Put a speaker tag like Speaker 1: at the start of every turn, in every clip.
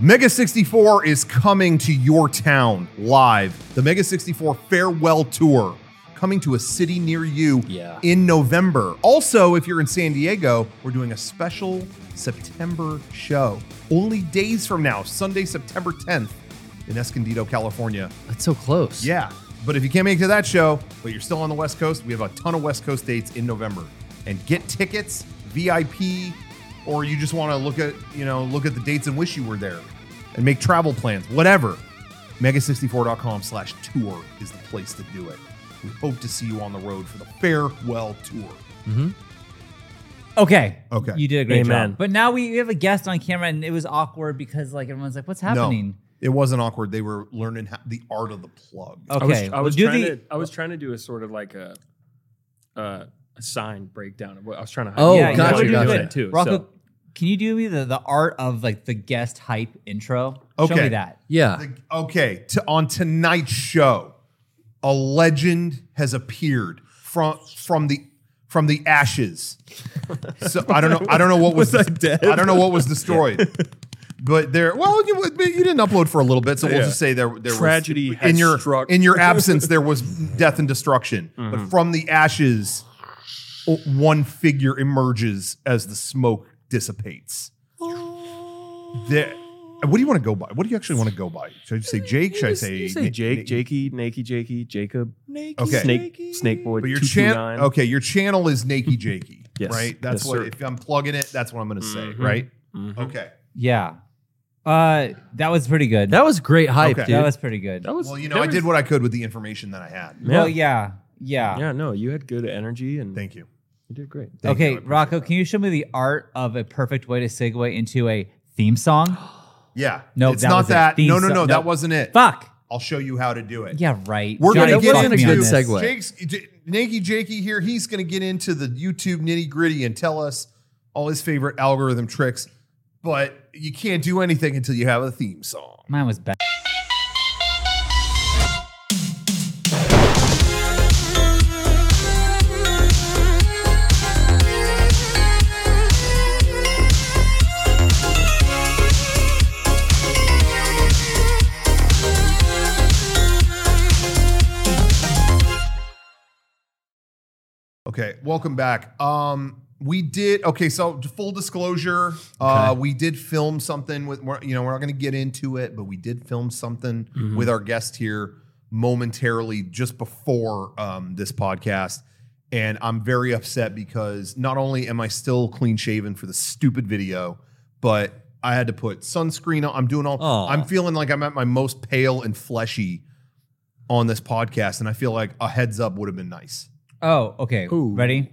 Speaker 1: Mega 64 is coming to your town live. The Mega 64 farewell tour coming to a city near you
Speaker 2: Yeah.
Speaker 1: in November. Also, if you're in San Diego, we're doing a special September show only days from now, Sunday, September 10th in Escondido, California.
Speaker 2: That's so close.
Speaker 1: Yeah. But if you can't make it to that show, but you're still on the West Coast, we have a ton of West Coast dates in November. And get tickets, VIP, or you just want to look at, you know, look at the dates and wish you were there and make travel plans, whatever. Mega64.com slash tour is the place to do it. We hope to see you on the road for the farewell tour.
Speaker 3: Okay.
Speaker 1: Okay.
Speaker 3: You did a great
Speaker 4: Amen.
Speaker 3: job. But now we, we have a guest on camera, and it was awkward because like everyone's like, "What's happening?"
Speaker 1: No, it wasn't awkward. They were learning how, the art of the plug.
Speaker 4: I was,
Speaker 3: Okay.
Speaker 4: I
Speaker 3: well,
Speaker 4: was
Speaker 3: do
Speaker 4: trying
Speaker 3: the-
Speaker 4: to, I was trying to do a sort of like a, uh, a sign breakdown. of what I was trying to.
Speaker 2: Oh,
Speaker 4: highlight
Speaker 2: gotcha,
Speaker 4: what you're doing
Speaker 2: gotcha.
Speaker 4: it too.
Speaker 3: Rocco,
Speaker 4: so.
Speaker 3: can you do me the, the art of like the guest hype intro? Show
Speaker 1: Okay.
Speaker 3: me that.
Speaker 2: Yeah.
Speaker 1: The- okay, to, on tonight's show, a legend has appeared from from the from the ashes. So I don't know. I don't know what was,
Speaker 2: Was I dead?
Speaker 1: I don't know what was destroyed. But there, well, you, you didn't upload for a little bit, so we'll
Speaker 4: Yeah.
Speaker 1: just say there, there
Speaker 4: Tragedy
Speaker 1: was, in
Speaker 4: has
Speaker 1: your
Speaker 4: struck.
Speaker 1: in your absence, there was death and destruction. But from the ashes, o- one figure emerges as the smoke dissipates. There, what do you want to go by? What do you actually want to go by? Should I just say Jake? Should I say,
Speaker 4: You
Speaker 1: Na-
Speaker 4: say Jake,
Speaker 1: Na-
Speaker 4: Jakey, Nakey, Jakey, Jacob,
Speaker 1: Okay.
Speaker 4: Snake, Snake Boy,
Speaker 1: But your
Speaker 4: two
Speaker 1: channel,
Speaker 4: nine.
Speaker 1: okay, your channel is Nakey Jakey,
Speaker 4: Yes.
Speaker 1: right? That's
Speaker 4: Yes,
Speaker 1: what
Speaker 4: sir.
Speaker 1: if I'm plugging it, that's what I'm going to say,
Speaker 4: Mhm.
Speaker 1: right?
Speaker 4: Mhm.
Speaker 1: Okay.
Speaker 3: Yeah. Uh, that was pretty good.
Speaker 2: That was great hype,
Speaker 1: Okay.
Speaker 2: dude.
Speaker 3: That was pretty good.
Speaker 4: That was
Speaker 1: Well, you know,
Speaker 4: there
Speaker 1: I
Speaker 4: was-
Speaker 1: did what I could with the information that I had.
Speaker 4: Yeah.
Speaker 3: Well, yeah, yeah.
Speaker 4: yeah, no, you had good energy and
Speaker 1: Thank you.
Speaker 4: you did great.
Speaker 1: Thank you, I
Speaker 3: okay,
Speaker 1: appreciate
Speaker 3: Rocco,
Speaker 1: that.
Speaker 3: can you show me the art of a perfect way to segue into a theme song?
Speaker 1: Yeah.
Speaker 3: No,
Speaker 1: it's
Speaker 3: that
Speaker 1: not
Speaker 3: was it.
Speaker 1: that.
Speaker 3: Theme
Speaker 1: No, no,
Speaker 3: song-
Speaker 1: no,
Speaker 3: no.
Speaker 1: that wasn't it.
Speaker 3: Fuck.
Speaker 1: I'll show you how to do it.
Speaker 3: Yeah, right.
Speaker 1: We're
Speaker 2: Johnny,
Speaker 1: gonna get
Speaker 2: fuck
Speaker 1: into
Speaker 2: me on
Speaker 1: this.
Speaker 2: this. Segue.
Speaker 1: Jake's J- Nakey Jakey here. He's gonna get into the YouTube nitty gritty and tell us all his favorite algorithm tricks. But you can't do anything until you have a theme song.
Speaker 3: Mine was bad.
Speaker 1: Okay, welcome back. Um, we did okay. So full disclosure, uh, we did film something with. We're, you know, we're not going to get into it, but we did film something with our guest here momentarily just before um, this podcast, and I'm very upset because not only am I still clean shaven for the stupid video, but I had to put sunscreen on. I'm doing all.
Speaker 2: Aw.
Speaker 1: I'm feeling like I'm at my most pale and fleshy on this podcast, and I feel like a heads up would have been nice.
Speaker 3: Oh, okay.
Speaker 4: Ooh.
Speaker 3: Ready?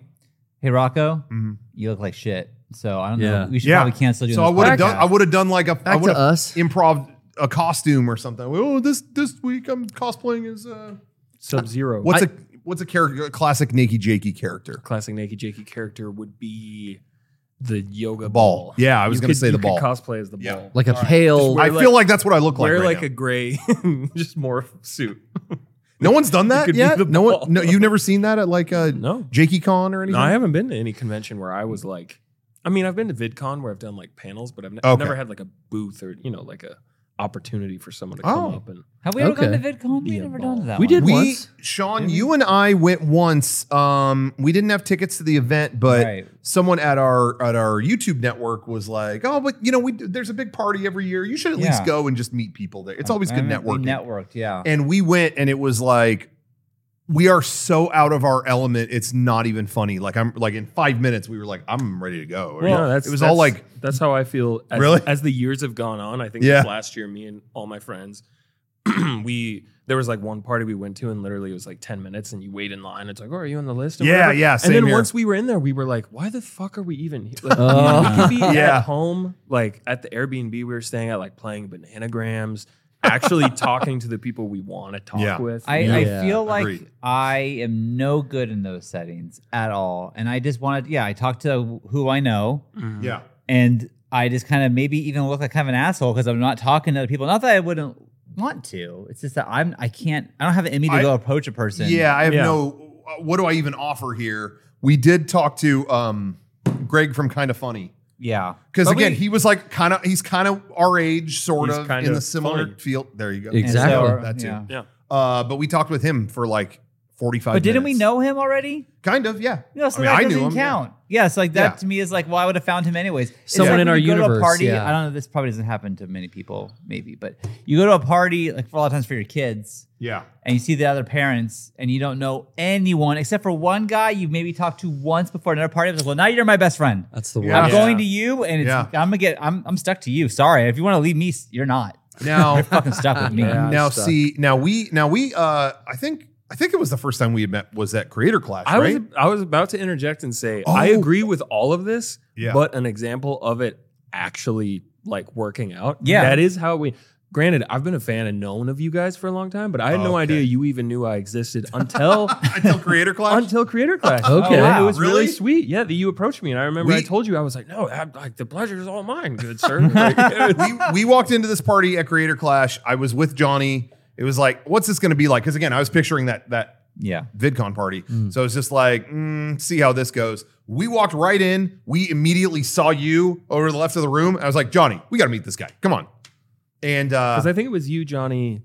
Speaker 3: Hey, Rocco,
Speaker 1: Mhm.
Speaker 3: you look like shit. So I don't
Speaker 2: Yeah.
Speaker 3: know. We should
Speaker 1: Yeah.
Speaker 3: probably cancel you.
Speaker 1: So
Speaker 3: on
Speaker 1: I
Speaker 3: this
Speaker 1: would have done.
Speaker 3: podcast.
Speaker 1: I would have done like a. I
Speaker 2: Back
Speaker 1: would
Speaker 2: to
Speaker 1: have
Speaker 2: us.
Speaker 1: improv a costume or something. Oh, this this week I'm cosplaying as uh,
Speaker 4: Sub Zero.
Speaker 1: what's a what's a character a classic Nakey Jakey character?
Speaker 4: classic Naked Jakey character would be the yoga
Speaker 1: Ball.
Speaker 4: ball.
Speaker 1: Yeah, I was
Speaker 4: You
Speaker 1: gonna
Speaker 4: could-
Speaker 1: say the
Speaker 4: you could
Speaker 1: ball.
Speaker 4: cosplay as the
Speaker 1: Yeah.
Speaker 4: ball.
Speaker 2: Like a
Speaker 1: All right.
Speaker 2: pale.
Speaker 4: Wear
Speaker 1: I
Speaker 4: like-
Speaker 1: feel like that's what I look like.
Speaker 4: wear
Speaker 1: right
Speaker 4: like
Speaker 1: now.
Speaker 4: a gray, just more suit.
Speaker 1: no one's done that
Speaker 4: could be
Speaker 1: yet.
Speaker 4: the
Speaker 1: No one.
Speaker 4: ball.
Speaker 1: No, you've never seen that at like a
Speaker 4: No,
Speaker 1: Jakey Con or
Speaker 4: no,
Speaker 1: anything.
Speaker 4: I haven't been to any convention where I was like. I mean, I've been to VidCon where I've done like panels, but I've, ne- I've
Speaker 1: Okay.
Speaker 4: never had like a booth or you know like a opportunity for someone to come
Speaker 1: Oh.
Speaker 4: up and.
Speaker 3: Have we ever
Speaker 2: Okay.
Speaker 3: gone to VidCon? We
Speaker 4: Yeah,
Speaker 3: never
Speaker 4: ball.
Speaker 3: done that.
Speaker 2: We
Speaker 3: one.
Speaker 2: did
Speaker 1: we,
Speaker 2: once.
Speaker 1: Sean, you and I went once. Um, we didn't have tickets to the event, but
Speaker 3: Right.
Speaker 1: someone at our at our YouTube network was like, "Oh, but you know, we there's a big party every year. You should at
Speaker 3: Yeah.
Speaker 1: least go and just meet people there. It's always
Speaker 3: I
Speaker 1: good
Speaker 3: remember
Speaker 1: networking."
Speaker 3: We networked, yeah.
Speaker 1: and we went, and it was like, we are so out of our element. It's not even funny. Like I'm like in five minutes, we were like, "I'm ready to go." Or,
Speaker 4: Well,
Speaker 1: you know,
Speaker 4: that's,
Speaker 1: it was all
Speaker 4: that's-
Speaker 1: like,
Speaker 4: that's how I feel. As,
Speaker 1: Really?
Speaker 4: as the years have gone on, I think
Speaker 1: Yeah.
Speaker 4: this last year, me and all my friends, we there was like one party we went to, and literally it was like ten minutes, and you wait in line. It's like, oh, are you on the list? or
Speaker 1: Yeah,
Speaker 4: whatever?
Speaker 1: yeah, same
Speaker 4: and then
Speaker 1: here.
Speaker 4: once we were in there, we were like, why the fuck are we even here? Like,
Speaker 2: Oh.
Speaker 4: we could be
Speaker 1: Yeah.
Speaker 4: at home, like at the Airbnb we were staying at, like playing bananagrams, actually talking to the people we want to talk
Speaker 1: Yeah.
Speaker 4: with.
Speaker 3: I,
Speaker 4: you know?
Speaker 2: Yeah.
Speaker 3: I feel like
Speaker 1: Agreed.
Speaker 3: I am no good in those settings at all. And I just wanted, yeah, I talked to who I know
Speaker 4: Mhm.
Speaker 1: yeah,
Speaker 3: and I just kind of maybe even look like kind of an asshole because I'm not talking to other people. Not that I wouldn't want to. It's just that I'm, I can't, I don't have it in me to
Speaker 1: I-
Speaker 3: go approach a person.
Speaker 1: yeah. I have
Speaker 4: Yeah.
Speaker 1: no. uh, What do I even offer here? We did talk to um, Greg from Kind of Funny.
Speaker 3: yeah.
Speaker 1: Because
Speaker 4: But
Speaker 1: again,
Speaker 4: we-
Speaker 1: he was like kind of he's kind of our age, sort
Speaker 4: He's
Speaker 1: of
Speaker 4: kind
Speaker 1: in
Speaker 4: of
Speaker 1: the similar
Speaker 4: funny.
Speaker 1: field. There you go.
Speaker 3: And
Speaker 2: Exactly.
Speaker 1: That too.
Speaker 3: yeah.
Speaker 4: Yeah.
Speaker 1: Uh, but we talked with him for like forty five.
Speaker 3: But didn't we know him already?
Speaker 1: Kind of, yeah.
Speaker 3: No, so
Speaker 1: I mean,
Speaker 3: that
Speaker 1: I knew
Speaker 3: doesn't
Speaker 1: him, yeah.
Speaker 3: count. Yeah. so like that
Speaker 1: Yeah.
Speaker 3: to me is like, well, I would have found him anyways. It's like
Speaker 2: Someone in
Speaker 3: when
Speaker 2: our
Speaker 3: you go to a
Speaker 2: universe,
Speaker 3: party.
Speaker 2: yeah.
Speaker 3: I don't know. This probably doesn't happen to many people, maybe, but you go to a party like for a lot of times for your kids,
Speaker 1: Yeah.
Speaker 3: and you see the other parents, and you don't know anyone except for one guy you've maybe talked to once before another party. I was like, well, now you're my best friend.
Speaker 2: That's the
Speaker 1: Yeah.
Speaker 3: I'm
Speaker 2: worst.
Speaker 3: going to you, and it's,
Speaker 1: Yeah.
Speaker 3: I'm gonna get. I'm I'm stuck to you. Sorry, if you want to leave me, you're not.
Speaker 1: Now,
Speaker 3: Fucking stuck with me.
Speaker 2: Yeah.
Speaker 1: now,
Speaker 2: stuck.
Speaker 1: see, now we, now we, uh, I think, I think it was the first time we had met was that Creator Clash,
Speaker 4: I
Speaker 1: right?
Speaker 4: was I was about to interject and say
Speaker 1: Oh.
Speaker 4: I agree with all of this,
Speaker 1: Yeah.
Speaker 4: but an example of it actually like working out.
Speaker 3: Yeah.
Speaker 4: that is how we. Granted, I've been a fan and known of you guys for a long time, but I had no
Speaker 1: Okay.
Speaker 4: idea you even knew I existed until
Speaker 1: Until Creator Clash.
Speaker 4: until Creator Clash. Oh,
Speaker 2: Okay.
Speaker 4: And
Speaker 3: Wow.
Speaker 4: it was really?
Speaker 1: Really?
Speaker 4: sweet. Yeah, that you approached me, and I remember I
Speaker 1: We-
Speaker 4: told you I was like, "No, I, like the pleasure is all mine, good sir." Like,
Speaker 1: we, we walked into this party at Creator Clash. I was with Johnny. It was like, what's this going to be like? Because again, I was picturing that that
Speaker 3: Yeah.
Speaker 1: VidCon party.
Speaker 2: Hmm.
Speaker 1: So it's just like, mm, see how this goes. We walked right in. We immediately saw you over to the left of the room. I was like, Johnny, we got to meet this guy. Come on. And uh,
Speaker 4: Because I think it was you, Johnny,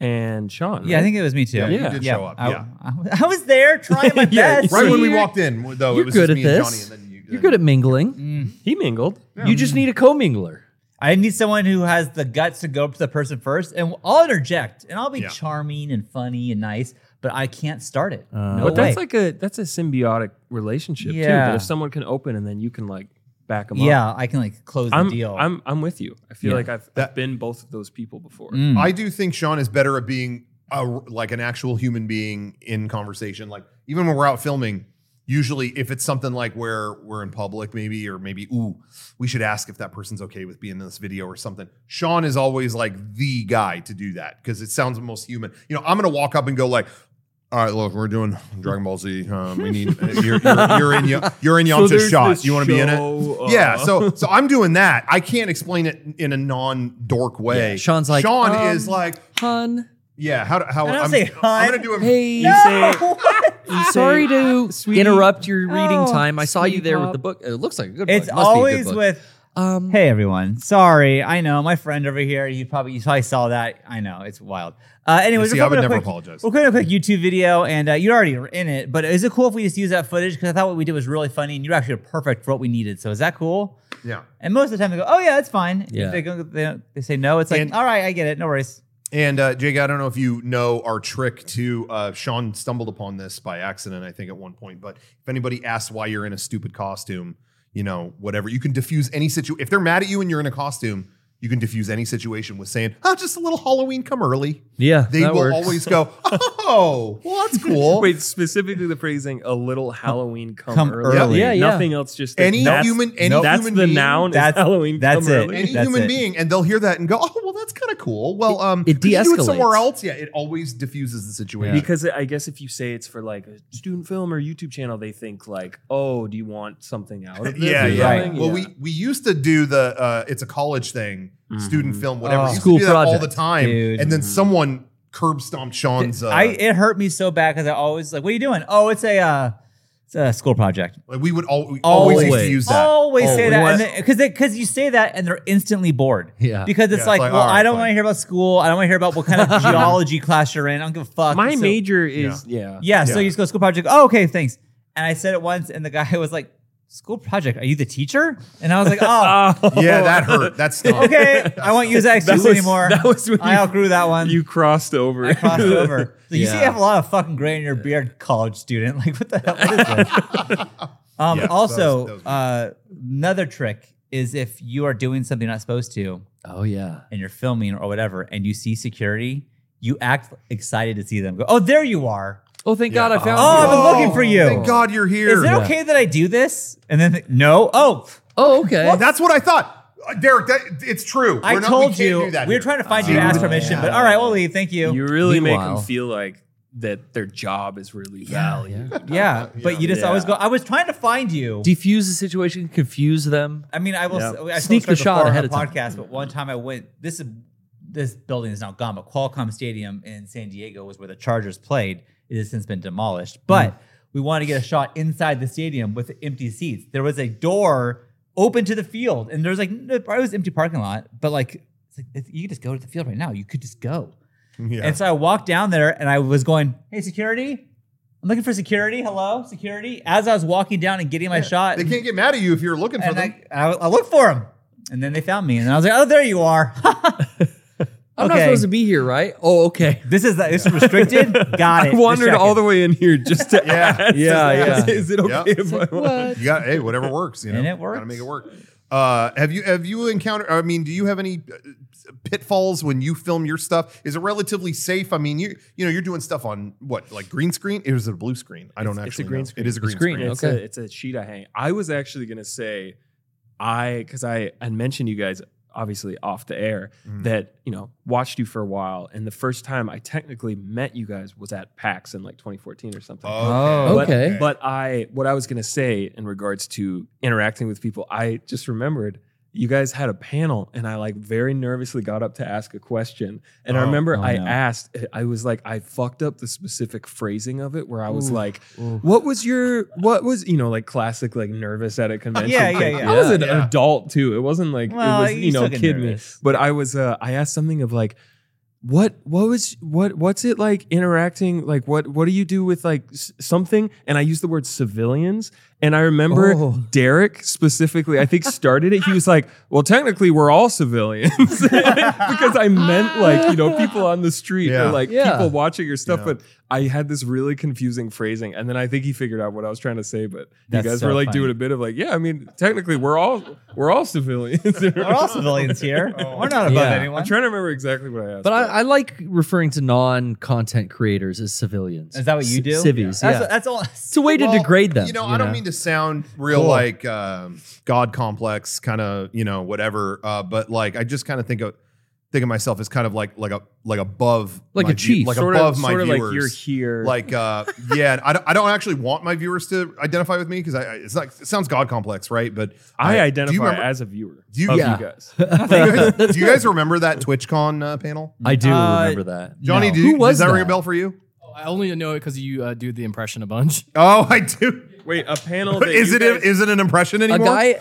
Speaker 4: and Sean.
Speaker 3: Yeah, I
Speaker 4: right?
Speaker 3: think it was me too.
Speaker 1: yeah,
Speaker 4: yeah.
Speaker 1: you did show up.
Speaker 3: I,
Speaker 1: yeah.
Speaker 3: I, was there trying my
Speaker 4: Yeah,
Speaker 3: best.
Speaker 1: Right when we
Speaker 2: you're-
Speaker 1: walked in, though,
Speaker 2: you're
Speaker 1: it was
Speaker 2: good
Speaker 1: just
Speaker 2: at
Speaker 1: me
Speaker 2: this.
Speaker 1: and Johnny. And then you,
Speaker 2: You're good at mingling.
Speaker 3: Mm.
Speaker 4: he mingled.
Speaker 2: You
Speaker 1: Mm.
Speaker 2: just need a commingler.
Speaker 3: I need someone who has the guts to go up to the person first, and I'll interject, and I'll be
Speaker 1: Yeah.
Speaker 3: charming and funny and nice, but I can't start it.
Speaker 2: Uh,
Speaker 3: no
Speaker 4: but
Speaker 3: way.
Speaker 4: that's like a that's a symbiotic relationship too.
Speaker 3: Yeah.
Speaker 4: That if someone can open and then you can like back them up.
Speaker 3: yeah, I can like close
Speaker 4: I'm
Speaker 3: the deal.
Speaker 4: I'm I'm with you. I feel
Speaker 3: Yeah.
Speaker 4: like I've, I've
Speaker 1: That-
Speaker 4: been both of those people before.
Speaker 3: Mm.
Speaker 1: I do think Sean is better at being a, like an actual human being in conversation. Like even when we're out filming, usually if it's something like where we're in public, maybe or maybe ooh, we should ask if that person's okay with being in this video or something. Sean is always like the guy to do that because it sounds the most human. You know, I'm gonna walk up and go like. All right, look, we're doing Dragon Ball Z. Um, we need you're, you're, you're in Ya- you're in Yamcha's shot. You want to be in it? Uh, yeah,
Speaker 2: Uh-huh.
Speaker 1: so so I'm doing that. I can't explain it in a non dork way.
Speaker 2: Yeah, Sean's like,
Speaker 1: Sean
Speaker 2: um,
Speaker 1: is like,
Speaker 2: Hun,
Speaker 1: yeah. How do- how
Speaker 3: I don't
Speaker 1: I'm,
Speaker 3: say hi.
Speaker 1: I'm gonna do him.
Speaker 2: hey,
Speaker 4: you say
Speaker 2: sorry to
Speaker 4: Sweetie.
Speaker 2: interrupt your reading
Speaker 3: Oh,
Speaker 2: time. I saw you there with
Speaker 4: sweetheart.
Speaker 2: the book. It looks like a good book.
Speaker 3: it's
Speaker 2: Must be a good
Speaker 3: always
Speaker 2: book.
Speaker 3: with
Speaker 2: Um,
Speaker 3: Hey everyone. Sorry, I know my friend over here. You probably you probably saw that. I know it's wild. Uh, anyways,
Speaker 1: You see,
Speaker 3: we're
Speaker 1: I would
Speaker 3: filming a
Speaker 1: never
Speaker 3: quick-
Speaker 1: apologize.
Speaker 3: We're going a quick YouTube video, and uh, you're already in it. But is it cool if we just use that footage? Because I thought what we did was really funny, and you're actually perfect for what we needed. So is that cool?
Speaker 1: Yeah.
Speaker 3: And most of the time they go, "Oh yeah, it's fine." If
Speaker 2: Yeah.
Speaker 3: They, go, they, don't- they say no. It's like,
Speaker 1: And-
Speaker 3: "All right, I get it. No worries."
Speaker 1: And uh, Jake, I don't know if you know our trick to uh, Sean stumbled upon this by accident, I think, at one point. But if anybody asks why you're in a stupid costume, you know, whatever, you can diffuse any situation. If they're mad at you and you're in a costume, you can diffuse any situation with saying, "Oh, just a little Halloween come early."
Speaker 2: yeah,
Speaker 1: They
Speaker 2: that
Speaker 1: will
Speaker 2: works.
Speaker 1: always go, "Oh, well, that's cool."
Speaker 4: Wait, specifically the phrasing "a little Halloween come,
Speaker 3: Come
Speaker 4: early."
Speaker 1: early.
Speaker 2: Yeah, yeah.
Speaker 4: Nothing else. Just the-
Speaker 1: Any
Speaker 4: that's-
Speaker 1: human- any
Speaker 4: that's
Speaker 1: human
Speaker 4: the
Speaker 1: being-
Speaker 4: noun.
Speaker 3: That's-
Speaker 4: That's Halloween.
Speaker 3: that's
Speaker 4: come
Speaker 3: it.
Speaker 4: early.
Speaker 1: any
Speaker 3: That's
Speaker 1: human
Speaker 3: it.
Speaker 1: being, and they'll hear that and go, "Oh, well, that's kind of cool." Well, um,
Speaker 2: it
Speaker 1: could you do it
Speaker 2: de-escalates.
Speaker 1: somewhere else. Yeah, it always diffuses the situation.
Speaker 4: Because I guess if you say it's for like a student film or YouTube channel, they think like, "Oh, do you want something out of this?"
Speaker 1: yeah,
Speaker 4: or
Speaker 1: yeah.
Speaker 4: something?
Speaker 1: Well, we
Speaker 4: Yeah.
Speaker 1: we used to do the uh, it's a college thing, student film, whatever.
Speaker 3: Oh.
Speaker 1: We used to
Speaker 2: School
Speaker 1: do that all
Speaker 2: project.
Speaker 1: the time,
Speaker 3: Dude.
Speaker 1: and then someone curb stomped Sean's. Uh,
Speaker 3: I it hurt me so bad because I always like, "What are you doing?" Oh, it's a uh, it's a school project.
Speaker 1: like, we would all, we always, used to
Speaker 2: Always.
Speaker 1: use that.
Speaker 3: Always say
Speaker 2: Always.
Speaker 3: that because because you say that and they're instantly bored.
Speaker 2: Yeah.
Speaker 3: Because it's
Speaker 1: Yeah, it's
Speaker 3: like,
Speaker 1: like,
Speaker 3: well,
Speaker 1: all right,
Speaker 3: I don't
Speaker 1: fine.
Speaker 3: want to hear about school. I don't want to hear about what kind of geology class you're in. I don't give a fuck.
Speaker 4: my
Speaker 3: And so-
Speaker 4: major is yeah.
Speaker 3: Yeah, So
Speaker 1: Yeah.
Speaker 3: you just go school project. Oh, okay, thanks. And I said it once, and the guy was like, "School project? Are you the teacher?" And I was like, "Oh,
Speaker 1: Yeah, that hurt. That's not
Speaker 3: okay. I won't use that excuse
Speaker 4: was-
Speaker 3: anymore.
Speaker 4: that was when
Speaker 3: I
Speaker 4: you-
Speaker 3: outgrew that one.
Speaker 4: You crossed over.
Speaker 3: I crossed over. So You see, you
Speaker 2: Yeah.
Speaker 3: have a lot of fucking gray in your beard, college student. Like, what the hell is that? um,
Speaker 1: Yeah,
Speaker 3: also,
Speaker 1: that was- that was
Speaker 3: uh, another trick is if you are doing something you're not supposed to
Speaker 2: Oh yeah.
Speaker 3: and you're filming or whatever, and you see security, you act excited to see them. Go, oh, there you are.
Speaker 2: Oh thank
Speaker 1: Yeah.
Speaker 2: God I found
Speaker 3: Oh, I've
Speaker 2: you.
Speaker 3: been looking for you.
Speaker 1: Thank God you're here.
Speaker 3: Is it okay that I do this? And then, no. Oh,
Speaker 2: Oh okay.
Speaker 1: Well, that's what I thought, Uh, Derek. That, it's true.
Speaker 3: I
Speaker 1: We're not- we
Speaker 3: told
Speaker 1: can't
Speaker 3: you.
Speaker 1: do that
Speaker 3: we were
Speaker 1: here.
Speaker 3: trying to find you to
Speaker 1: Oh,
Speaker 3: ask permission,
Speaker 2: yeah.
Speaker 3: but all right, we'll leave. Thank you.
Speaker 4: You really make
Speaker 2: Meanwhile-
Speaker 4: them feel like that their job is really valued.
Speaker 3: yeah, but you just
Speaker 4: Yeah.
Speaker 3: always go. I was trying to find you.
Speaker 2: Defuse the situation, confuse them.
Speaker 3: I mean, I will
Speaker 4: Yeah.
Speaker 3: s- I
Speaker 2: Sneak
Speaker 3: told
Speaker 2: the
Speaker 3: this
Speaker 2: shot
Speaker 3: before
Speaker 2: ahead
Speaker 3: on the
Speaker 2: of
Speaker 3: podcast. But one time I went. This is this building is now gone, but Qualcomm Stadium in San Diego was where the Chargers played. It has since been
Speaker 2: Hmm.
Speaker 3: demolished, but we wanted to get a shot inside the stadium with empty seats. There was a door open to the field, and there's like no- it was empty parking lot, but like, it's like it's, you could just go to the field right now. You could just go.
Speaker 1: Yeah.
Speaker 3: And so I walked down there and I was going, hey, security. I'm looking for security. Hello, security. As I was walking down and getting my shot,
Speaker 1: they can't get mad at you if you're looking for
Speaker 3: and
Speaker 1: them.
Speaker 3: I, I, I looked for him. And then they found me. And I was like, oh, there you are.
Speaker 2: I'm not
Speaker 3: Okay.
Speaker 2: supposed to be here, right? Oh, okay.
Speaker 3: this is this is restricted. Got it.
Speaker 4: I wandered all the way in here just to
Speaker 1: Yeah.
Speaker 4: ask,
Speaker 2: Yeah,
Speaker 4: is-
Speaker 2: yeah.
Speaker 4: Is it okay
Speaker 1: Yep.
Speaker 4: if I
Speaker 1: you got hey, whatever works, you know.
Speaker 3: And it
Speaker 1: Gotta
Speaker 3: works.
Speaker 1: make it work. Uh, have you have you encountered? I mean, do you have any uh, pitfalls when you film your stuff? Is it relatively safe? I mean, you you know you're doing stuff on what like green screen? It was a blue screen. I don't
Speaker 4: It's-
Speaker 1: actually.
Speaker 4: it's a green
Speaker 1: know.
Speaker 4: screen.
Speaker 1: It is a green,
Speaker 2: It's green,
Speaker 1: screen.
Speaker 2: yeah.
Speaker 4: It's,
Speaker 2: Okay.
Speaker 4: a, it's a sheet I hang. I was actually gonna say, I because I had mentioned you guys obviously off the air
Speaker 1: Mm.
Speaker 4: that you know watched you for a while, and the first time I technically met you guys was at PAX in like 2014 or something.
Speaker 1: Oh,
Speaker 2: But- okay.
Speaker 4: But I, what I was gonna say in regards to interacting with people, I just remembered you guys had a panel, and I like very nervously got up to ask a question, and I
Speaker 1: Oh.
Speaker 4: remember
Speaker 3: Oh,
Speaker 4: I
Speaker 3: no.
Speaker 4: asked, I was like, I fucked up the specific phrasing of it, where I was
Speaker 2: Ooh.
Speaker 4: like, what was your what was you know like classic like nervous at a convention?
Speaker 3: Yeah, yeah,
Speaker 4: thing.
Speaker 3: yeah.
Speaker 4: I was an
Speaker 1: Yeah.
Speaker 4: adult too. It wasn't like
Speaker 3: Well,
Speaker 4: it was you know kid me. But I was uh, I asked something of like what what was what what's it like interacting like what what do you do with like s- something and I used the word civilians and I remember
Speaker 2: Oh.
Speaker 4: Derek specifically I think started it he was like well technically we're all civilians because I meant like you know people on the street
Speaker 1: Yeah.
Speaker 4: or like
Speaker 2: Yeah.
Speaker 4: people watching your stuff
Speaker 1: Yeah.
Speaker 4: but I had this really confusing phrasing, and then I think he figured out what I was trying to say. But
Speaker 3: That's
Speaker 4: you guys
Speaker 3: so
Speaker 4: were like
Speaker 3: funny.
Speaker 4: doing a bit of like, yeah, I mean, technically, we're all we're all civilians.
Speaker 3: We're all civilians here.
Speaker 1: Oh.
Speaker 3: We're not above
Speaker 2: Yeah.
Speaker 3: anyone.
Speaker 4: I'm trying to remember exactly what I asked.
Speaker 2: But I, I like referring to non-content creators as civilians.
Speaker 3: Is that what you
Speaker 2: C-
Speaker 3: do?
Speaker 2: Civies. Yeah.
Speaker 3: That's, that's all.
Speaker 2: it's a way to
Speaker 1: Well,
Speaker 2: degrade them.
Speaker 1: You know, I don't mean to sound real
Speaker 2: Cool.
Speaker 1: like um, God complex kind of, you know, whatever. Uh, but like, I just kind of think of think of myself as kind of like like a like above
Speaker 2: Like
Speaker 1: my
Speaker 2: a chief.
Speaker 1: like
Speaker 4: sort
Speaker 1: above
Speaker 4: of,
Speaker 1: my
Speaker 4: sort of like you're
Speaker 1: viewers.
Speaker 4: here.
Speaker 1: Like, uh, yeah, and I don't, I don't actually want my viewers to identify with me because I, I it's like it sounds God complex, right? But
Speaker 4: I,
Speaker 1: do you
Speaker 4: identify
Speaker 1: remember-
Speaker 4: as a viewer.
Speaker 1: Do you-
Speaker 4: of
Speaker 2: Yeah.
Speaker 4: you guys?
Speaker 1: do, you guys, do you guys remember that TwitchCon uh, panel?
Speaker 2: I do
Speaker 3: Uh,
Speaker 2: remember that.
Speaker 1: Johnny,
Speaker 3: No.
Speaker 1: do,
Speaker 2: Who
Speaker 1: you-
Speaker 2: was
Speaker 1: does that, ring a
Speaker 2: that?
Speaker 1: bell for you?
Speaker 5: Oh, I only know it because you uh, do the impression a bunch.
Speaker 1: Oh, I do.
Speaker 4: Wait, a panel. That
Speaker 1: Is
Speaker 4: you
Speaker 1: it
Speaker 4: guys-
Speaker 1: is it an impression
Speaker 2: A
Speaker 1: anymore?
Speaker 2: guy,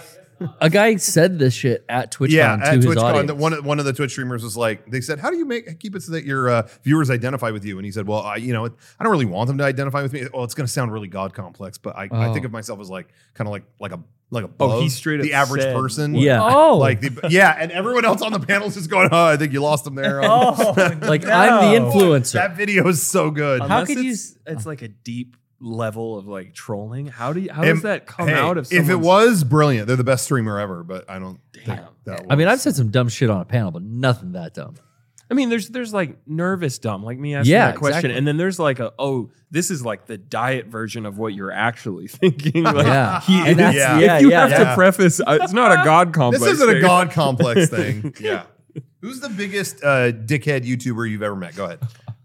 Speaker 2: a guy said this shit at TwitchCon
Speaker 1: yeah,
Speaker 2: to
Speaker 1: at
Speaker 2: his
Speaker 1: TwitchCon,
Speaker 2: audience.
Speaker 1: the, one of- one of the Twitch streamers was like, they said, "How do you make keep it so that your uh, viewers identify with you?" And he said, "Well, I, you know, I don't really want them to identify with me. Oh, it's going to sound really god complex, but I, I
Speaker 2: Oh.
Speaker 1: think of myself as like kind of like like a like a
Speaker 4: Oh, he straight up
Speaker 1: the average
Speaker 4: said
Speaker 1: person.
Speaker 2: what- Yeah.
Speaker 3: Oh,
Speaker 1: like the, yeah, and everyone else on the panel is just going, "Oh, I think you lost them there."
Speaker 3: oh,
Speaker 2: like
Speaker 3: no.
Speaker 2: I'm the influencer.
Speaker 1: that video is so good.
Speaker 3: How
Speaker 4: Unless
Speaker 3: could you
Speaker 4: It's, it's like a deep level of like trolling. How do you? How
Speaker 1: Am-
Speaker 4: does that come
Speaker 1: Hey,
Speaker 4: out of?
Speaker 1: if it
Speaker 4: someone's-
Speaker 1: was brilliant, they're the best streamer ever, but I don't think
Speaker 4: Damn.
Speaker 1: that.
Speaker 2: I mean,
Speaker 1: was.
Speaker 2: I've said some dumb shit on a panel, but nothing that dumb.
Speaker 4: I mean, there's there's like nervous dumb, like me asking
Speaker 2: Yeah,
Speaker 4: that question,
Speaker 2: exactly.
Speaker 4: and then there's like a oh, this is like the diet version of what you're actually thinking. Like,
Speaker 2: Yeah.
Speaker 4: he,
Speaker 1: And that's-
Speaker 4: yeah,
Speaker 2: yeah,
Speaker 4: if you
Speaker 2: yeah.
Speaker 4: have
Speaker 1: Yeah.
Speaker 4: to preface, uh, it's not a god complex.
Speaker 1: This isn't a
Speaker 4: thing.
Speaker 1: god complex thing. Yeah. Who's the biggest uh, dickhead YouTuber you've ever met? Go ahead.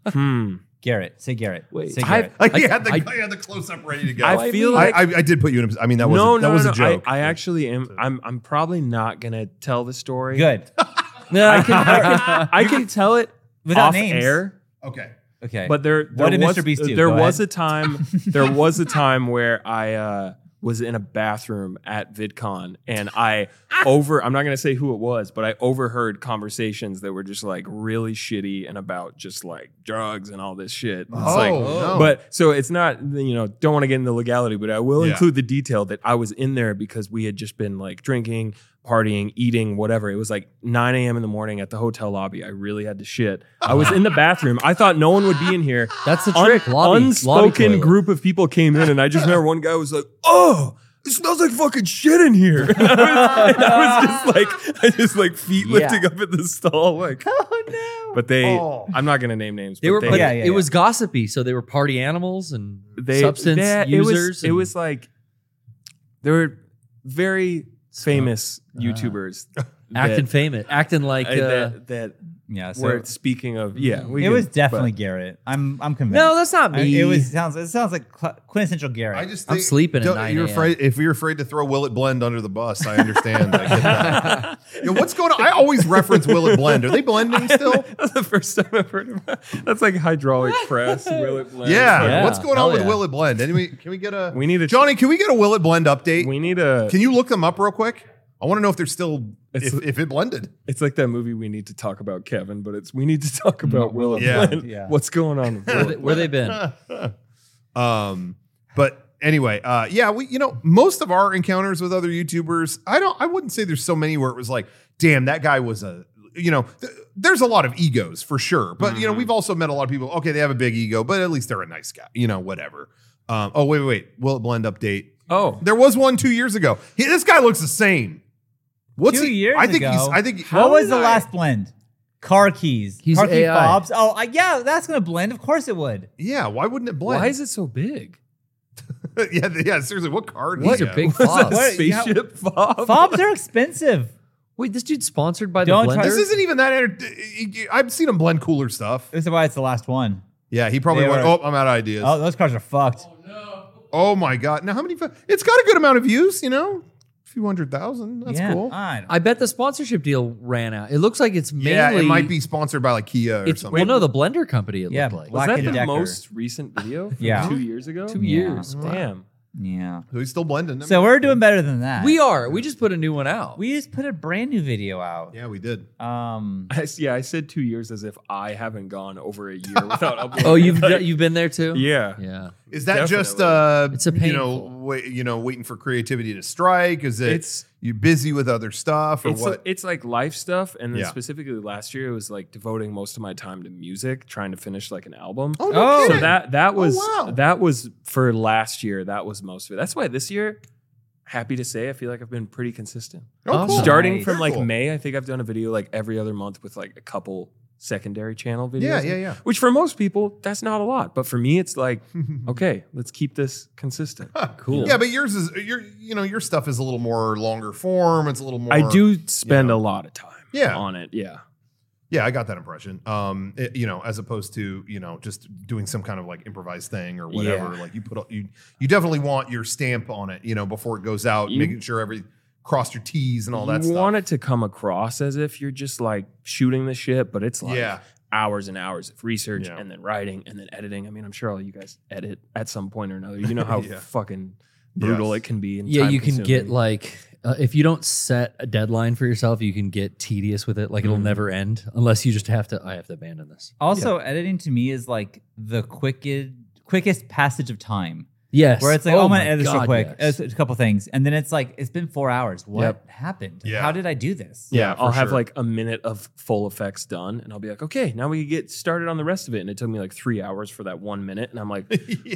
Speaker 4: Hmm.
Speaker 3: Garrett. Say Garrett.
Speaker 2: Wait.
Speaker 3: say
Speaker 4: I've-
Speaker 3: Garrett.
Speaker 1: Like you
Speaker 2: I-
Speaker 1: had the
Speaker 2: I-
Speaker 1: you had the close up ready to go.
Speaker 4: I feel
Speaker 1: I,
Speaker 4: like
Speaker 1: I, I did put you in. A, I mean, that was
Speaker 4: no,
Speaker 1: a, that
Speaker 4: no,
Speaker 1: was
Speaker 4: no,
Speaker 1: a joke.
Speaker 4: I, I actually am. I'm I'm probably not gonna tell the story.
Speaker 3: Good.
Speaker 4: I can I can tell it
Speaker 3: Without
Speaker 4: off
Speaker 3: names.
Speaker 4: air.
Speaker 1: okay.
Speaker 3: Okay.
Speaker 4: But there, there
Speaker 3: What did
Speaker 4: was, uh,
Speaker 3: Mr. Beast do?
Speaker 4: There
Speaker 3: Go
Speaker 4: was
Speaker 3: ahead.
Speaker 4: a time. There was a time where I uh, was in a bathroom at VidCon, and I over. I'm not going to say who it was, but I overheard conversations that were just like really shitty and about just like drugs and all this shit. It's like,
Speaker 1: Oh, no.
Speaker 4: but so it's not, you know, don't want to get into legality, but I will
Speaker 1: Yeah.
Speaker 4: include the detail that I was in there because we had just been like drinking, partying, eating, whatever. It was like 9 a.m. in the morning at the hotel lobby. I really had to shit. I was in the bathroom. I thought no one would be in here.
Speaker 2: That's the
Speaker 4: Un-
Speaker 2: trick. lobby,
Speaker 4: unspoken
Speaker 2: lobby toilet.
Speaker 4: group of people came in, and I just remember one guy was like, oh, it smells like fucking shit in here. And I, was, and I was just like, I just like feet
Speaker 2: Yeah.
Speaker 4: lifting up at the stall. Like,
Speaker 3: oh no.
Speaker 4: but they,
Speaker 1: Oh.
Speaker 4: I'm not going to name names.
Speaker 2: They were, but
Speaker 3: Yeah, yeah,
Speaker 2: it
Speaker 3: yeah.
Speaker 2: was gossipy. So they were party animals and
Speaker 4: they
Speaker 2: substance
Speaker 4: yeah,
Speaker 2: users.
Speaker 4: It was, it
Speaker 2: and-
Speaker 4: was like there were very famous YouTubers
Speaker 2: acting
Speaker 4: that,
Speaker 2: famous, acting like.
Speaker 4: uh,
Speaker 2: Uh,
Speaker 4: that, that
Speaker 3: Yeah. uh, So
Speaker 4: were speaking of. Yeah, we
Speaker 3: it
Speaker 4: can-
Speaker 3: was definitely
Speaker 4: but-
Speaker 3: Garrett. I'm I'm convinced.
Speaker 2: no, that's not
Speaker 3: I-
Speaker 2: me.
Speaker 3: it was sounds it sounds like cl- quintessential Garrett.
Speaker 1: I just
Speaker 2: I'm
Speaker 1: think,
Speaker 2: sleeping at
Speaker 1: don't-
Speaker 2: 9
Speaker 1: You're
Speaker 2: a.m..
Speaker 1: afraid if you're afraid to throw Will It Blend under the bus. I understand. I get that. Yo, what's going on? I always reference Will It Blend. Are they blending still?
Speaker 4: That's the first time I've heard of that. That's like hydraulic press. Will it blend?
Speaker 1: Yeah.
Speaker 2: Yeah.
Speaker 1: What's going
Speaker 2: Hell
Speaker 1: on with
Speaker 2: yeah.
Speaker 1: Will It Blend? Anyway, can we get a
Speaker 4: We need a-
Speaker 1: Johnny? Can we get a Will It Blend update?
Speaker 4: We need a.
Speaker 1: Can you look them up real quick? I want to know if they're still
Speaker 4: It's-
Speaker 1: if, if it blended.
Speaker 4: It's like that movie we need to talk about Kevin, but it's we need to talk about Willow.
Speaker 1: Yeah.
Speaker 4: Flynn.
Speaker 3: Yeah.
Speaker 4: What's going on? With
Speaker 2: Where they,
Speaker 4: Willow?
Speaker 2: where they been?
Speaker 1: um, but anyway, uh, yeah, we you know most of our encounters with other YouTubers, I don't, I wouldn't say there's so many where it was like, damn, that guy was a, you know, th- there's a lot of egos for sure, but you know,
Speaker 3: Mm-hmm.
Speaker 4: Mhm.
Speaker 1: we've also met a lot of people. Okay, they have a big ego, but at least they're a nice guy, you know, whatever. Um, oh wait, wait, wait, will it blend update?
Speaker 4: oh,
Speaker 1: There was one two years ago. He- this guy looks the same. What's
Speaker 3: Two
Speaker 1: he?
Speaker 3: years
Speaker 1: I think
Speaker 3: ago?
Speaker 1: he's. I think.
Speaker 3: what was the
Speaker 4: did I-
Speaker 3: last blend? Car keys.
Speaker 2: He's
Speaker 3: Car key
Speaker 2: AI.
Speaker 3: fobs. Oh, I, yeah, that's gonna blend. Of course it would.
Speaker 1: Yeah. Why wouldn't it blend?
Speaker 4: why is it so big?
Speaker 1: yeah. Yeah. Seriously, what card?
Speaker 2: These
Speaker 1: he
Speaker 2: are
Speaker 1: have?
Speaker 2: big
Speaker 4: Was that
Speaker 2: fobs.
Speaker 3: What-
Speaker 4: spaceship fob?
Speaker 3: Fobs are expensive.
Speaker 2: Wait, this dude's sponsored by
Speaker 3: Don't
Speaker 2: the
Speaker 3: try-
Speaker 2: blender.
Speaker 1: This isn't even that. enter- I've seen him blend cooler stuff.
Speaker 3: This is why it's the last one.
Speaker 1: Yeah, he probably
Speaker 3: They
Speaker 1: went.
Speaker 3: were-
Speaker 1: Oh, I'm out of ideas.
Speaker 3: Oh, those cars are fucked.
Speaker 1: Oh my god! Now how many? It's got a good amount of views. You know, a few hundred thousand. That's
Speaker 3: yeah, uh,
Speaker 1: cool.
Speaker 3: I don't-
Speaker 2: I bet the sponsorship deal ran out. It looks like it's mainly.
Speaker 1: yeah, it might be sponsored by like Kia or
Speaker 2: It's,
Speaker 1: something.
Speaker 2: well, no, the blender company. It
Speaker 3: Yeah,
Speaker 2: looked like.
Speaker 3: Black
Speaker 4: Was that
Speaker 3: and
Speaker 4: the
Speaker 3: Decker.
Speaker 4: most recent video? From
Speaker 3: Yeah.
Speaker 4: two years ago.
Speaker 2: Two
Speaker 3: Yeah.
Speaker 2: years. Wow.
Speaker 4: Damn.
Speaker 3: yeah.
Speaker 1: so he's still blending.
Speaker 3: So we're doing better than that.
Speaker 2: We are. We just put a new one out.
Speaker 3: We just put a brand new video out.
Speaker 1: yeah, we did.
Speaker 3: Um,
Speaker 4: I s- yeah, I said two years as if I haven't gone over a year without uploading.
Speaker 2: oh, you've
Speaker 4: Like,
Speaker 2: you've been there too.
Speaker 4: yeah.
Speaker 2: Yeah.
Speaker 1: Is that just
Speaker 4: Definitely.
Speaker 1: uh?
Speaker 2: It's a
Speaker 1: you know,
Speaker 2: painful.
Speaker 1: wait, you know, waiting for creativity to strike. Is it?
Speaker 4: It's
Speaker 1: you busy with other stuff or
Speaker 4: it's,
Speaker 1: what?
Speaker 4: it's like life stuff, and then
Speaker 1: Yeah.
Speaker 4: specifically last year, it was like devoting most of my time to music, trying to finish like an album.
Speaker 1: oh
Speaker 3: Oh.
Speaker 1: no!
Speaker 4: so
Speaker 1: kidding.
Speaker 4: that that was
Speaker 1: wow.
Speaker 4: that was for last year. That was most of it. That's why this year, happy to say, I feel like I've been pretty consistent.
Speaker 1: oh, cool.
Speaker 2: Nice.
Speaker 4: Starting
Speaker 1: Very
Speaker 4: from like
Speaker 1: cool.
Speaker 4: May, I think I've done a video like every other month with like a couple secondary channel videos.
Speaker 1: Yeah, yeah, yeah.
Speaker 4: Which for most people, that's not a lot, but for me, it's like, okay, let's keep this consistent.
Speaker 2: Cool.
Speaker 1: Yeah, but yours is your. You know, your stuff is a little more longer form. It's a little more.
Speaker 4: I do spend
Speaker 1: you
Speaker 4: a lot of time
Speaker 1: Yeah.
Speaker 4: on it. Yeah.
Speaker 1: Yeah, I got that impression. Um, it- you know, as opposed to you know just doing some kind of like improvised thing or whatever. Like you put a- you you definitely want your stamp on it. You know, before it goes out,
Speaker 4: You-
Speaker 1: making sure every cross your T's and all that
Speaker 4: you
Speaker 1: stuff.
Speaker 4: want it to come across as if you're just like shooting the shit, but it's like
Speaker 1: yeah,
Speaker 4: hours and hours of research
Speaker 1: Yeah.
Speaker 4: and then writing and then editing. I mean, I'm sure all you guys edit at some point or another. You know how
Speaker 1: Yeah.
Speaker 4: fucking brutal
Speaker 1: Yes.
Speaker 4: it can be. And
Speaker 2: Yeah, you can
Speaker 4: time-consuming.
Speaker 2: get like uh, if you don't set a deadline for yourself, you can get tedious with it. Like it'll
Speaker 4: Mhm.
Speaker 2: never end unless you just have to. I have to abandon this.
Speaker 3: also, editing to me is like the quickest quickest passage of time.
Speaker 2: Yes.
Speaker 3: Where it's like, oh, I'm gonna edit this real
Speaker 2: God,
Speaker 3: quick.
Speaker 2: yes.
Speaker 3: It's a couple things, and then it's like, it's been four hours. What
Speaker 4: Yep.
Speaker 3: happened?
Speaker 1: Yeah.
Speaker 3: How did I do this?
Speaker 4: Yeah,
Speaker 1: Yeah, for
Speaker 4: I'll have
Speaker 1: sure.
Speaker 4: like a minute of full effects done, and I'll be like, okay, now we get started on the rest of it. And it took me like three hours for that one minute, and I'm like,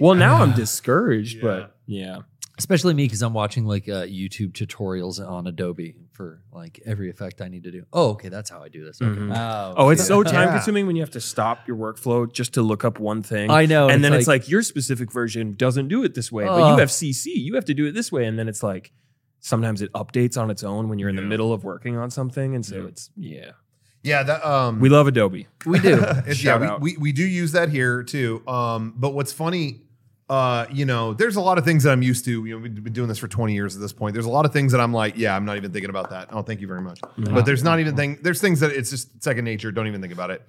Speaker 4: well, now I'm discouraged,
Speaker 1: Yeah.
Speaker 4: but yeah,
Speaker 2: Especially me because I'm watching like uh, YouTube tutorials on Adobe for like every effect I need to do. Oh, okay, that's how I do this. Okay.
Speaker 4: Mhm.
Speaker 3: Oh,
Speaker 4: Oh, it's so
Speaker 1: Yeah.
Speaker 4: time consuming when you have to stop your workflow just to look up one thing.
Speaker 2: I know,
Speaker 4: And
Speaker 2: it's
Speaker 4: then it's
Speaker 2: like-
Speaker 4: like your specific version doesn't do it this way, but
Speaker 2: Ugh.
Speaker 4: you have CC. You have to do it this way. And then it's like sometimes it updates on its own when you're in the
Speaker 1: Yeah.
Speaker 4: middle of working on something. And so
Speaker 1: Yeah.
Speaker 4: it's, yeah.
Speaker 1: yeah. That um,
Speaker 4: We love Adobe.
Speaker 2: We do.
Speaker 1: It's-
Speaker 4: Shout
Speaker 1: yeah,
Speaker 4: out.
Speaker 1: we, we, we do use that here too. Um, but what's funny, uh, you know, there's a lot of things that I'm used to. You know, we've been doing this for 20 years at this point. There's a lot of things that I'm like, yeah, I'm not even thinking about that. Oh, thank you very much. But there's not even thing. There's things that it's just second nature. Don't even think about it.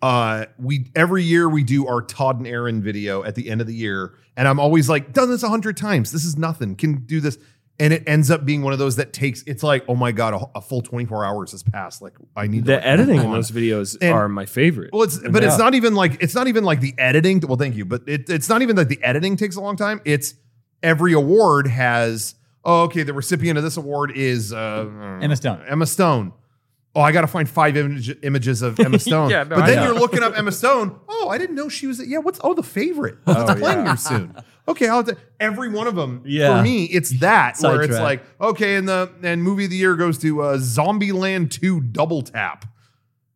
Speaker 1: Uh, we every year we do our Todd and Aaron video at the end of the year, and I'm always like, done this a hundred times. This is nothing. Can do this. And it ends up being one of those that takes. It's like, oh my god, a, a full 24 hours has passed. Like I need to,
Speaker 4: The
Speaker 1: like,
Speaker 4: editing
Speaker 1: move
Speaker 4: in
Speaker 1: on.
Speaker 4: those videos
Speaker 1: And-
Speaker 4: are my favorite.
Speaker 1: Well, it's but it's not even like it's not even like the editing. Well, thank you, but it, it's not even that the editing takes a long time. It's every award has. Oh, okay, the recipient of this award is uh,
Speaker 3: Emma Stone.
Speaker 1: Emma Stone. Oh, I got to find five image, images of Emma Stone.
Speaker 4: Yeah, no,
Speaker 1: but
Speaker 4: I
Speaker 1: then
Speaker 4: know.
Speaker 1: you're looking up Emma Stone. Oh, I didn't know she was. Yeah, what's oh the favorite? Oh, it's
Speaker 4: Oh,
Speaker 1: playing
Speaker 4: yeah.
Speaker 1: here soon. Okay, I'll have to, every one of them.
Speaker 4: Yeah.
Speaker 1: for me, it's that where it's
Speaker 2: Sidetrack.
Speaker 1: like okay, and the and movie of the year goes to uh, Zombieland Two Double Tap.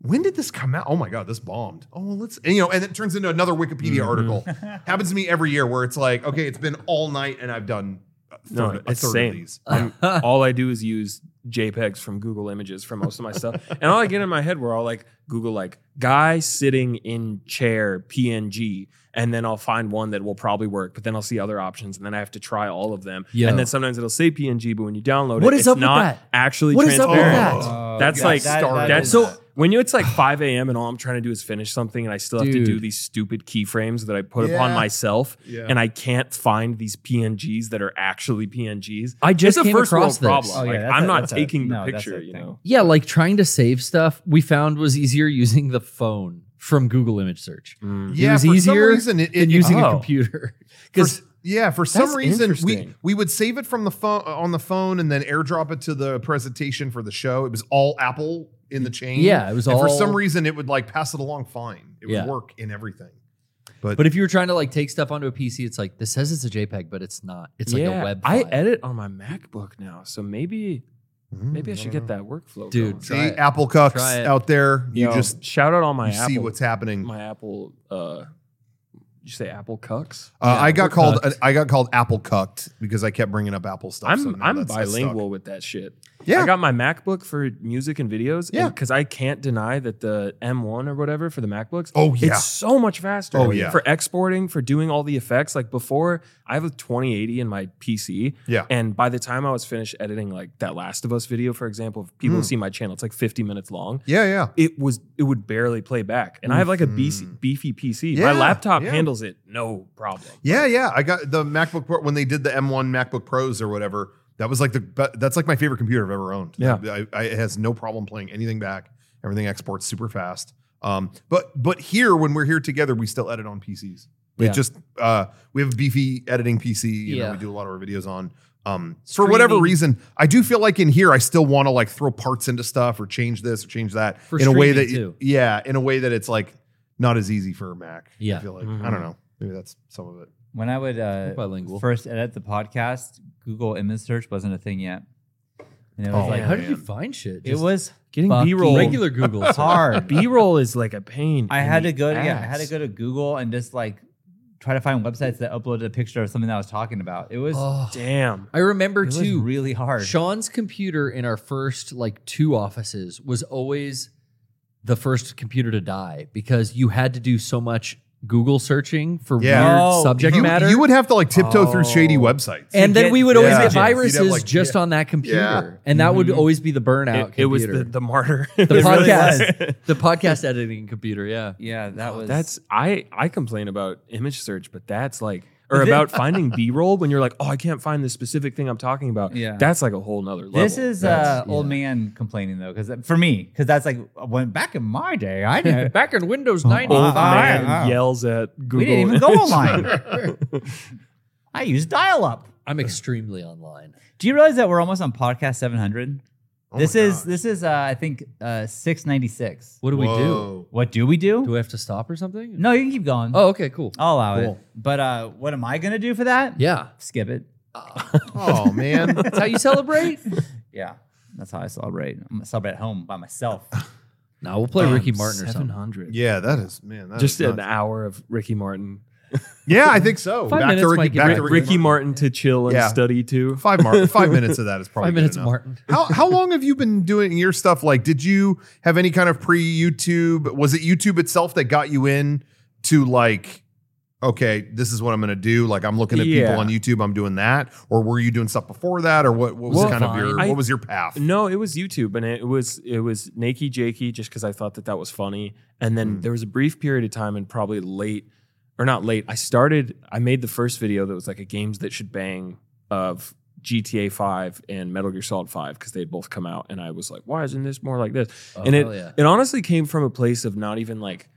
Speaker 1: When did this come out? Oh my god, this bombed. Oh, well, let's and, you know, and it turns into another Wikipedia
Speaker 2: Mm-hmm.
Speaker 1: article. Happens to me every year where it's like, okay, it's been all night and I've done a third,
Speaker 4: No,
Speaker 1: a
Speaker 4: it's
Speaker 1: third
Speaker 4: same.
Speaker 1: of these.
Speaker 4: I'm- all I do is use JPEGs from Google Images for most of my stuff. And all I get in my head were all like Google like guy sitting in chair PNG. And then I'll find one that will probably work, but then I'll see other options, and then I have to try all of them.
Speaker 2: Yo.
Speaker 4: And then sometimes it'll say PNG, but when you download
Speaker 2: What
Speaker 4: it,
Speaker 2: is
Speaker 4: it's
Speaker 2: up with
Speaker 4: not
Speaker 2: that?
Speaker 4: actually
Speaker 2: What is up with
Speaker 4: transparent.
Speaker 2: that?
Speaker 4: That's
Speaker 1: God,
Speaker 4: like-
Speaker 1: that-
Speaker 4: that's
Speaker 1: is-
Speaker 4: so when you it's like 5 a.m. and all I'm trying to do is finish something and I still have to do
Speaker 5: Dude.
Speaker 4: these stupid keyframes that I put upon
Speaker 1: Yeah.
Speaker 4: myself
Speaker 1: Yeah.
Speaker 4: and I can't find these PNGs that are actually PNGs.
Speaker 2: I just
Speaker 4: it's a
Speaker 2: came
Speaker 4: first
Speaker 2: across
Speaker 4: world problem.
Speaker 2: this.
Speaker 3: Oh, yeah,
Speaker 4: Like,
Speaker 3: that's
Speaker 4: I'm
Speaker 3: a-
Speaker 4: not
Speaker 3: that's a-
Speaker 4: taking the
Speaker 3: no, that's
Speaker 4: picture,
Speaker 3: a
Speaker 4: you
Speaker 3: thing.
Speaker 4: know.
Speaker 2: Yeah, like trying to save stuff we found was easier using the phone from Google image search
Speaker 1: yeah,
Speaker 2: was
Speaker 1: for
Speaker 2: easier
Speaker 1: some reason, it, it,
Speaker 2: than using
Speaker 4: oh.
Speaker 2: a computer.
Speaker 1: for-
Speaker 2: Because
Speaker 1: yeah, for some
Speaker 4: That's
Speaker 1: reason we
Speaker 4: interesting.
Speaker 1: we would save it from the phone on the phone and then airdrop it to the presentation for the show. It was all Apple in the chain.
Speaker 2: Yeah, it was
Speaker 1: and for
Speaker 2: all-
Speaker 1: some reason it would like pass it along fine. It would
Speaker 2: Yeah.
Speaker 1: work in everything.
Speaker 2: but if you were trying to like take stuff onto a PC, it's like this says it's a JPEG, but it's not. It's like a web.
Speaker 4: I
Speaker 2: file.
Speaker 4: edit on my MacBook now, so maybe maybe I should get that workflow.
Speaker 2: Dude,
Speaker 4: going.
Speaker 1: Mm-hmm. See,
Speaker 2: Try it.
Speaker 1: Apple cucks
Speaker 2: Try it.
Speaker 1: out there. You
Speaker 4: Yo,
Speaker 1: just
Speaker 4: shout out on my
Speaker 1: you
Speaker 4: Apple.
Speaker 1: see what's happening.
Speaker 4: my Apple. Uh, you say Apple cucks?
Speaker 1: Uh, I got called.
Speaker 2: cucked.
Speaker 1: I got called Apple cucked because I kept bringing up Apple stuff.
Speaker 4: I'm
Speaker 1: so now
Speaker 4: I'm
Speaker 1: that's- that's stuck.
Speaker 4: bilingual with that shit.
Speaker 1: Yeah.
Speaker 4: I got my MacBook for music and videos.
Speaker 1: Yeah.
Speaker 4: because I can't deny that the M1 or whatever for the MacBooks.
Speaker 1: Oh, yeah.
Speaker 4: it's so much faster.
Speaker 1: Oh, yeah.
Speaker 4: for exporting, for doing all the effects. Like before, I have a 2080 in my PC.
Speaker 1: Yeah.
Speaker 4: and by the time I was finished editing like that Last of Us video, for example, if people
Speaker 1: Mm.
Speaker 4: see my channel, it's like 50 minutes long.
Speaker 1: Yeah, yeah.
Speaker 4: it was it would barely play back. And I have like a beefy,
Speaker 1: Mhm.
Speaker 4: beefy PC.
Speaker 1: Yeah,
Speaker 4: My laptop
Speaker 1: yeah.
Speaker 4: handles it no problem.
Speaker 1: Yeah, yeah. I got the MacBook Pro when they did the M1 MacBook Pros or whatever. That was like the be- that's like my favorite computer I've ever owned.
Speaker 4: Yeah.
Speaker 1: I, I, it has no problem playing anything back. Everything exports super fast. Um, but but here when we're here together, we still edit on PCs. We
Speaker 2: Yeah.
Speaker 1: just uh, we have a beefy editing PC. You know,
Speaker 2: Yeah.
Speaker 1: we do a lot of our videos on. Um, for
Speaker 2: Streaming.
Speaker 1: whatever reason, I do feel like in here I still want to like throw parts into stuff or change this or change that
Speaker 2: For
Speaker 1: in a way that
Speaker 2: streaming, too.
Speaker 1: yeah, in a way that it's like not as easy for a Mac. I
Speaker 2: Yeah. Mm-hmm.
Speaker 1: feel like I
Speaker 4: Mhm.
Speaker 1: don't know. Maybe that's some of it.
Speaker 3: When I would uh,
Speaker 2: bilingual.
Speaker 3: first edit the podcast, Google image search wasn't a thing yet. And it was
Speaker 1: Oh,
Speaker 3: like,
Speaker 2: like, how did you
Speaker 1: man.
Speaker 2: find shit?
Speaker 3: it
Speaker 2: Just
Speaker 3: was
Speaker 4: Getting
Speaker 3: Fuck
Speaker 4: B roll
Speaker 2: regular Google. search.
Speaker 3: hard.
Speaker 4: B roll is like a pain.
Speaker 3: I
Speaker 4: in
Speaker 3: had
Speaker 4: the
Speaker 3: to go to, yeah, I had to
Speaker 4: ass.
Speaker 3: go to Google and just like try to find websites that uploaded a picture of something that I was talking about. It was,
Speaker 2: Oh,
Speaker 4: Damn.
Speaker 2: I remember
Speaker 3: it was
Speaker 2: too.
Speaker 3: really hard.
Speaker 2: Sean's computer in our first like two offices was always the first computer to die because you had to do so much Google searching for
Speaker 1: Yeah.
Speaker 2: weird
Speaker 3: Oh,
Speaker 2: subject
Speaker 1: you,
Speaker 2: matter.
Speaker 1: you would have to like tiptoe through shady
Speaker 4: Oh.
Speaker 1: websites.
Speaker 2: and then
Speaker 3: get-
Speaker 2: we would always
Speaker 1: Yeah.
Speaker 2: get
Speaker 1: You'd have,
Speaker 2: viruses
Speaker 1: like,
Speaker 2: just on that computer, and that would
Speaker 4: Mhm.
Speaker 2: always be the burnout.
Speaker 4: It, it was the,
Speaker 2: computer.
Speaker 4: the martyr.
Speaker 2: The
Speaker 4: It really
Speaker 2: podcast.
Speaker 4: was.
Speaker 2: the podcast editing computer. Yeah,
Speaker 3: yeah, that was,
Speaker 4: That's I I complain about image search, but that's like or
Speaker 3: Is it-
Speaker 4: about finding B roll when you're like, oh, I can't find the specific thing I'm talking about.
Speaker 3: Yeah.
Speaker 4: That's like a whole nother level.
Speaker 3: This is uh,
Speaker 2: That's-
Speaker 3: old
Speaker 2: yeah.
Speaker 3: man complaining though, because for me, because that's like when back in my day, I did not
Speaker 2: back in
Speaker 1: Oh,
Speaker 2: Windows
Speaker 4: old
Speaker 2: 95.
Speaker 4: man
Speaker 3: wow.
Speaker 4: yells at Google.
Speaker 3: we didn't even go online. I used dial up.
Speaker 2: I'm extremely online.
Speaker 3: Do you realize that we're almost on podcast 700?
Speaker 1: Oh my
Speaker 3: this is
Speaker 1: God.
Speaker 3: this is uh, I think uh, 696.
Speaker 2: What do we do?
Speaker 1: Whoa.
Speaker 3: What do we do?
Speaker 2: Do we have to stop or something?
Speaker 3: no, you can keep going.
Speaker 2: Oh, okay, cool.
Speaker 3: I'll allow
Speaker 2: Cool.
Speaker 3: it. But uh, what am I gonna do for that?
Speaker 2: Yeah,
Speaker 3: skip it.
Speaker 1: Oh man.
Speaker 2: that's how you celebrate.
Speaker 3: Yeah, that's how I celebrate. I'm gonna celebrate at home by myself.
Speaker 2: no, we'll play Ricky Martin or
Speaker 4: Seven
Speaker 2: something.
Speaker 4: hundred.
Speaker 1: Yeah, that is man. that
Speaker 4: Just
Speaker 1: is
Speaker 4: an
Speaker 1: nuts.
Speaker 4: hour of Ricky Martin.
Speaker 1: Yeah, I think so. back
Speaker 2: Five
Speaker 1: to
Speaker 2: minutes
Speaker 1: Ricky.
Speaker 2: might get
Speaker 1: Back
Speaker 2: rid-
Speaker 1: to
Speaker 4: Ricky,
Speaker 1: Ricky.
Speaker 4: Martin to chill and
Speaker 1: Yeah.
Speaker 4: study to.
Speaker 1: Five mar- five minutes of that is probably
Speaker 2: Five
Speaker 1: good
Speaker 2: minutes,
Speaker 1: enough.
Speaker 2: Martin.
Speaker 1: How how long have you been doing your stuff? Like, did you have any kind of pre YouTube? Was it YouTube itself that got you in to like? Okay, this is what I'm gonna do. Like, I'm looking at
Speaker 4: Yeah.
Speaker 1: people on YouTube. I'm doing that, or were you doing stuff before that, or what? What was
Speaker 2: Well,
Speaker 1: kind of
Speaker 2: Vine.
Speaker 1: your?
Speaker 4: I-
Speaker 1: what was your path?
Speaker 4: No, it was YouTube, and it was it was Nakey Jakey just because I thought that that was funny. And then there was a brief period of time, and probably late or not late. I started. I made the first video that was like a games that should bang of GTA Five and Metal Gear Solid Five because they had both come out, and I was like, why isn't this more like this?
Speaker 2: Oh,
Speaker 4: and it
Speaker 2: hell yeah.
Speaker 4: it honestly came from a place of not even like.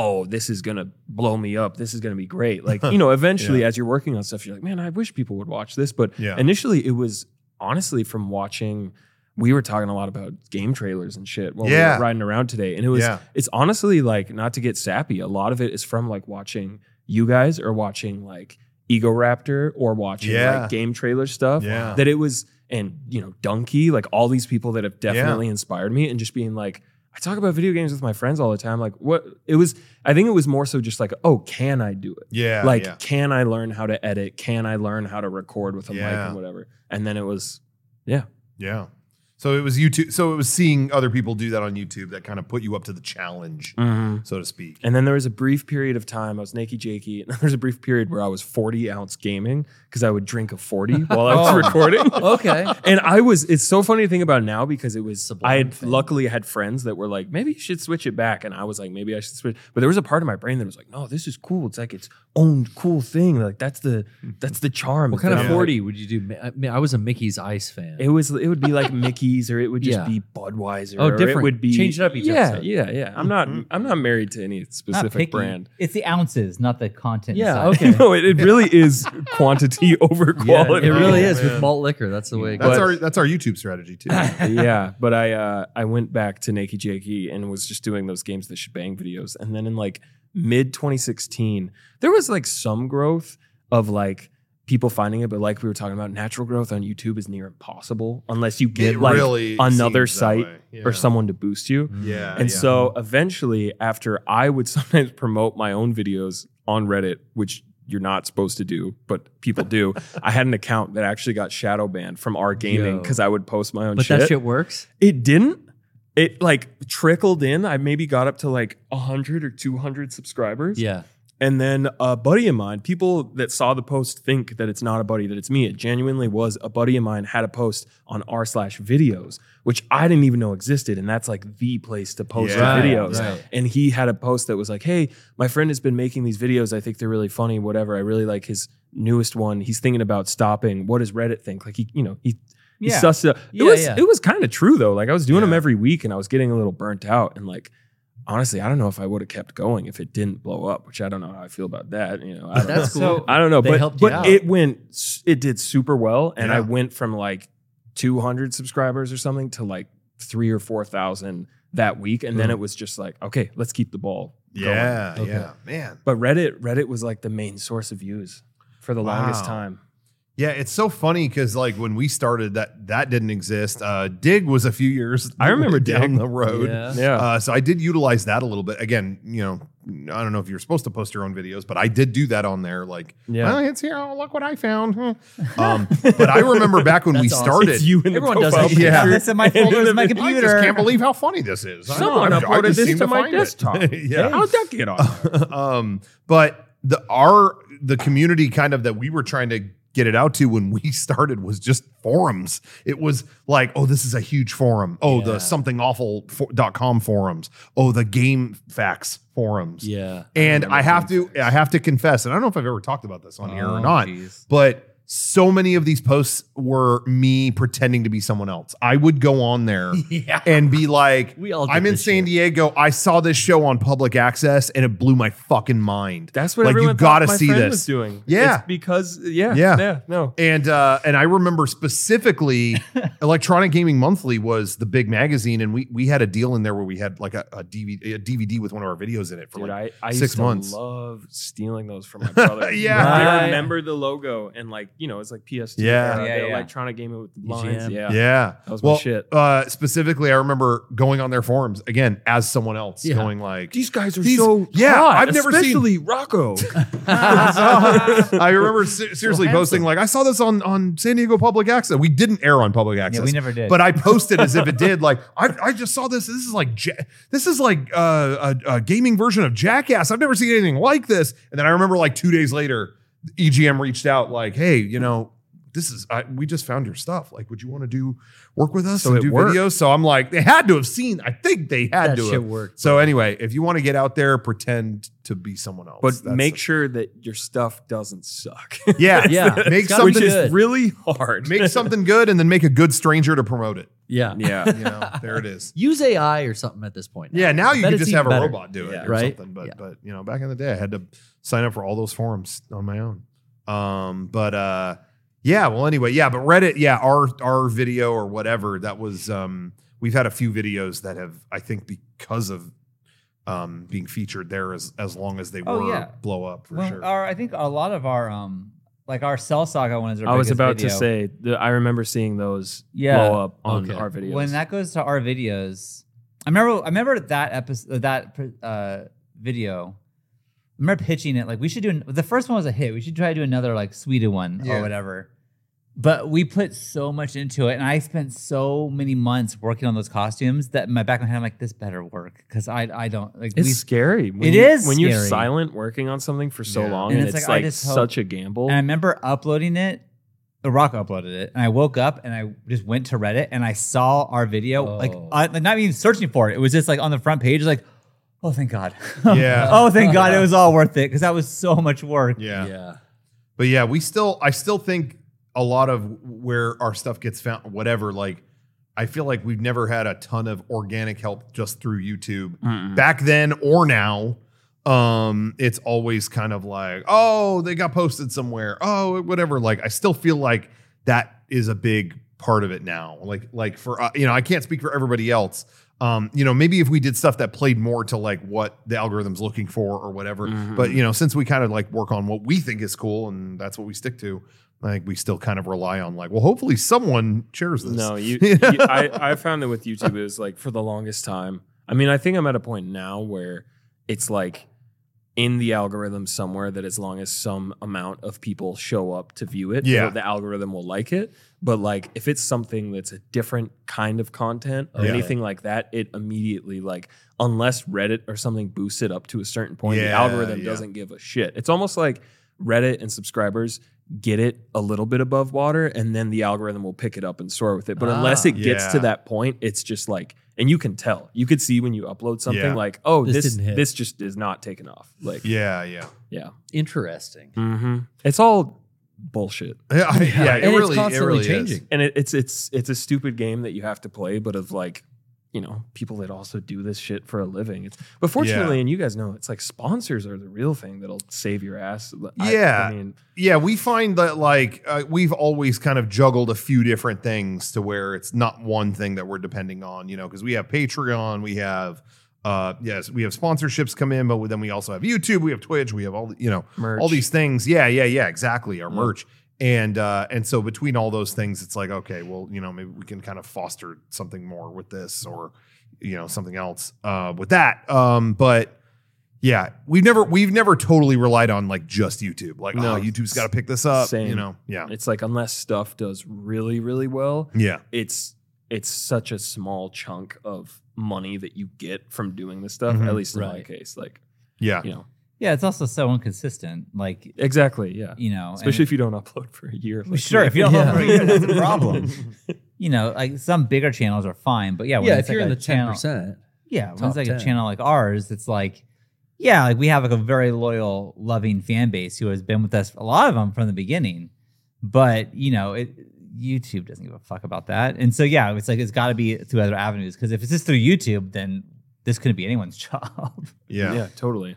Speaker 4: Oh, this is gonna blow me up. This is gonna be great. Like, you know, eventually as you're working on stuff, you're like, man, I wish people would watch this. But
Speaker 1: Yeah.
Speaker 4: initially it was honestly from watching we were talking a lot about game trailers and shit while we
Speaker 1: Yeah.
Speaker 4: were riding around today and it was
Speaker 1: Yeah.
Speaker 4: it's honestly like not to get sappy a lot of it is from like watching you guys or watching like ego raptor or watching
Speaker 1: Yeah.
Speaker 4: like game trailer stuff
Speaker 1: Yeah.
Speaker 4: that it was and you know donkey like all these people that have definitely inspired me and just being like i talk about video games with my friends all the time like what it was i think it was more so just like oh can i do it
Speaker 1: Yeah,
Speaker 4: like
Speaker 1: yeah.
Speaker 4: can i learn how to edit can i learn how to record with a mic
Speaker 1: Yeah.
Speaker 4: and whatever and then it was yeah
Speaker 1: Yeah. So it was YouTube. So it was seeing other people do that on YouTube that kind of put you up to the challenge,
Speaker 4: Mm-hmm.
Speaker 1: so to speak.
Speaker 4: And then there was a brief period of time I was naked Jakey, and there was a brief period where I was 40 ounce gaming because I would drink a 40 while I
Speaker 1: Oh.
Speaker 4: was recording.
Speaker 2: Okay.
Speaker 4: And I was, it's so funny to think about now because it was,
Speaker 2: Sublime
Speaker 4: I had
Speaker 2: thing.
Speaker 4: luckily had friends that were like, maybe you should switch it back. And I was like, maybe I should switch. But there was a part of my brain that was like, no, this is cool. It's like its own cool thing. Like that's the, that's the charm.
Speaker 2: Mm-hmm. What kind
Speaker 4: Yeah.
Speaker 2: of 40 would you do? Ma- I, mean, I was a Mickey's Ice fan.
Speaker 4: It was, it would be like Mickey's or it would just
Speaker 2: Yeah.
Speaker 4: be Budweiser.
Speaker 2: Oh,
Speaker 4: or
Speaker 2: different.
Speaker 4: It would be,
Speaker 2: Change it up each
Speaker 4: yeah,
Speaker 2: episode. Mm-hmm.
Speaker 4: Yeah. Yeah. I'm not, I'm not married to any
Speaker 3: Not picky.
Speaker 4: specific brand.
Speaker 3: It's the ounces, not the content.
Speaker 2: Yeah,
Speaker 3: side.
Speaker 2: okay.
Speaker 4: no, it, it really is quantity over
Speaker 2: Yeah,
Speaker 4: quality.
Speaker 2: it really
Speaker 1: Oh,
Speaker 2: is
Speaker 1: man.
Speaker 2: with malt liquor. That's the way it
Speaker 1: That's
Speaker 2: goes.
Speaker 1: our that's our YouTube strategy too.
Speaker 4: yeah, but I uh, I went back to Nakey Jakey and was just doing those games, the shebang videos, and then in like mid 2016, there was like some growth of like people finding it, but like we were talking about, natural growth on YouTube is near impossible unless you get
Speaker 1: It
Speaker 4: like
Speaker 1: really
Speaker 4: another
Speaker 1: seems that
Speaker 4: site
Speaker 1: way. Yeah.
Speaker 4: or someone to boost you.
Speaker 1: Yeah.
Speaker 4: And
Speaker 1: yeah.
Speaker 4: so eventually, after I would sometimes promote my own videos on Reddit, which you're not supposed to do, but people do. I had an account that actually got shadow banned from our gaming
Speaker 2: Yo.
Speaker 4: because I would post my own
Speaker 2: But
Speaker 4: shit.
Speaker 2: that shit works.
Speaker 4: It didn't. It like trickled in. I maybe got up to like 100 or 200 subscribers.
Speaker 2: Yeah.
Speaker 4: And then a buddy of mine, people that saw the post think that it's not a buddy, that it's me. It genuinely was a buddy of mine had a post on r slash videos, which I didn't even know existed. And that's like the place to post your
Speaker 1: Yeah,
Speaker 4: videos.
Speaker 2: right.
Speaker 4: And he had a post that was like, hey, my friend has been making these videos. I think they're really funny, whatever. I really like his newest one. He's thinking about stopping. What does Reddit think? Like he, you know, he, he
Speaker 3: Yeah.
Speaker 4: sussed it. out. It
Speaker 2: Yeah,
Speaker 4: was
Speaker 2: yeah.
Speaker 4: it was kind of true though. Like I was doing them
Speaker 1: Yeah.
Speaker 4: every week and I was getting a little burnt out and like honestly, I don't know if I would have kept going if it didn't blow up, which I don't know how I feel about that. You know, I don't,
Speaker 2: That's cool.
Speaker 3: So-
Speaker 4: I don't know,
Speaker 2: They
Speaker 4: but
Speaker 2: helped you
Speaker 4: but
Speaker 2: out.
Speaker 4: it went, s- it did super well, and I
Speaker 1: Yeah.
Speaker 4: went from like 200 subscribers or something to like three or four thousand that week, and then
Speaker 2: Mm.
Speaker 4: it was just like, okay, let's keep the ball. going.
Speaker 1: yeah,
Speaker 2: Okay.
Speaker 1: yeah, man.
Speaker 4: But Reddit, Reddit was like the main source of views for the longest
Speaker 1: Wow.
Speaker 4: time.
Speaker 1: Yeah, it's so funny because like when we started that that didn't exist. Uh, Dig was a few years.
Speaker 4: I remember
Speaker 1: down
Speaker 4: Dig.
Speaker 1: the road.
Speaker 2: Yeah.
Speaker 4: Yeah.
Speaker 1: Uh, so I did utilize that a little bit. Again, you know, I don't know if you're supposed to post your own videos, but I did do that on there. Like,
Speaker 4: Yeah.
Speaker 1: well, it's here. Oh, look what I found. Huh. Um, but I remember back when we
Speaker 2: That's awesome.
Speaker 1: started.
Speaker 4: It's you and
Speaker 2: Everyone
Speaker 4: the
Speaker 2: does
Speaker 4: profile
Speaker 1: help. Yeah.
Speaker 4: picture.
Speaker 3: This in my folder is my
Speaker 4: I
Speaker 1: I
Speaker 4: just
Speaker 3: computer.
Speaker 1: just can't believe how funny this is. I don't
Speaker 4: Someone
Speaker 1: know, I- I
Speaker 4: uploaded
Speaker 1: just
Speaker 4: this
Speaker 1: seem
Speaker 4: to my
Speaker 1: find it.
Speaker 4: desktop.
Speaker 1: yeah.
Speaker 4: How'd that get on?
Speaker 1: um, but the our the community kind of that we were trying to get it out to when we started was just forums. It was like, oh, this is a huge forum. Oh,
Speaker 2: Yeah.
Speaker 1: the something awful for, dot com forums. Oh, the game facts forums.
Speaker 2: Yeah.
Speaker 1: And
Speaker 4: remember
Speaker 1: I have
Speaker 4: Game
Speaker 1: to I have to confess, and I don't know if I've ever talked about this on here or
Speaker 3: Oh,
Speaker 1: not,
Speaker 3: jeez.
Speaker 1: but so many of these posts were me pretending to be someone else. I would go on there
Speaker 2: Yeah.
Speaker 1: and be like,
Speaker 2: We all did
Speaker 1: I'm in
Speaker 2: this
Speaker 1: San
Speaker 2: shit.
Speaker 1: Diego. I saw this show on public access and it blew my fucking mind.
Speaker 4: That's what
Speaker 1: Like,
Speaker 4: everyone
Speaker 1: you
Speaker 4: got
Speaker 1: gotta
Speaker 4: to
Speaker 1: see this.
Speaker 4: was doing.
Speaker 1: Yeah.
Speaker 4: It's because yeah,
Speaker 1: Yeah.
Speaker 4: yeah, no.
Speaker 1: And uh, and I remember specifically, Electronic Gaming Monthly was the big magazine, and we we had a deal in there where we had like a, a DVD a DVD with one of our videos in it for
Speaker 4: Dude,
Speaker 1: like
Speaker 4: I, I
Speaker 1: six
Speaker 4: used to
Speaker 1: months.
Speaker 4: love stealing those from my brother.
Speaker 1: Yeah.
Speaker 4: I
Speaker 3: Right.
Speaker 4: remember the logo and like you know it's like PS2,
Speaker 1: Yeah.
Speaker 4: era,
Speaker 3: Yeah,
Speaker 4: uh, the
Speaker 3: yeah.
Speaker 4: electronic game with lines.
Speaker 2: EGM.
Speaker 4: Yeah.
Speaker 1: yeah.
Speaker 4: that was my
Speaker 1: Well,
Speaker 4: shit.
Speaker 1: uh, specifically, I remember going on their forums again as someone else,
Speaker 2: Yeah.
Speaker 1: going like,
Speaker 4: These guys are
Speaker 1: These-
Speaker 4: so
Speaker 1: yeah,
Speaker 4: hot,
Speaker 1: I've never seen- Oh,
Speaker 4: especially Rocco.
Speaker 1: I remember se- seriously posting like I saw this on on San Diego Public Access. We didn't air on public access.
Speaker 3: Yeah, we never did.
Speaker 1: But I posted as if it did. Like I, I just saw this. This is like ja- this is like uh, a, a gaming version of Jackass. I've never seen anything like this. And then I remember like two days later, EGM reached out like, hey, you know. This is I, we just found your stuff. Like, would you want to do work with us
Speaker 4: So
Speaker 1: and
Speaker 4: it
Speaker 1: do
Speaker 4: worked.
Speaker 1: videos? So I'm like, they had to have seen. I think they had
Speaker 2: That
Speaker 1: to.
Speaker 2: shit
Speaker 1: have.
Speaker 2: worked.
Speaker 1: So anyway, if you want to get out there, pretend to be someone else.
Speaker 4: But
Speaker 1: That's-
Speaker 4: make sure that your stuff doesn't suck.
Speaker 1: yeah,
Speaker 2: Yeah.
Speaker 1: Make
Speaker 2: It's gotta
Speaker 1: something-
Speaker 2: be
Speaker 4: Which is
Speaker 2: good.
Speaker 4: really hard.
Speaker 1: make something good and then make a good stranger to promote it.
Speaker 2: Yeah.
Speaker 4: yeah.
Speaker 1: You know, there it is.
Speaker 2: Use AI or something at this point.
Speaker 1: Yeah, now you
Speaker 2: Bet
Speaker 1: can
Speaker 2: it's
Speaker 1: just
Speaker 2: even
Speaker 1: have a
Speaker 2: better.
Speaker 1: robot do it
Speaker 4: Yeah.
Speaker 1: or
Speaker 2: Right?
Speaker 1: something. But
Speaker 2: Yeah.
Speaker 1: but you know, back in the day, I had to sign up for all those forums on my own. Um, but uh, yeah. Well, anyway, yeah. But Reddit, yeah, our our video or whatever that was. Um, we've had a few videos that have, I think, because of um being featured there as as long as they
Speaker 3: Oh,
Speaker 1: were
Speaker 3: yeah.
Speaker 1: blow up for
Speaker 3: Well,
Speaker 1: sure.
Speaker 2: uh,
Speaker 3: our, I think a lot of our um, like our cell saga one is. Our
Speaker 4: I was
Speaker 3: biggest
Speaker 4: about to
Speaker 3: video.
Speaker 4: say that I remember seeing those
Speaker 3: Yeah.
Speaker 4: blow up on
Speaker 2: Okay.
Speaker 4: our videos.
Speaker 3: when that goes to our videos. I remember. I remember that episode. That uh, video. I remember pitching it like we should do. an- the first one was a hit. We should try to do another like sweeter one
Speaker 1: Yeah.
Speaker 3: or whatever. But we put so much into it, and I spent so many months working on those costumes that in my back of my head, I'm like, this better work because I I don't like
Speaker 4: It's
Speaker 3: we-
Speaker 4: scary. When
Speaker 3: It
Speaker 4: you,
Speaker 3: is
Speaker 4: when you're
Speaker 3: scary.
Speaker 4: silent working on something for so
Speaker 1: Yeah.
Speaker 4: long,
Speaker 3: And
Speaker 4: and,
Speaker 3: it's
Speaker 4: it's
Speaker 3: like, I
Speaker 4: like,
Speaker 3: just hope-
Speaker 4: such a gamble.
Speaker 3: And I remember uploading it. The Rock uploaded it, and I woke up and I just went to Reddit and I saw our video, like
Speaker 2: Oh.
Speaker 3: I, like, not even searching for it. It was just like on the front page, like, oh thank God,
Speaker 1: Yeah.
Speaker 3: oh thank God, it was all worth it because that was so much work.
Speaker 1: Yeah.
Speaker 2: Yeah.
Speaker 1: But yeah, we still, I still think a lot of where our stuff gets found, whatever, like, I feel like we've never had a ton of organic help just through YouTube
Speaker 4: Mm-mm.
Speaker 1: back then or now. Um, it's always kind of like, oh, they got posted somewhere. Oh, whatever. Like, I still feel like that is a big part of it now. Like, like for uh, you know, I can't speak for everybody else. Um, you know, maybe if we did stuff that played more to like what the algorithm's looking for or whatever.
Speaker 4: Mhm.
Speaker 1: But you know, since we kind of like work on what we think is cool and that's what we stick to, I think we still kind of rely on like, well, hopefully someone shares this.
Speaker 4: No, you. you I, I found that with YouTube, it was like for the longest time. I mean, I think I'm at a point now where it's like in the algorithm somewhere that as long as some amount of people show up to view it,
Speaker 1: Yeah.
Speaker 4: the- the algorithm will like it. But like if it's something that's a different kind of content or
Speaker 2: Yeah.
Speaker 4: anything like that, it immediately like unless Reddit or something boosts it up to a certain point, the
Speaker 1: Yeah,
Speaker 4: algorithm
Speaker 1: yeah.
Speaker 4: doesn't give a shit. It's almost like Reddit and subscribers get it a little bit above water and then the algorithm will pick it up and soar with it. But unless
Speaker 2: Ah.
Speaker 4: it gets to
Speaker 1: Yeah.
Speaker 4: that point, it's just like and you can tell. You could see when you upload something
Speaker 1: Yeah.
Speaker 4: like, oh,
Speaker 2: This
Speaker 4: this this,
Speaker 2: didn't hit.
Speaker 4: just is not taking off. Like yeah.
Speaker 1: yeah, yeah.
Speaker 2: Interesting.
Speaker 4: Mm-hmm. It's all bullshit.
Speaker 1: Yeah, I- yeah, it
Speaker 2: and
Speaker 1: really,
Speaker 2: it's
Speaker 1: it
Speaker 2: constantly
Speaker 1: really
Speaker 2: changing.
Speaker 1: is.
Speaker 4: and it, it's it's it's a stupid game that you have to play, but of like you know people that also do this shit for a living. It's but fortunately, and you guys know, it's like sponsors are the real thing that'll save your ass. I-
Speaker 1: Yeah.
Speaker 4: I mean,
Speaker 1: Yeah, we find that like uh, we've always kind of juggled a few different things to where it's not one thing that we're depending on, you know, because we have Patreon, we have uh yes, we have sponsorships come in, but then we also have YouTube, we have Twitch, we have all the, you know,
Speaker 4: merch.
Speaker 1: all these things. Yeah, yeah, yeah, exactly, our
Speaker 4: Yeah.
Speaker 1: merch. And uh and so between all those things it's like okay, well, you know, maybe we can kind of foster something more with this or you know, something else uh with that. Um but yeah, we've never we've never totally relied on like just YouTube. Like,
Speaker 4: No.
Speaker 1: oh, YouTube's got to pick this up. You
Speaker 4: Same.
Speaker 1: know, yeah,
Speaker 4: It's like unless stuff does really really well,
Speaker 1: yeah,
Speaker 4: it's it's such a small chunk of money that you get from doing this stuff.
Speaker 1: Mhm.
Speaker 4: At least in my
Speaker 2: Right.
Speaker 4: case, like
Speaker 1: yeah,
Speaker 4: you know
Speaker 3: Mm-hmm. Yeah, it's also so inconsistent. Like,
Speaker 4: exactly, yeah.
Speaker 3: you know, and-
Speaker 4: Especially if you don't upload for a year.
Speaker 3: Well, sure, if you don't
Speaker 2: Yeah.
Speaker 3: upload for a year, that's a problem. you know, like some bigger channels are fine, but yeah, when
Speaker 2: Yeah,
Speaker 3: it's
Speaker 2: if you're
Speaker 3: like
Speaker 2: in
Speaker 3: a
Speaker 2: the ten
Speaker 3: channel,
Speaker 2: percent,
Speaker 3: yeah, when
Speaker 2: top
Speaker 3: it's like
Speaker 2: 10.
Speaker 3: a channel like ours, it's like, yeah, like we have like a very loyal, loving fan base who has been with us, a lot of them from the beginning, but you know, it YouTube doesn't give a fuck about that, and so yeah, it's like it's got to be through other avenues because if it's just through YouTube, then this couldn't be anyone's job.
Speaker 1: yeah,
Speaker 4: yeah, totally.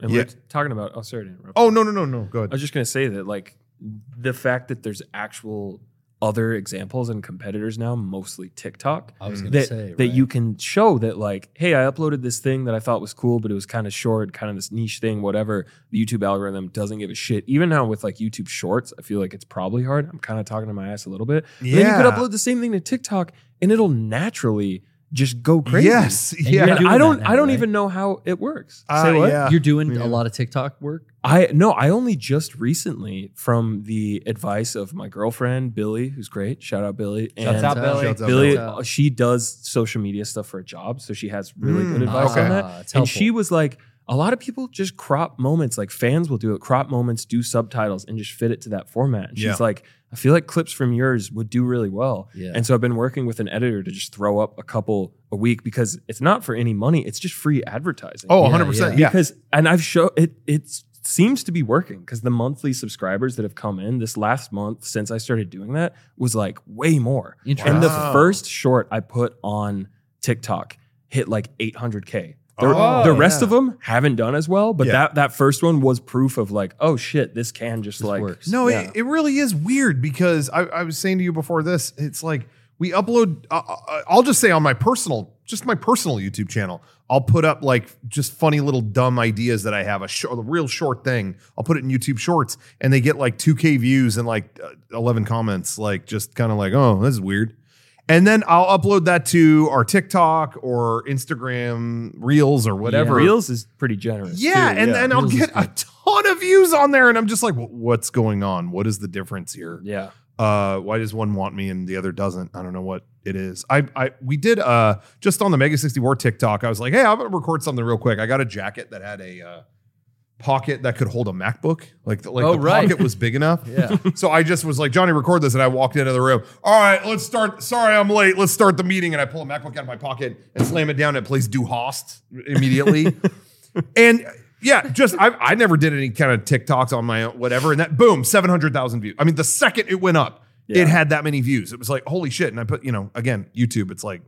Speaker 4: And
Speaker 1: Yeah.
Speaker 4: we're t- talking about. Oh, sorry to interrupt.
Speaker 1: Oh no, no, no, no. Go
Speaker 4: I
Speaker 1: ahead.
Speaker 4: was just gonna say that like the fact that there's actual other examples and competitors now, mostly TikTok,
Speaker 2: I was
Speaker 1: Mm.
Speaker 2: going to
Speaker 4: that
Speaker 2: say
Speaker 4: that
Speaker 2: right?
Speaker 4: you can show that like, hey, I uploaded this thing that I thought was cool, but it was kind of short, kind of this niche thing, whatever. The YouTube algorithm doesn't give a shit. Even now with like YouTube Shorts, I feel like it's probably hard. I'm kind of talking to my ass a little bit. But Then you could
Speaker 1: Yeah.
Speaker 4: upload the same thing to TikTok, and it'll naturally just go crazy.
Speaker 1: Yes,
Speaker 2: you're
Speaker 1: yeah,
Speaker 4: And I
Speaker 2: doing
Speaker 4: don't.
Speaker 2: that now,
Speaker 4: I don't
Speaker 2: right?
Speaker 4: even know how it works.
Speaker 1: Uh,
Speaker 4: Say what?
Speaker 1: yeah.
Speaker 2: you're doing
Speaker 1: Yeah.
Speaker 2: a lot of TikTok work.
Speaker 4: I no, I only just recently, from the advice of my girlfriend Billy, who's great. Shout out Billy.
Speaker 3: Shouts
Speaker 4: And
Speaker 3: out,
Speaker 2: Shouts
Speaker 3: Billy.
Speaker 1: Shouts out,
Speaker 4: Billy,
Speaker 2: Billy.
Speaker 4: uh, she does social media stuff for a job, so she has really
Speaker 1: Mm,
Speaker 4: good advice
Speaker 1: okay.
Speaker 4: on that.
Speaker 2: Ah, it's
Speaker 4: And
Speaker 2: helpful.
Speaker 4: she was like, a lot of people just crop moments, like fans will do it, crop moments, do subtitles, and just fit it to that format. And she's
Speaker 1: Yeah.
Speaker 4: like, I feel like clips from yours would do really well.
Speaker 2: Yeah.
Speaker 4: And so I've been working with an editor to just throw up a couple a week because it's not for any money, it's just free advertising
Speaker 1: Oh,
Speaker 2: Yeah,
Speaker 1: 100 percent. Yeah,
Speaker 4: because and I've show it it seems to be working because the monthly subscribers that have come in this last month since I started doing that was like way more.
Speaker 2: Interesting.
Speaker 4: And the
Speaker 1: Wow.
Speaker 4: first short I put on TikTok hit like 800k. The,
Speaker 1: Oh,
Speaker 4: the rest
Speaker 1: yeah.
Speaker 4: of them haven't done as well, but
Speaker 1: Yeah.
Speaker 4: that that first one was proof of like, oh shit, this can just
Speaker 2: This
Speaker 4: like
Speaker 2: works.
Speaker 1: No,
Speaker 4: Yeah.
Speaker 1: it, it really is weird because I, I was saying to you before this, it's like we upload, uh, I'll just say on my personal, just my personal YouTube channel, I'll put up like just funny little dumb ideas that I have, a, sh- a real short thing. I'll put it in YouTube Shorts and they get like 2K views and like uh, 11 comments, like just kind of like, oh, this is weird. And then I'll upload that to our TikTok or Instagram Reels or whatever.
Speaker 4: Reels is pretty generous.
Speaker 1: Yeah,
Speaker 4: too,
Speaker 1: and
Speaker 4: yeah.
Speaker 1: and I'll
Speaker 2: Reels is
Speaker 1: get a ton of views on there, and I'm just like, "Wh- what's going on? What is the difference here?
Speaker 4: yeah.
Speaker 1: uh, why does one want me and the other doesn't? I don't know what it is. I, I we did uh, just on the Mega 60 War TikTok. I was like, hey, I'm gonna record something real quick. I got a jacket that had a uh, pocket that could hold a MacBook. Like, the, like
Speaker 2: Oh,
Speaker 1: the
Speaker 2: right.
Speaker 1: pocket was big enough.
Speaker 2: Yeah.
Speaker 1: So I just was like, Johnny, record this, and I walked into the room. All right, let's start. Sorry, I'm late. Let's start the meeting. And I pull a MacBook out of my pocket and slam it down. And it plays Du Hast immediately. and yeah, just I, I never did any kind of TikToks on my own, whatever. And that boom, seven hundred thousand views. I mean, the second it went up,
Speaker 4: Yeah.
Speaker 1: it had that many views. It was like holy shit. And I put, you know, again, YouTube. It's like.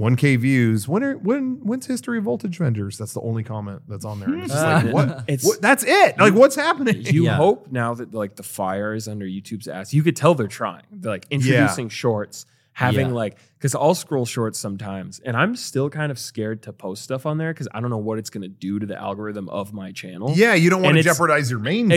Speaker 1: 1k views. When are when when's history of voltage vendors? That's the only comment that's on there. And It's just like Ah, what,
Speaker 4: It's-
Speaker 1: what that's it. Like what's happening?
Speaker 4: You
Speaker 2: Yeah.
Speaker 4: hope now that like the fire is under YouTube's ass. You could tell they're trying. They're like introducing shorts, having
Speaker 2: Yeah.
Speaker 4: like because I'll scroll shorts sometimes, and I'm still kind of scared to post stuff on there because I don't know what it's gonna do to the algorithm of my channel.
Speaker 1: Yeah, you don't want
Speaker 4: And
Speaker 1: to
Speaker 4: it's-
Speaker 1: jeopardize your main thing.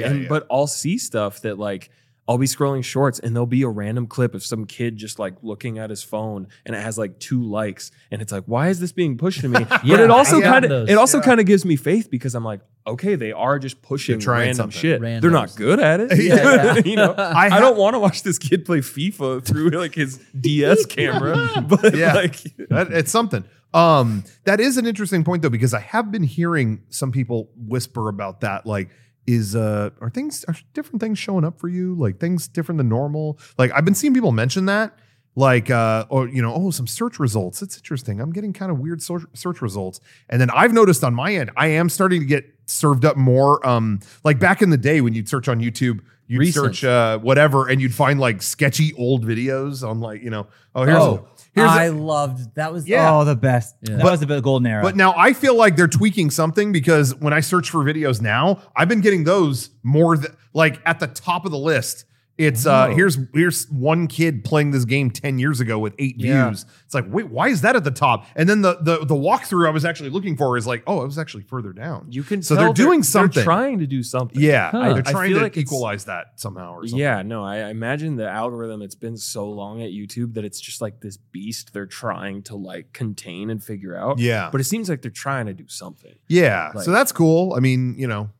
Speaker 1: Yeah, yeah,
Speaker 4: and
Speaker 1: yeah.
Speaker 4: but I'll see stuff that like I'll be scrolling shorts and there'll be a random clip of some kid just like looking at his phone and it has like two likes and it's like why is this being pushed to me? but
Speaker 2: Yeah,
Speaker 4: it also
Speaker 1: I've
Speaker 4: kind
Speaker 2: gotten
Speaker 4: of
Speaker 2: those.
Speaker 4: it also
Speaker 1: Yeah.
Speaker 4: kind of gives me faith because I'm like okay they are just pushing
Speaker 1: They're trying
Speaker 4: random
Speaker 1: something.
Speaker 4: shit. They're
Speaker 2: Randoms.
Speaker 4: not good at it.
Speaker 1: Yeah.
Speaker 4: you know
Speaker 1: I
Speaker 4: I,
Speaker 1: ha-
Speaker 4: don't want to watch this kid play FIFA through like his DS camera but
Speaker 1: Yeah.
Speaker 4: like
Speaker 1: That- it's something. Um, that is an interesting point though, because I have been hearing some people whisper about that. Like, is uh, are things are different things showing up for you? Like things different than normal? Like I've been seeing people mention that. Like, uh, or you know, oh, some search results. It's interesting. I'm getting kind of weird search, search results. And then I've noticed on my end, I am starting to get served up more. Um, like back in the day when you'd search on YouTube, you'd
Speaker 2: Recent.
Speaker 1: search uh whatever, and you'd find like sketchy old videos on like you know, oh here's
Speaker 2: Oh,
Speaker 1: here's a-
Speaker 3: I loved that was
Speaker 1: Yeah.
Speaker 3: oh the best.
Speaker 2: Yeah.
Speaker 3: That
Speaker 2: But-
Speaker 3: was the best golden era.
Speaker 1: But now I feel like they're tweaking something because when I search for videos now, I've been getting those more th- like at the top of the list. It's uh
Speaker 4: Whoa.
Speaker 1: here's here's one kid playing this game 10 years ago with 8
Speaker 4: Yeah.
Speaker 1: views. It's like, "Wait, why is that at the top?" And then the the the walkthrough I was actually looking for is like, "Oh, it was actually further down."
Speaker 4: you can
Speaker 1: So they're
Speaker 4: tell
Speaker 1: doing something.
Speaker 4: they're trying to do something.
Speaker 1: Yeah,
Speaker 2: Huh.
Speaker 1: they're
Speaker 4: I
Speaker 1: trying
Speaker 4: feel
Speaker 1: to
Speaker 4: like it's-
Speaker 1: equalize that somehow or something.
Speaker 4: Yeah, no, I I imagine the algorithm. It's been so long at YouTube that it's just like this beast they're trying to like contain and figure out.
Speaker 1: Yeah.
Speaker 4: But it seems like they're trying to do something.
Speaker 1: yeah.
Speaker 4: Like-
Speaker 1: so that's cool. I mean, you know,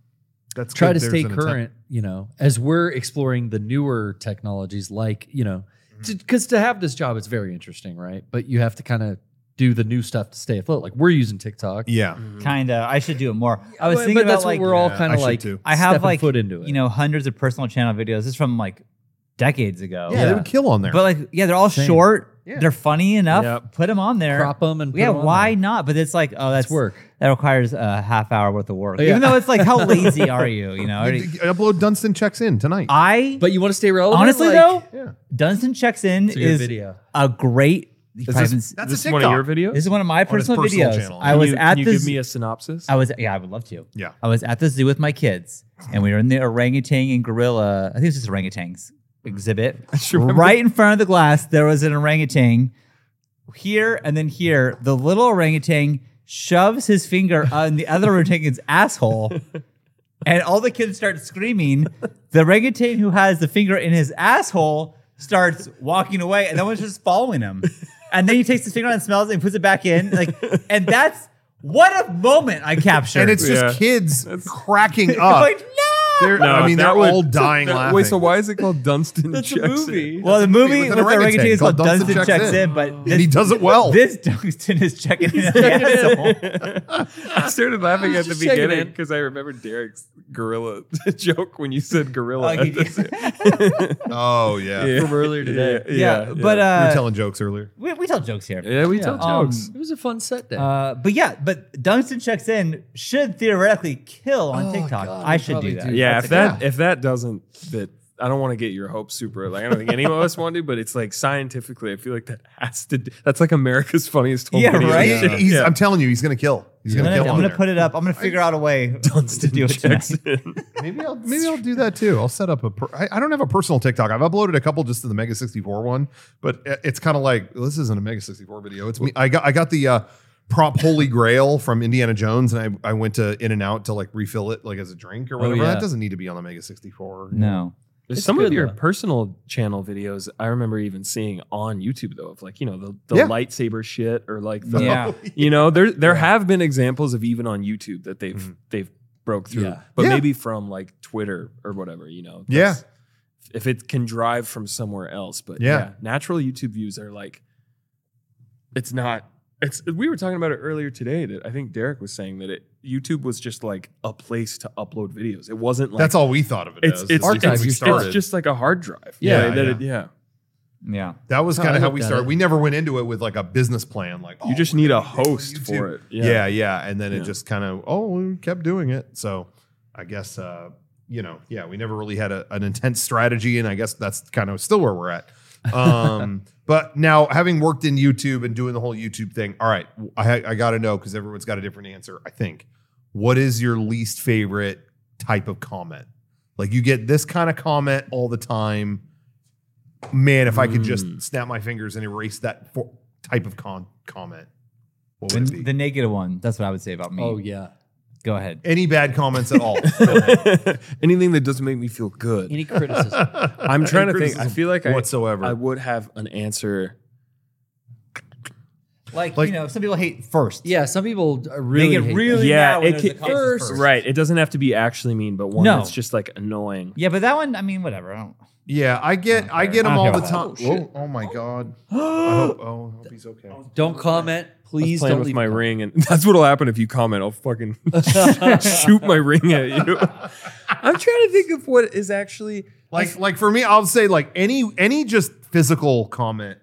Speaker 1: that's
Speaker 2: try
Speaker 1: good
Speaker 2: to
Speaker 1: there's
Speaker 2: stay
Speaker 1: an attempt.
Speaker 2: current, you know, as we're exploring the newer technologies like, you know,
Speaker 3: Mm-hmm.
Speaker 2: because to have this job, it's very interesting, right? But you have to kind of do the new stuff to stay afloat. Like we're using TikTok.
Speaker 1: Yeah.
Speaker 3: Mm-hmm. kinda. I should do it more. I was
Speaker 2: But-
Speaker 3: thinking
Speaker 2: but
Speaker 3: about
Speaker 2: that's
Speaker 3: like
Speaker 2: what we're all
Speaker 1: Yeah,
Speaker 2: kind
Speaker 1: I
Speaker 2: of
Speaker 1: should
Speaker 2: like.
Speaker 1: too.
Speaker 3: I have,
Speaker 2: stepping
Speaker 3: like,
Speaker 2: foot into it.
Speaker 3: you know, hunders of personal channel videos. This is from like decades ago.
Speaker 1: yeah. They would kill on there.
Speaker 3: But like, yeah, they're all
Speaker 2: Same.
Speaker 3: short.
Speaker 1: Yeah.
Speaker 3: They're funny enough.
Speaker 4: Yep.
Speaker 3: Put them on there.
Speaker 2: crop them and put
Speaker 3: yeah,
Speaker 2: 'em on
Speaker 3: why
Speaker 2: there.
Speaker 3: not? But it's like, oh, that's
Speaker 2: It's work.
Speaker 3: That requires a half hour worth of work.
Speaker 2: Yeah.
Speaker 3: Even though it's like, how lazy are you? You know,
Speaker 1: You- you upload Dunstan checks in tonight.
Speaker 3: I
Speaker 2: But you want to stay relevant.
Speaker 3: honestly
Speaker 2: like,
Speaker 3: though,
Speaker 1: yeah.
Speaker 3: Dunstan checks in
Speaker 2: to your
Speaker 3: is
Speaker 2: video.
Speaker 3: a great. you
Speaker 1: Is
Speaker 3: probably
Speaker 1: this-
Speaker 3: haven't-
Speaker 1: that's
Speaker 4: this
Speaker 1: a
Speaker 4: one
Speaker 1: TikTok.
Speaker 4: of your videos.
Speaker 3: this is one of my
Speaker 1: On his
Speaker 3: personal
Speaker 1: personal
Speaker 3: videos.
Speaker 1: channel.
Speaker 3: I
Speaker 4: Can
Speaker 3: was
Speaker 4: you,
Speaker 3: at
Speaker 4: Can you
Speaker 3: this.
Speaker 4: give me a synopsis?
Speaker 3: I was yeah, I would love to.
Speaker 1: Yeah.
Speaker 3: I was at the zoo with my kids, and we were in the orangutan and gorilla. I think it was just orangutans exhibit.
Speaker 4: just remember-
Speaker 3: right in front of the glass, there was an orangutan. Here and then here, the little orangutan shoves his finger on the other orangutan's asshole, and all the kids start screaming. The orangutan who has the finger in his asshole starts walking away, and no one's just following him. And then he takes his finger out and smells it and puts it back in. Like, and that's what a moment I captured.
Speaker 1: And it's just
Speaker 4: Yeah.
Speaker 1: kids cracking
Speaker 3: I'm
Speaker 1: up.
Speaker 3: like, no.
Speaker 1: They're, I mean,
Speaker 4: that
Speaker 1: they're
Speaker 4: would-
Speaker 1: all dying
Speaker 4: that-
Speaker 1: laughing.
Speaker 4: Wait, so why is it called Dunstan
Speaker 3: That's a
Speaker 4: Checks
Speaker 3: movie.
Speaker 4: In?
Speaker 3: Well, the movie
Speaker 1: with an
Speaker 3: with, the
Speaker 1: orangutan
Speaker 3: orangutan is
Speaker 1: called
Speaker 3: called Dunstan, Checks in, but
Speaker 1: and he does it well.
Speaker 3: This Dunstan is checking in the asshole.
Speaker 4: I started laughing at the
Speaker 2: Just checking
Speaker 4: beginning
Speaker 2: in.
Speaker 4: because I remember Derek's gorilla joke when you said gorilla.
Speaker 3: Like,
Speaker 1: oh yeah.
Speaker 4: Yeah.
Speaker 2: From earlier today.
Speaker 4: Yeah,
Speaker 3: yeah,
Speaker 4: yeah,
Speaker 3: but
Speaker 1: We were
Speaker 3: uh,
Speaker 1: telling jokes earlier.
Speaker 3: we, we tell jokes here.
Speaker 4: yeah, we tell
Speaker 3: um,
Speaker 4: jokes.
Speaker 2: It was a fun set day.
Speaker 3: Uh, but yeah, but Dunstan checks in should theoretically kill on
Speaker 2: Oh,
Speaker 3: TikTok.
Speaker 2: God,
Speaker 3: I
Speaker 2: we
Speaker 3: should do
Speaker 2: probably
Speaker 3: that.
Speaker 2: do.
Speaker 4: Yeah,
Speaker 3: That's
Speaker 4: if
Speaker 3: a-
Speaker 4: that if that doesn't fit, I don't want to get your hopes super. Like I don't think any of us want to, but it's like scientifically, I feel like that has to. That's like America's funniest home
Speaker 3: Yeah,
Speaker 4: video.
Speaker 3: right?
Speaker 1: He-
Speaker 4: Yeah.
Speaker 1: he's- I'm telling you, he's gonna kill. He's
Speaker 3: I'm
Speaker 1: gonna,
Speaker 3: gonna,
Speaker 1: kill. on
Speaker 3: I'm gonna
Speaker 1: there.
Speaker 3: put it up. I'm gonna figure out a way to do it tonight.
Speaker 1: Maybe I'll maybe I'll do that too. I'll set up a. Per, I, I don't have a personal TikTok. I've uploaded a couple just to the Mega 64 one, but i- it's kind of like well, this isn't a Mega 64 video. It's me. I got I got the uh, prop Holy Grail from Indiana Jones, and I I went to In and Out to like refill it like as a drink or
Speaker 2: Oh,
Speaker 1: whatever.
Speaker 2: yeah.
Speaker 1: That doesn't need to be on the Mega 64.
Speaker 3: No,
Speaker 4: There's
Speaker 2: It's
Speaker 4: some of
Speaker 2: good,
Speaker 4: your
Speaker 2: though.
Speaker 4: personal channel videos I remember even seeing on YouTube though of like you know the, the
Speaker 1: Yeah.
Speaker 4: lightsaber shit or like the
Speaker 3: Yeah.
Speaker 4: you know there there have been examples of even on YouTube that they've
Speaker 1: Mhm.
Speaker 4: they've broke through
Speaker 2: Yeah.
Speaker 4: but
Speaker 1: Yeah.
Speaker 4: maybe from like Twitter or whatever you know
Speaker 1: Yeah.
Speaker 4: that's- if it can drive from somewhere else. But
Speaker 1: Yeah.
Speaker 4: yeah, natural YouTube views are like, it's not. It's we were talking about it earlier today that I think Derek was saying that it YouTube was just like a place to upload videos. It wasn't like
Speaker 1: That's all we thought of it
Speaker 4: It's
Speaker 1: as. as
Speaker 4: it's,
Speaker 2: archive,
Speaker 4: it's,
Speaker 1: we
Speaker 4: it's
Speaker 1: started.
Speaker 4: just like a hard drive.
Speaker 1: Yeah,
Speaker 4: that
Speaker 1: yeah.
Speaker 4: It, yeah.
Speaker 3: Yeah.
Speaker 1: that was
Speaker 2: Oh,
Speaker 1: kind
Speaker 2: I
Speaker 1: of how
Speaker 2: looked
Speaker 1: we
Speaker 2: at
Speaker 1: started.
Speaker 2: it.
Speaker 1: We never went into it with like a business plan. Like oh,
Speaker 4: You just need a host for it.
Speaker 1: Yeah, yeah, and then it
Speaker 4: Yeah.
Speaker 1: just kind of oh, we kept doing it. So I guess uh, you know, yeah, we never really had a, an intense strategy, and I guess that's kind of still where we're at. Um, but now having worked in YouTube and doing the whole YouTube thing, all right, I, I got to know because everyone's got a different answer. I think. What is your least favorite type of comment? Like you get this kind of comment all the time. Man, if I could just snap my fingers and erase that for- type of con- comment, what
Speaker 3: The,
Speaker 1: would it be?
Speaker 3: the negative one. That's what I would say about me.
Speaker 2: Oh yeah.
Speaker 3: Go ahead.
Speaker 1: any bad comments at all.
Speaker 4: Anything that doesn't make me feel good.
Speaker 2: Any criticism?
Speaker 4: I'm trying to think. I feel like I,
Speaker 1: whatsoever.
Speaker 4: I would have an answer.
Speaker 3: Like,
Speaker 1: Like-
Speaker 3: you know, some people hate first.
Speaker 2: yeah. Some people uh, really.
Speaker 3: they
Speaker 2: hate
Speaker 3: get really
Speaker 4: Yeah,
Speaker 3: mad when
Speaker 4: it
Speaker 3: there's a
Speaker 4: ca-
Speaker 3: conscious
Speaker 2: first-
Speaker 3: first.
Speaker 4: Right. It doesn't have to be actually mean, but one
Speaker 3: No.
Speaker 4: that's just like annoying.
Speaker 3: Yeah, but that one, I mean, whatever. I don't.
Speaker 1: yeah, I get I get them
Speaker 3: I
Speaker 1: all
Speaker 3: don't
Speaker 1: the
Speaker 3: care
Speaker 1: time.
Speaker 2: about that.
Speaker 1: Whoa, Oh, my god. I hope, oh, I hope he's okay.
Speaker 2: that. Don't comment,
Speaker 4: I was
Speaker 2: please.
Speaker 4: playing
Speaker 2: Don't
Speaker 4: with
Speaker 2: leave
Speaker 4: my
Speaker 2: a comment.
Speaker 4: ring, and that's what'll happen if you comment. I'll fucking shoot my ring at you. I'm trying to think of what is actually
Speaker 1: Like like for me, I'll say like any any just physical comment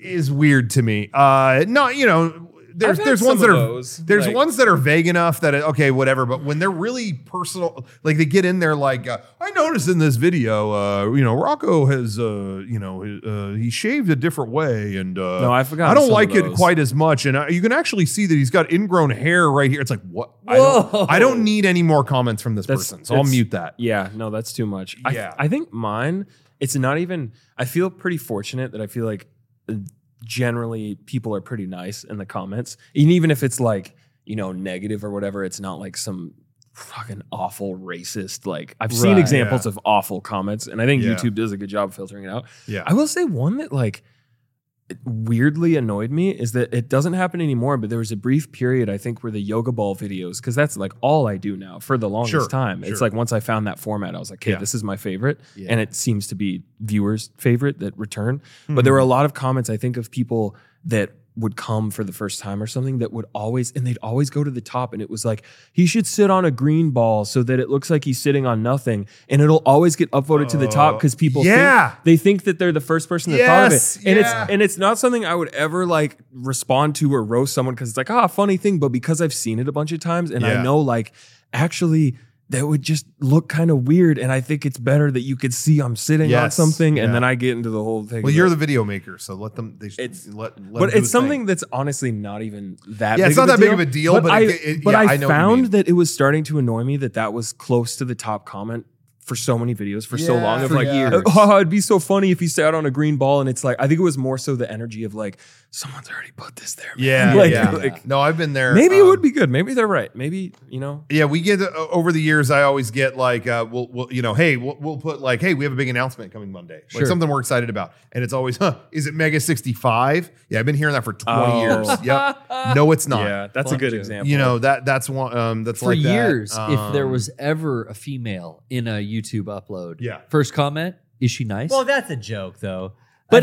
Speaker 1: is weird to me. Uh not, you know, there's
Speaker 4: I've had
Speaker 1: there's
Speaker 4: some
Speaker 1: ones
Speaker 4: of
Speaker 1: that are
Speaker 4: those,
Speaker 1: there's
Speaker 4: like-
Speaker 1: ones that are vague enough that it, okay, whatever, but when they're really personal, like they get in there like uh, I noticed in this video uh you know, Rocco has uh you know, uh, he shaved a different way and uh
Speaker 4: No, I forgot.
Speaker 1: I
Speaker 4: some
Speaker 1: don't
Speaker 4: of
Speaker 1: like it
Speaker 4: those.
Speaker 1: quite as much, and I, you can actually see that he's got ingrown hair right here. It's like what? I
Speaker 2: Whoa.
Speaker 1: don't, I don't need any more comments from this
Speaker 4: That's-
Speaker 1: person, so I'll
Speaker 4: it's-
Speaker 1: mute that.
Speaker 4: Yeah, no, that's too much. I,
Speaker 1: Yeah.
Speaker 4: I think mine, it's not even, I feel pretty fortunate that I feel like uh, generally people are pretty nice in the comments. And even if it's like, you know, negative or whatever, it's not like some fucking awful racist. Like, I've seen
Speaker 2: Right.
Speaker 4: examples of awful comments, and I think
Speaker 1: Yeah.
Speaker 4: YouTube does a good job filtering it out.
Speaker 1: Yeah,
Speaker 4: I will say one that like weirdly annoyed me is that it doesn't happen anymore, but there was a brief period I think where the yoga ball videos, because that's like all I do now for the longest
Speaker 1: Sure,
Speaker 4: time. It's
Speaker 1: sure.
Speaker 4: like once I found that format, I was like, okay,
Speaker 1: Yeah.
Speaker 4: this is my favorite.
Speaker 2: Yeah.
Speaker 4: And it seems to be viewers' favorite that return. But there were a
Speaker 1: Hmm.
Speaker 4: lot of comments I think of people that would come for the first time or something that would always and they'd always go to the top and it was like he should sit on a green ball so that it looks like he's sitting on nothing and it'll always get upvoted to the top
Speaker 1: Oh.
Speaker 4: because people
Speaker 1: yeah.
Speaker 4: think, they think that they're the first person that thought of
Speaker 1: Yes,
Speaker 4: it and
Speaker 1: yeah.
Speaker 4: it's and it's not something I would ever like respond to or roast someone because it's like ah funny thing but because I've seen it a bunch of times and
Speaker 1: Yeah.
Speaker 4: I know like actually that would just look kind of weird and I think it's better that you could see I'm sitting on
Speaker 1: Yes,
Speaker 4: something
Speaker 1: yeah.
Speaker 4: and then I get into the whole thing
Speaker 1: well, you're
Speaker 4: but-
Speaker 1: the video maker, so let them. They should
Speaker 4: It's-
Speaker 1: let, let him
Speaker 4: but
Speaker 1: do
Speaker 4: it's
Speaker 1: his thing.
Speaker 4: something that's honestly not even that.
Speaker 1: Yeah,
Speaker 4: big
Speaker 1: it's not that big of a deal, but
Speaker 4: I,
Speaker 1: it- it-
Speaker 4: but
Speaker 1: yeah,
Speaker 4: I,
Speaker 1: I know what you
Speaker 4: found
Speaker 1: mean.
Speaker 4: that it was starting to annoy me that that was close to the top comment for so many videos for so
Speaker 1: Yeah,
Speaker 4: long of
Speaker 1: for
Speaker 4: like,
Speaker 1: years.
Speaker 4: oh, it'd be so funny if he sat on a green ball, and it's like I think it was more so the energy of like someone's already put this there. man."
Speaker 1: Yeah,
Speaker 4: like,
Speaker 1: yeah.
Speaker 4: like,
Speaker 1: no, I've been there.
Speaker 4: maybe it
Speaker 1: um,
Speaker 4: would be good. Maybe they're right. Maybe you know.
Speaker 1: Yeah, we get uh, over the years. I always get like, uh, we'll, we'll, you know, hey, we'll, we'll put like, hey, we have a big announcement coming Monday, like
Speaker 2: Sure.
Speaker 1: something we're excited about, and it's always, huh, is it Mega sixty five? Yeah, I've been hearing that for twenty
Speaker 4: Oh.
Speaker 1: years. Yep. No, it's not.
Speaker 4: yeah, that's a
Speaker 2: Fuck
Speaker 4: good
Speaker 2: you.
Speaker 4: example.
Speaker 1: You know that that's one um that's
Speaker 2: for
Speaker 1: like that.
Speaker 2: years. if there
Speaker 1: Um,
Speaker 2: was ever a female in a YouTube upload,
Speaker 1: Yeah.
Speaker 2: First comment: Is she nice?
Speaker 3: Well, that's a joke, though.
Speaker 2: but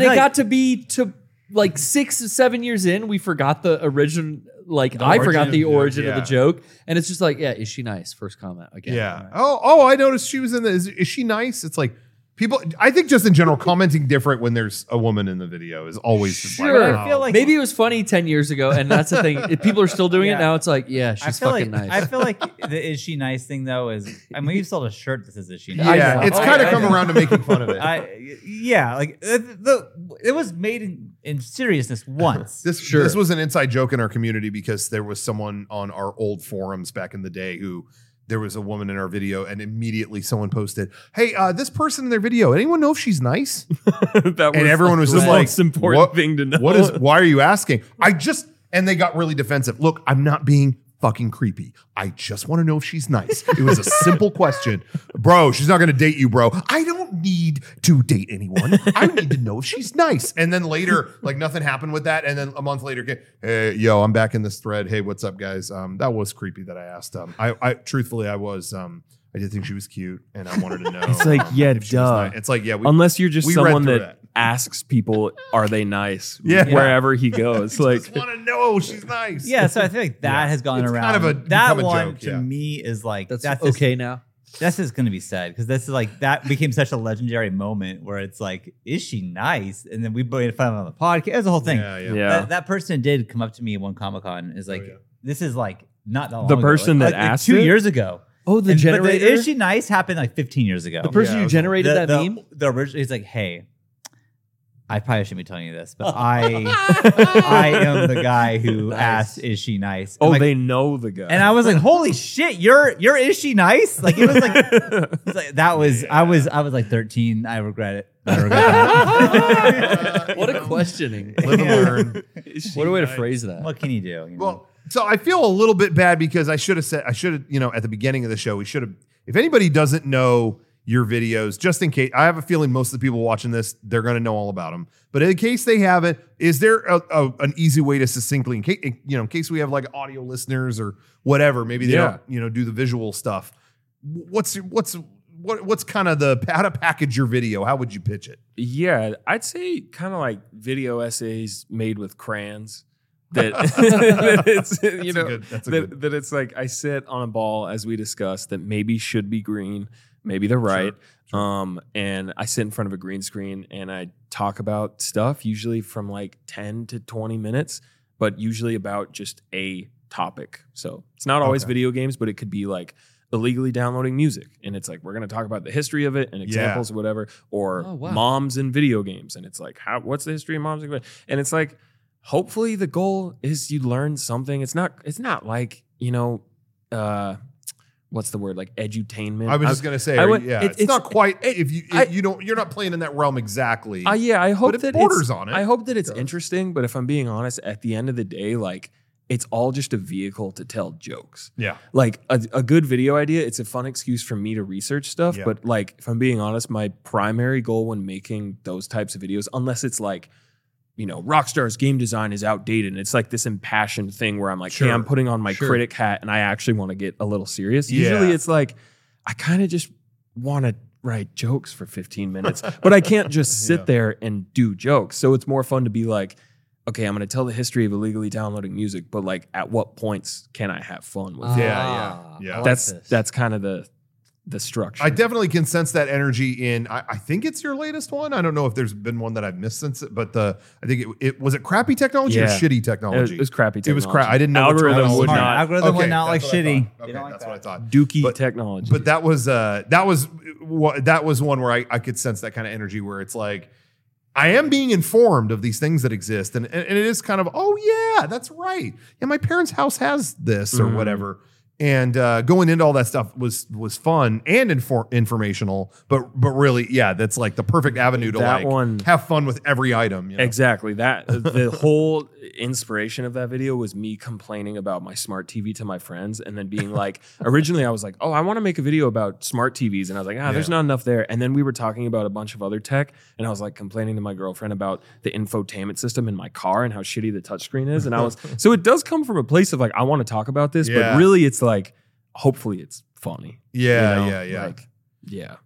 Speaker 3: I
Speaker 2: it
Speaker 3: feel like-
Speaker 2: got to be to like six or seven years in, we forgot the origin. Like I
Speaker 1: origin
Speaker 2: forgot the
Speaker 1: of the joke,
Speaker 2: origin
Speaker 1: yeah.
Speaker 2: of the joke, and it's just like, yeah, is she nice? First comment again.
Speaker 1: Yeah.
Speaker 2: Right.
Speaker 1: Oh, oh, I noticed she was in the. Is, is she nice? It's like people. I think just in general, commenting different when there's a woman in the video is always just
Speaker 2: Sure.
Speaker 1: Like,
Speaker 2: I
Speaker 3: feel
Speaker 1: oh.
Speaker 3: like-
Speaker 2: Maybe it was funny ten years ago, and that's the thing. If people are still doing
Speaker 3: Yeah.
Speaker 2: it now, it's like, yeah,
Speaker 3: I
Speaker 2: she's
Speaker 3: feel
Speaker 2: fucking
Speaker 3: like
Speaker 2: nice.
Speaker 3: I feel like the is she nice thing though is I mean we've sold a shirt that says is she nice.
Speaker 1: yeah,
Speaker 2: I know.
Speaker 1: it's
Speaker 2: Oh,
Speaker 1: kind of
Speaker 2: yeah,
Speaker 1: come
Speaker 2: I know.
Speaker 1: around to making fun of it.
Speaker 3: I, yeah, like uh, the, it was made in, in seriousness once.
Speaker 1: this
Speaker 2: Sure.
Speaker 1: this was an inside joke in our community because there was someone on our old forums back in the day who there was a woman in our video and immediately someone posted, "Hey, uh, this person in their video, anyone know if she's nice?"
Speaker 4: that was
Speaker 1: And everyone was
Speaker 4: the
Speaker 1: just
Speaker 4: most
Speaker 1: like,
Speaker 4: important
Speaker 1: "What-
Speaker 4: thing to know.
Speaker 1: What is? Why are you asking? I just and they got really defensive. Look, I'm not being fucking creepy. I just want to know if she's nice. It was a simple question, bro. She's not going to date you, bro. I don't need to date anyone. I need to know if she's nice. And then later, like nothing happened with that. And then a month later, get, hey, yo, I'm back in this thread. Hey, what's up, guys? Um, that was creepy that I asked. Um, I, I truthfully, I was um. I I did think she was cute, and I wanted to know.
Speaker 4: It's like,
Speaker 1: um,
Speaker 4: yeah,
Speaker 1: if she was
Speaker 4: duh.
Speaker 1: nice. It's like, yeah, we,
Speaker 4: Unless you're just
Speaker 1: we read
Speaker 4: someone
Speaker 1: through
Speaker 4: that,
Speaker 1: that.
Speaker 4: asks people, are they nice?
Speaker 1: Yeah.
Speaker 4: Wherever he goes.
Speaker 1: we
Speaker 4: like,
Speaker 1: just want to know she's nice.
Speaker 3: Yeah, so I feel like that
Speaker 1: Yeah.
Speaker 3: has gone
Speaker 1: It's
Speaker 3: around.
Speaker 1: kind of a-
Speaker 3: that
Speaker 1: become a
Speaker 3: one
Speaker 1: joke,
Speaker 3: to
Speaker 1: yeah.
Speaker 3: me is like
Speaker 2: That's,
Speaker 3: that's that's just,
Speaker 2: okay now.
Speaker 3: that's just gonna be sad because this is like that became such a legendary moment where it's like, is she nice? And then we made fun of it on the podcast. It was a whole thing.
Speaker 1: Yeah, yeah.
Speaker 4: yeah.
Speaker 3: That, that person did come up to me at one Comic Con. Is like,
Speaker 1: yeah.
Speaker 3: this is like not that long
Speaker 4: The
Speaker 3: ago,
Speaker 4: person
Speaker 3: like-
Speaker 4: that
Speaker 3: like- like
Speaker 4: asked
Speaker 3: two
Speaker 4: it?
Speaker 3: years ago.
Speaker 2: Oh, the
Speaker 3: And- but
Speaker 2: generator.
Speaker 3: is she nice? Happened like 15 years ago.
Speaker 2: the person
Speaker 1: Yeah,
Speaker 2: who
Speaker 1: okay.
Speaker 2: generated that
Speaker 3: the,
Speaker 2: meme.
Speaker 3: The original, he's like, hey, I probably shouldn't be telling you this, but I, I am the guy who asked, is she nice? And
Speaker 4: oh,
Speaker 3: like-
Speaker 4: they know the guy.
Speaker 3: and I was like, holy shit, you're, you're, is she nice? Like, it was like, it was like- that was, I was, I was like 13. I regret it. I regret it.
Speaker 2: what a questioning.
Speaker 1: Live and learn.
Speaker 2: what a way to phrase that.
Speaker 3: what can you do? you know?
Speaker 1: Well, so I feel a little bit bad because I should have said I should have you know at the beginning of the show we should have. If anybody doesn't know your videos, just in case, I have a feeling most of the people watching this they're going to know all about them. But in case they haven't, is there a, a, an easy way to succinctly, in case, you know, in case we have like audio listeners or whatever, maybe they
Speaker 4: Yeah.
Speaker 1: don't you know do the visual stuff. What's what's what what's kind of the how to package your video? How would you pitch it?
Speaker 4: Yeah, I'd say kind of like video essays made with crayons. That, that it's you
Speaker 1: That's a
Speaker 4: know
Speaker 1: good- that's a good-
Speaker 4: that, that it's like I sit on a ball as we discussed that maybe should be green, maybe they're right. Um, and I sit in front of a green screen and I talk about stuff usually from like ten to twenty minutes, but usually about just a topic. So it's not always
Speaker 1: Okay.
Speaker 4: video games, but it could be like illegally downloading music, and it's like we're gonna talk about the history of it and examples, or whatever, or
Speaker 2: Oh, wow.
Speaker 4: moms in video games, and it's like how what's the history of moms in video? And it's like hopefully the goal is you learn something. It's not it's not like you know. uh What's the word like edutainment?
Speaker 1: I was
Speaker 4: I'm-
Speaker 1: just gonna say,
Speaker 4: I would-
Speaker 1: yeah,
Speaker 4: it-
Speaker 1: it's,
Speaker 4: it's-
Speaker 1: not quite. if you if
Speaker 4: I-
Speaker 1: you don't, you're not playing in that realm exactly.
Speaker 4: Uh, yeah, I hope
Speaker 1: it
Speaker 4: that
Speaker 1: borders
Speaker 4: it's,
Speaker 1: on it.
Speaker 4: I hope that it's
Speaker 1: does.
Speaker 4: interesting, but if I'm being honest, at the end of the day, like it's all just a vehicle to tell jokes.
Speaker 1: yeah,
Speaker 4: Like a, a good video idea, it's a fun excuse for me to research stuff.
Speaker 1: Yeah.
Speaker 4: But like, if I'm being honest, my primary goal when making those types of videos, unless it's like, you know, Rockstar's game design is outdated, and it's like this impassioned thing where I'm like,
Speaker 1: Sure.
Speaker 4: hey, I'm putting on my
Speaker 1: Sure.
Speaker 4: critic hat, and I actually want to get a little serious.
Speaker 1: Yeah.
Speaker 4: Usually, it's like I kind of just want to write jokes for 15 minutes, but I can't just sit
Speaker 1: Yeah.
Speaker 4: there and do jokes. So it's more fun to be like, okay, I'm going to tell the history of illegally downloading music, but like at what points can I have fun
Speaker 1: Yeah,
Speaker 4: with it? Ah,
Speaker 1: yeah, yeah.
Speaker 2: I Oh, like
Speaker 4: that's
Speaker 2: this.
Speaker 4: that's kind of the the structure.
Speaker 1: I definitely can sense that energy in. I, I think it's your latest one. I don't know if there's been one that I've missed since it, but the I think it, it was it crappy technology or
Speaker 4: Yeah.
Speaker 1: shitty
Speaker 4: it, was,
Speaker 1: technology.
Speaker 4: it was crappy technology.
Speaker 1: It was crap. I didn't know which
Speaker 4: Algorithm
Speaker 1: one
Speaker 4: would
Speaker 3: Smart.
Speaker 4: not.
Speaker 3: Algorithm would not like
Speaker 1: that's what I
Speaker 3: shitty.
Speaker 1: thought.
Speaker 3: They
Speaker 1: Okay,
Speaker 3: don't like
Speaker 1: that's
Speaker 3: that.
Speaker 1: what I thought.
Speaker 4: Dookie
Speaker 1: But-
Speaker 4: technology.
Speaker 1: But that was uh that was wha- that was one where I, I could sense that kind of energy where it's like I am being informed of these things that exist and and, and it is kind of oh yeah that's right yeah my parents' house has this or
Speaker 4: Mhm.
Speaker 1: whatever and uh, going into all that stuff was was fun and inform informational but but really yeah that's like the perfect avenue to
Speaker 4: That
Speaker 1: like
Speaker 4: one-
Speaker 1: have fun with every item you know?
Speaker 4: Exactly. That uh, the whole inspiration of that video was me complaining about my smart TV to my friends and then being like, originally I was like, "Oh, I want to make a video about smart TVs." And I was like, "Ah, there's
Speaker 1: Yeah.
Speaker 4: not enough there." And then we were talking about a bunch of other tech and I was like complaining to my girlfriend about the infotainment system in my car and how shitty the touchscreen is and I was so it does come from a place of like I want to talk about this,
Speaker 1: Yeah.
Speaker 4: but really it's like hopefully it's funny. you
Speaker 1: yeah,
Speaker 4: know?
Speaker 1: yeah yeah
Speaker 4: Like, yeah.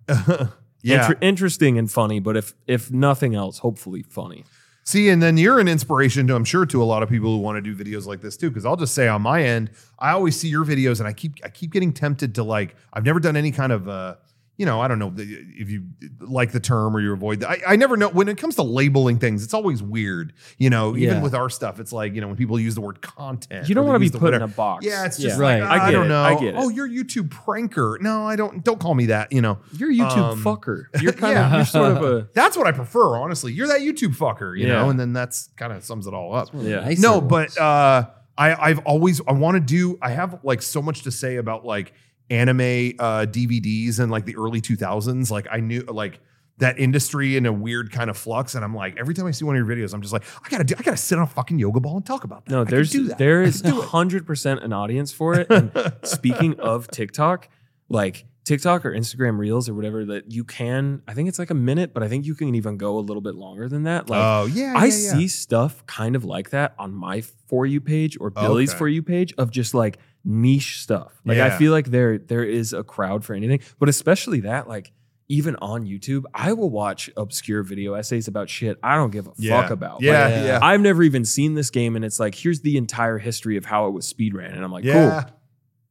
Speaker 1: yeah
Speaker 4: Inter- interesting and funny, but if if nothing else, hopefully funny.
Speaker 1: See, and then you're an inspiration to, I'm sure, to a lot of people who want to do videos like this too. Because I'll just say on my end, I always see your videos, and I keep, I keep getting tempted to like. I've never done any kind of, uh, you know, I don't know the- if you like the term or you avoid that. I, I never know when it comes to labeling things. It's always weird, you know. Even
Speaker 2: Yeah.
Speaker 1: with our stuff, it's like you know when people use the word content,
Speaker 4: You
Speaker 1: or
Speaker 4: don't
Speaker 1: they
Speaker 4: want to be
Speaker 1: use the
Speaker 4: put in
Speaker 1: whatever-
Speaker 4: a box.
Speaker 1: Yeah, it's just
Speaker 2: Yeah.
Speaker 1: right.
Speaker 2: Right.
Speaker 1: I,
Speaker 4: I get
Speaker 1: don't
Speaker 4: it.
Speaker 1: know.
Speaker 4: I get it.
Speaker 1: Oh, you're a YouTube pranker. No, I don't. Don't call me that. You know,
Speaker 4: You're a YouTube
Speaker 1: Um,
Speaker 4: fucker. You're kind
Speaker 1: yeah.
Speaker 4: of you're sort of a
Speaker 1: that's what I prefer, honestly. You're that YouTube fucker, you
Speaker 4: Yeah.
Speaker 1: know. And then that's kind of sums it all up.
Speaker 2: One of the
Speaker 4: Yeah.
Speaker 2: nicer
Speaker 1: no
Speaker 2: ones.
Speaker 1: but uh i i've always i want to do i have like so much to say about like anime uh dvds and like the early 2000s like i knew like that industry in a weird kind of flux and i'm like every time i see one of your videos i'm just like i gotta do i gotta sit on a fucking yoga ball and talk about that I
Speaker 4: no.
Speaker 1: can
Speaker 4: There's
Speaker 1: do that.
Speaker 4: there is hundred percent an audience for it. And speaking of TikTok, like TikTok or Instagram Reels or whatever that you can, I think it's like a minute, but I think you can even go a little bit longer than that. Like
Speaker 1: oh yeah yeah,
Speaker 4: I
Speaker 1: yeah.
Speaker 4: see stuff kind of like that on my for you page or Billy's
Speaker 1: Okay.
Speaker 4: for you page of just like niche stuff. Like
Speaker 1: Yeah.
Speaker 4: I feel like there there is a crowd for anything, but especially that like even on YouTube, I will watch obscure video essays about shit I don't give a
Speaker 1: Yeah.
Speaker 4: fuck about.
Speaker 1: Yeah,
Speaker 4: Like,
Speaker 1: yeah.
Speaker 2: yeah.
Speaker 4: I've never even seen this game, and it's like here's the entire history of how it was speedran, and I'm like,
Speaker 1: yeah.
Speaker 4: cool.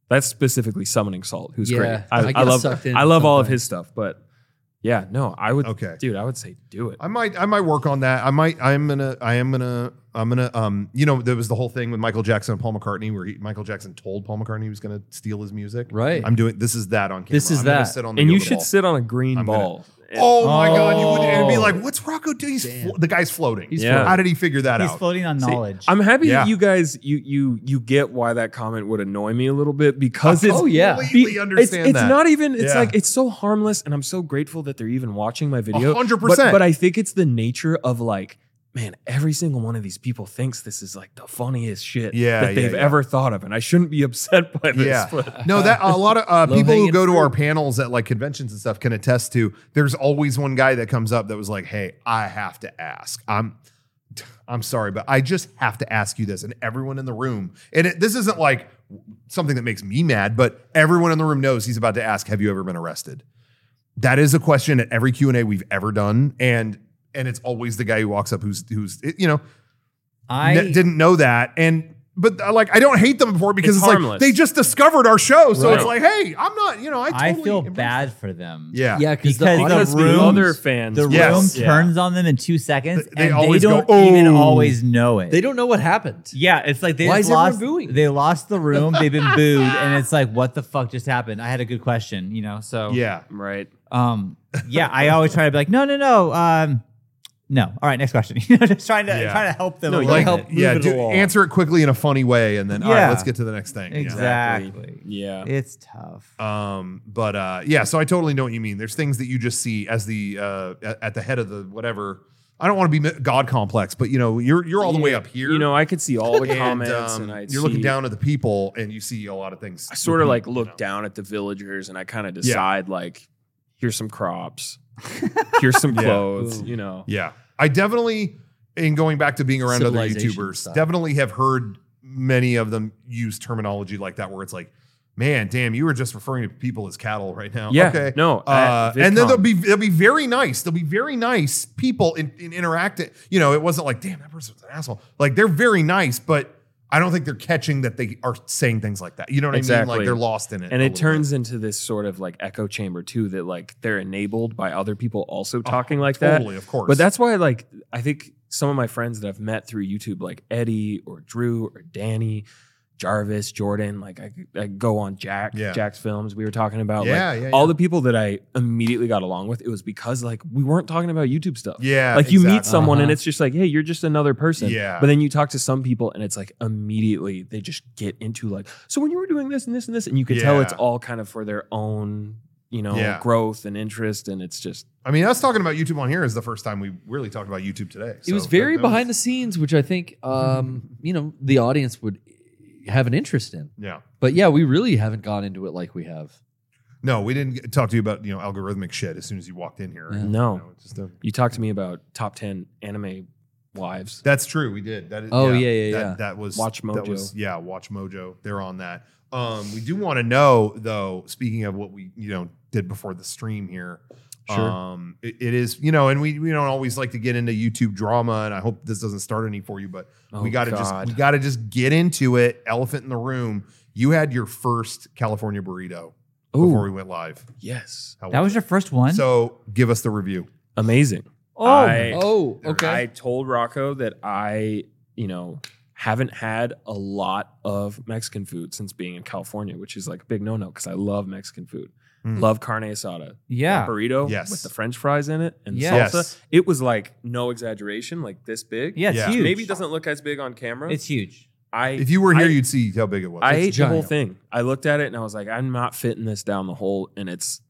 Speaker 4: That's specifically summoning salt, who's
Speaker 2: Yeah,
Speaker 4: great.
Speaker 2: I
Speaker 4: I, I,
Speaker 2: get
Speaker 4: love
Speaker 2: sucked in
Speaker 4: I love all of
Speaker 2: sometimes.
Speaker 4: his stuff, but yeah, no, I would
Speaker 1: Okay.
Speaker 4: dude, I would say do it.
Speaker 1: I might I might work on that. I might I'm gonna I am gonna I'm gonna um you know there was the whole thing with Michael Jackson and Paul McCartney where he, Michael Jackson told Paul McCartney he was gonna steal his music.
Speaker 2: Right.
Speaker 1: I'm doing this is that on camera.
Speaker 2: This is
Speaker 1: I'm gonna
Speaker 2: that.
Speaker 1: sit on the
Speaker 4: and you
Speaker 1: yoga
Speaker 4: should
Speaker 1: ball.
Speaker 4: sit on a green
Speaker 1: I'm gonna-
Speaker 4: ball.
Speaker 1: Oh my god, you would it'd be
Speaker 2: Oh.
Speaker 1: like what's Rocco doing? He's
Speaker 2: Damn.
Speaker 1: flo- the guy's floating.
Speaker 2: He's
Speaker 4: Yeah.
Speaker 1: How did he figure that
Speaker 3: He's
Speaker 1: out?
Speaker 3: floating on
Speaker 4: See,
Speaker 3: knowledge.
Speaker 4: I'm happy
Speaker 1: Yeah.
Speaker 4: that you guys you you you get why that comment would annoy me a little bit because it's
Speaker 2: Oh yeah.
Speaker 1: Completely
Speaker 4: be-
Speaker 1: understand
Speaker 4: it's, it's
Speaker 1: that.
Speaker 4: not even it's
Speaker 1: Yeah.
Speaker 4: like it's so harmless and I'm so grateful that they're even watching my video.
Speaker 1: 100%.
Speaker 4: But, but I think it's the nature of like man, every single one of these people thinks this is like the funniest shit
Speaker 1: Yeah,
Speaker 4: that they've
Speaker 1: yeah, yeah.
Speaker 4: ever thought of and I shouldn't be upset by this.
Speaker 1: Yeah.
Speaker 4: But
Speaker 1: No, that a lot of uh, people who
Speaker 2: Low-hanging
Speaker 1: go to our
Speaker 2: fruit.
Speaker 1: panels at like conventions and stuff can attest to. There's always one guy that comes up that was like, "Hey, I have to ask. I'm, I'm sorry, but I just have to ask you this." And everyone in the room, and it, this isn't like something that makes me mad, but everyone in the room knows he's about to ask, "Have you ever been arrested?" That is a question at every Q and A we've ever done, and and it's always the guy who walks up who's who's it- you know
Speaker 3: I
Speaker 1: kn- didn't know that and but uh, like I don't hate them for it because
Speaker 4: It's
Speaker 1: it's, like
Speaker 4: harmless.
Speaker 1: they just discovered our show, so
Speaker 4: Right.
Speaker 1: it's like, hey, I'm not, you know, I,
Speaker 3: I
Speaker 1: totally
Speaker 3: feel
Speaker 1: embrace-
Speaker 3: bad for them.
Speaker 1: Yeah,
Speaker 2: Yeah, because the
Speaker 3: Because the
Speaker 4: because
Speaker 2: audience
Speaker 4: the
Speaker 3: rooms-
Speaker 4: other fans
Speaker 3: The
Speaker 1: Yes.
Speaker 3: room
Speaker 4: Yeah.
Speaker 3: turns on them in two seconds,
Speaker 1: Th- they
Speaker 3: and they
Speaker 1: always go,
Speaker 3: don't even
Speaker 1: "Oh."
Speaker 3: always know it.
Speaker 2: they don't know what happened.
Speaker 3: Yeah, it's like they
Speaker 2: Why
Speaker 3: just
Speaker 2: is everyone
Speaker 3: lost.
Speaker 2: booing?
Speaker 3: They lost the room. They've been booed, and it's like, what the fuck just happened? I had a good question, you know. So
Speaker 1: yeah.
Speaker 4: right.
Speaker 3: um, yeah, I always try to be like, no, no, no, um, no. All right, next question. You know, just trying to
Speaker 1: Yeah.
Speaker 3: trying to help them.
Speaker 4: No,
Speaker 3: a
Speaker 4: you
Speaker 3: little
Speaker 1: Like,
Speaker 2: help
Speaker 3: bit.
Speaker 2: move
Speaker 1: yeah,
Speaker 2: it
Speaker 1: do,
Speaker 2: along.
Speaker 1: answer it quickly in a funny way, and then all right,
Speaker 3: Yeah.
Speaker 1: let's get to the next thing. you know?
Speaker 3: exactly.
Speaker 4: Yeah.
Speaker 3: It's tough.
Speaker 1: Um, but uh, yeah, so I totally know what you mean. There's things that you just see as the uh, a- at the head of the whatever. I don't want to be mi- god complex, but you know, you're you're all the way
Speaker 4: Yeah.
Speaker 1: up here.
Speaker 4: You know, I could see all the
Speaker 1: and,
Speaker 4: comments
Speaker 1: um,
Speaker 4: and I
Speaker 1: you're looking
Speaker 4: see-
Speaker 1: down at the people, and you see a lot of things.
Speaker 4: I sort of like
Speaker 1: repeat, you
Speaker 4: look
Speaker 1: know?
Speaker 4: down at the villagers and I kind of decide like, here's some crops, here's some
Speaker 1: Yeah.
Speaker 4: clothes,
Speaker 2: Ooh.
Speaker 4: you know.
Speaker 1: Yeah. I definitely, in going back to being around other
Speaker 2: Civilization
Speaker 1: YouTubers,
Speaker 2: style.
Speaker 1: definitely have heard many of them use terminology like that where it's like, man, damn, you were just referring to people as cattle right now.
Speaker 4: Yeah.
Speaker 1: Okay.
Speaker 4: No.
Speaker 1: Uh,
Speaker 4: at
Speaker 1: and then
Speaker 4: VidCon.
Speaker 1: they'll be they'll be very nice. They'll be very nice people in, in interacting. You know, it wasn't like, damn, that person's an asshole. Like they're very nice, but I don't think they're catching that they are saying things like that. You know what I mean? Like
Speaker 4: Exactly.
Speaker 1: they're lost in it.
Speaker 4: And
Speaker 1: a
Speaker 4: it
Speaker 1: little
Speaker 4: turns into this sort of like echo chamber too that like they're enabled by other people also talking like
Speaker 1: bit.
Speaker 4: that.
Speaker 1: Oh, totally, of course.
Speaker 4: But that's why like I think some of my friends that I've met through YouTube like Eddie or Drew or Danny, Jarvis, Jordan, like I, I go on Jack,
Speaker 1: Yeah.
Speaker 4: Jack's films we were talking about like
Speaker 1: yeah, yeah, yeah.
Speaker 4: all the people that I immediately got along with, it was because like we weren't talking about YouTube stuff.
Speaker 1: yeah,
Speaker 4: like you meet
Speaker 1: exactly.
Speaker 4: someone and
Speaker 3: Uh-huh.
Speaker 4: it's just like, hey, you're just another person.
Speaker 1: Yeah.
Speaker 4: But then you talk to some people and it's like immediately they just get into like, so when you were doing this and this and this, and you can tell it's
Speaker 1: Yeah.
Speaker 4: all kind of for their own, you know,
Speaker 1: Yeah.
Speaker 4: growth and interest. And it's just
Speaker 1: I mean, us talking about YouTube on here is the first time we really talked about YouTube today.
Speaker 2: it was very behind the scenes, which I think um, you know the audience would have an interest in.
Speaker 1: the. Yeah.
Speaker 2: But yeah, we really haven't gone into it like we have.
Speaker 1: No, we didn't get- talk to you about you know algorithmic shit as soon as you walked in here.
Speaker 2: Yeah.
Speaker 4: No.
Speaker 1: You know, it's just a-
Speaker 4: you talk to me about top 10 anime wives.
Speaker 1: that's true. We did. That is.
Speaker 2: Oh, yeah, yeah,
Speaker 1: that,
Speaker 2: yeah.
Speaker 1: That was
Speaker 4: Watch
Speaker 1: That
Speaker 4: Mojo.
Speaker 1: was, yeah, Watch Mojo. They're on that. Um, we do want to know though. Speaking of what we you know did before the stream here.
Speaker 4: Sure.
Speaker 1: Um, it- it is you know, and we we don't always like to get into YouTube drama, and I hope this doesn't start any for you, but
Speaker 4: Oh,
Speaker 1: we gotta
Speaker 4: God.
Speaker 1: just we gotta just get into it. Elephant in the room. You had your first California burrito before
Speaker 4: Ooh,
Speaker 1: we went live.
Speaker 4: yes.
Speaker 1: How
Speaker 3: That was your first one.
Speaker 1: So give us the review.
Speaker 4: Amazing.
Speaker 3: oh,
Speaker 4: I-
Speaker 2: Oh,
Speaker 4: I told Rocco that I, you know, haven't had a lot of Mexican food since being in California, which is like a big no-no because I love Mexican food.
Speaker 1: Mm.
Speaker 4: Love carne asada.
Speaker 3: Hmm. yeah.
Speaker 4: That burrito
Speaker 1: Yes.
Speaker 4: with the french fries in it and
Speaker 3: Yes.
Speaker 4: salsa. It was like no exaggeration, like this big.
Speaker 3: Yeah, it's
Speaker 1: Yeah.
Speaker 3: huge.
Speaker 4: Maybe it doesn't look as big on camera.
Speaker 3: It's huge.
Speaker 4: I
Speaker 1: If you were here,
Speaker 4: I-
Speaker 1: you'd see how big it was.
Speaker 4: I ate
Speaker 2: It's
Speaker 4: the whole
Speaker 2: giant.
Speaker 4: thing. I looked at it and I was like, I'm not fitting this down the hole and it's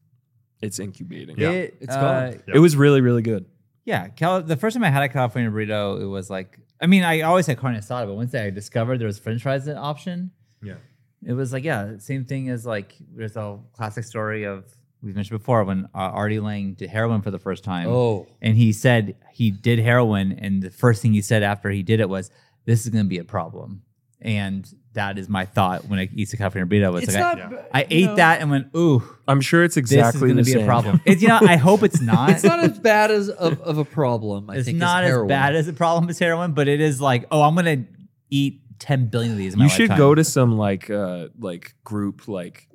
Speaker 4: it's incubating.
Speaker 1: Yeah.
Speaker 3: It,
Speaker 2: It's gone.
Speaker 3: uh,
Speaker 1: Yep.
Speaker 4: It was really, really good.
Speaker 3: Yeah, Cal- the first time I had a California burrito, it was like I mean, I always had carne asada, but once I discovered there was French fries an option,
Speaker 1: Yeah.
Speaker 3: it was like yeah, same thing as like there's a classic story of we've mentioned before when uh, Artie Lang did heroin for the first time,
Speaker 2: Oh,
Speaker 3: and he said he did heroin, and the first thing he said after he did it was, "This is going to be a problem." and that is my thought when I eat the caffeine burrito. It's,
Speaker 2: It's
Speaker 3: like
Speaker 2: not.
Speaker 1: Yeah.
Speaker 2: I,
Speaker 3: I, I ate that and went, ooh,
Speaker 4: I'm sure it's
Speaker 3: this
Speaker 4: exactly
Speaker 3: is going
Speaker 4: the
Speaker 3: to be
Speaker 4: same.
Speaker 3: a problem. It's you know, I hope it's not.
Speaker 2: It's not as bad as of, of a problem. I
Speaker 3: It's
Speaker 2: think
Speaker 3: not as
Speaker 2: heroin.
Speaker 3: bad as a problem as heroin, but it is like, oh, I'm going to eat 10 billion of these. In my
Speaker 4: You should
Speaker 3: lifetime.
Speaker 4: go to some like uh like group like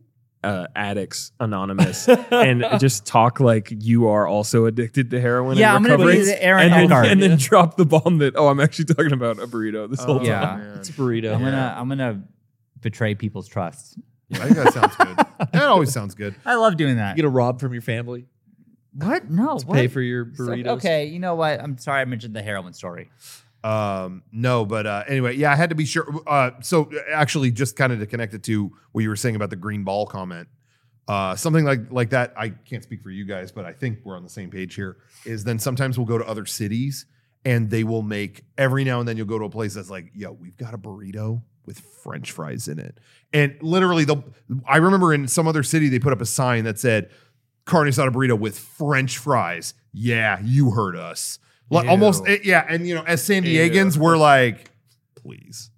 Speaker 4: uh addicts anonymous and just talk like you are also addicted to heroin.
Speaker 3: Yeah, I'm
Speaker 4: and
Speaker 3: gonna be
Speaker 4: recovering,
Speaker 3: the Aaron
Speaker 4: and, then,
Speaker 3: Eckhart.
Speaker 4: and then drop the bomb that oh I'm actually talking about a burrito this whole
Speaker 1: Oh,
Speaker 4: time.
Speaker 3: Yeah.
Speaker 1: man.
Speaker 2: It's a burrito.
Speaker 3: I'm gonna I'm gonna betray people's trust.
Speaker 1: I think that sounds good. That always sounds good.
Speaker 3: I love doing that.
Speaker 2: You get a rob from your family.
Speaker 3: what? No.
Speaker 2: to
Speaker 3: Oh, what?
Speaker 2: Pay for your
Speaker 3: It's like,
Speaker 2: burritos.
Speaker 3: okay, you know what? I'm sorry I mentioned the heroin story.
Speaker 1: Um, no, but uh, anyway, yeah, I had to be sure. Uh, so actually, just kind of to connect it to what you were saying about the green ball comment, uh, something like like that. I can't speak for you guys, but I think we're on the same page here. Is then sometimes we'll go to other cities and they will make every now and then you'll go to a place that's like, yo, we've got a burrito with French fries in it, and literally they'll. I remember in some other city they put up a sign that said carne asada burrito with French fries. Yeah, you heard us. Like
Speaker 4: Ew.
Speaker 1: almost, eh, yeah, and you know, as San Diegans, we're like, please.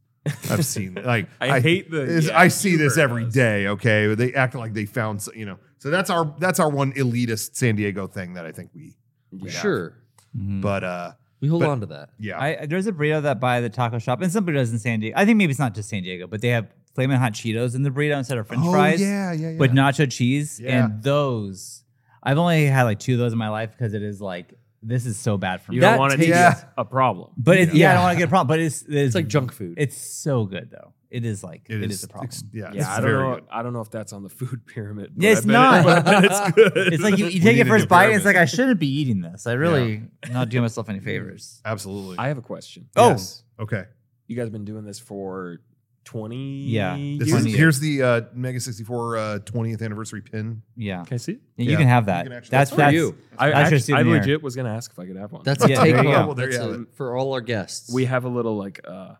Speaker 1: I've seen like
Speaker 4: I hate the-
Speaker 1: is-
Speaker 4: yeah,
Speaker 1: I see
Speaker 4: you
Speaker 1: this
Speaker 4: heard
Speaker 1: every
Speaker 4: us.
Speaker 1: day. Okay, they act like they found so- you know. So that's our that's our one elitist San Diego thing that I think we. we have.
Speaker 2: Sure. Mm-hmm.
Speaker 1: but uh,
Speaker 2: We hold
Speaker 1: But-
Speaker 2: on to that.
Speaker 1: yeah,
Speaker 3: Hmm. I, there's a burrito that by the taco shop, and some burritos in San Diego. I think maybe it's not just San Diego, but they have flaming hot Cheetos in the burrito instead of French
Speaker 1: Oh,
Speaker 3: fries
Speaker 1: Yeah, yeah, yeah.
Speaker 3: with nacho cheese.
Speaker 1: Yeah.
Speaker 3: And those, I've only had like two of those in my life because it is like this is so bad for me.
Speaker 4: You
Speaker 2: That
Speaker 4: don't want it to be
Speaker 1: tastes-
Speaker 4: a problem.
Speaker 3: but it's, yeah. I don't
Speaker 2: Yeah.
Speaker 3: want to get a problem. But it's it's,
Speaker 2: It's like junk food.
Speaker 3: It's so good though. It is like it is, a problem.
Speaker 1: ex- yeah,
Speaker 4: Yeah, I don't
Speaker 1: very
Speaker 4: know.
Speaker 1: good.
Speaker 4: I don't know if that's on the food pyramid.
Speaker 3: Yeah, it's
Speaker 4: I bet
Speaker 3: not.
Speaker 4: It, but I bet it's good.
Speaker 3: It's like you, you
Speaker 1: We
Speaker 3: take
Speaker 1: need
Speaker 3: your
Speaker 1: a
Speaker 3: first
Speaker 1: new
Speaker 3: bite, and it's
Speaker 1: pyramid.
Speaker 3: like I shouldn't be eating this. I really not doing myself any favors.
Speaker 1: Absolutely.
Speaker 4: I have a question.
Speaker 3: Oh.
Speaker 1: okay.
Speaker 4: You guys been doing this for twenty.
Speaker 3: Yeah.
Speaker 1: This
Speaker 4: years?
Speaker 1: is,
Speaker 3: 20
Speaker 1: here's the uh, Mega 64 uh, 20th anniversary pin.
Speaker 3: Yeah,
Speaker 4: Can I see? it?
Speaker 3: you
Speaker 1: Yeah.
Speaker 3: can have that.
Speaker 1: can actually- That's
Speaker 3: that's
Speaker 1: for
Speaker 3: that's
Speaker 2: you.
Speaker 4: I,
Speaker 3: That's your
Speaker 4: actually, I
Speaker 3: souvenir.
Speaker 4: legit was gonna ask if I could have one.
Speaker 2: That's a
Speaker 3: Yeah,
Speaker 2: take
Speaker 3: there you go.
Speaker 2: home.
Speaker 1: Well, there
Speaker 2: That's
Speaker 1: you
Speaker 2: a-
Speaker 1: have
Speaker 2: for all our guests.
Speaker 4: we have a little like uh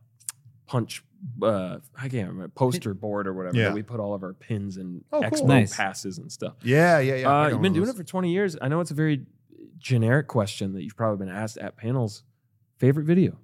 Speaker 4: punch uh i can't remember poster board or whatever
Speaker 1: Yeah.
Speaker 4: that we put all of our pins and
Speaker 1: Oh, cool.
Speaker 4: expo
Speaker 3: Nice.
Speaker 4: passes and stuff
Speaker 1: Yeah, yeah, yeah. I got
Speaker 4: uh you've
Speaker 1: one
Speaker 4: been
Speaker 1: of
Speaker 4: doing
Speaker 1: those.
Speaker 4: it for 20 years i know it's a very generic question that you've probably been asked at panels favorite video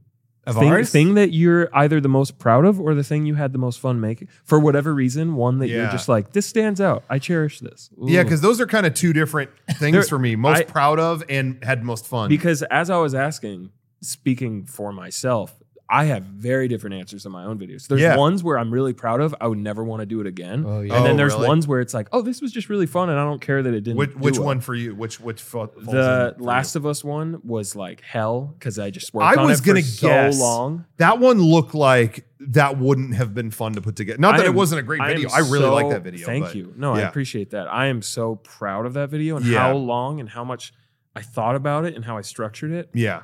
Speaker 3: of
Speaker 4: thing,
Speaker 3: ours.
Speaker 4: thing that you're either the most proud of or the thing you had the most fun making for whatever reason one that
Speaker 1: Yeah.
Speaker 4: you're just like this stands out i cherish this
Speaker 1: Yeah,
Speaker 4: Ooh.
Speaker 1: because those are kind of two different things
Speaker 4: They're-
Speaker 1: for me. Most
Speaker 4: I-
Speaker 1: proud of and had most fun.
Speaker 4: Because as I was asking, speaking for myself, I have very different answers in my own videos. There's
Speaker 1: Yeah.
Speaker 4: ones where I'm really proud of, I would never want to do it again.
Speaker 2: Oh, yeah.
Speaker 4: And
Speaker 1: Oh,
Speaker 4: then there's
Speaker 1: really?
Speaker 4: ones where it's like, oh, this was just really fun and I don't care that it didn't.
Speaker 1: which,
Speaker 4: do
Speaker 1: which
Speaker 4: well.
Speaker 1: one for you? Which which fa- falls
Speaker 4: The
Speaker 1: in for you?
Speaker 4: Last of Us one was like hell because I just
Speaker 1: I
Speaker 4: worked on
Speaker 1: was
Speaker 4: it for
Speaker 1: gonna
Speaker 4: so
Speaker 1: guess.
Speaker 4: long.
Speaker 1: that one looked like that wouldn't have been fun to put together. Not
Speaker 4: I
Speaker 1: that it
Speaker 4: am-
Speaker 1: wasn't a great
Speaker 4: I am
Speaker 1: video. I really
Speaker 4: so-
Speaker 1: like that video.
Speaker 4: Thank
Speaker 1: but-
Speaker 4: you. No, I
Speaker 1: yeah.
Speaker 4: appreciate that. I am so proud of that video and
Speaker 1: Yeah.
Speaker 4: how long and how much I thought about it and how I structured it.
Speaker 1: Yeah.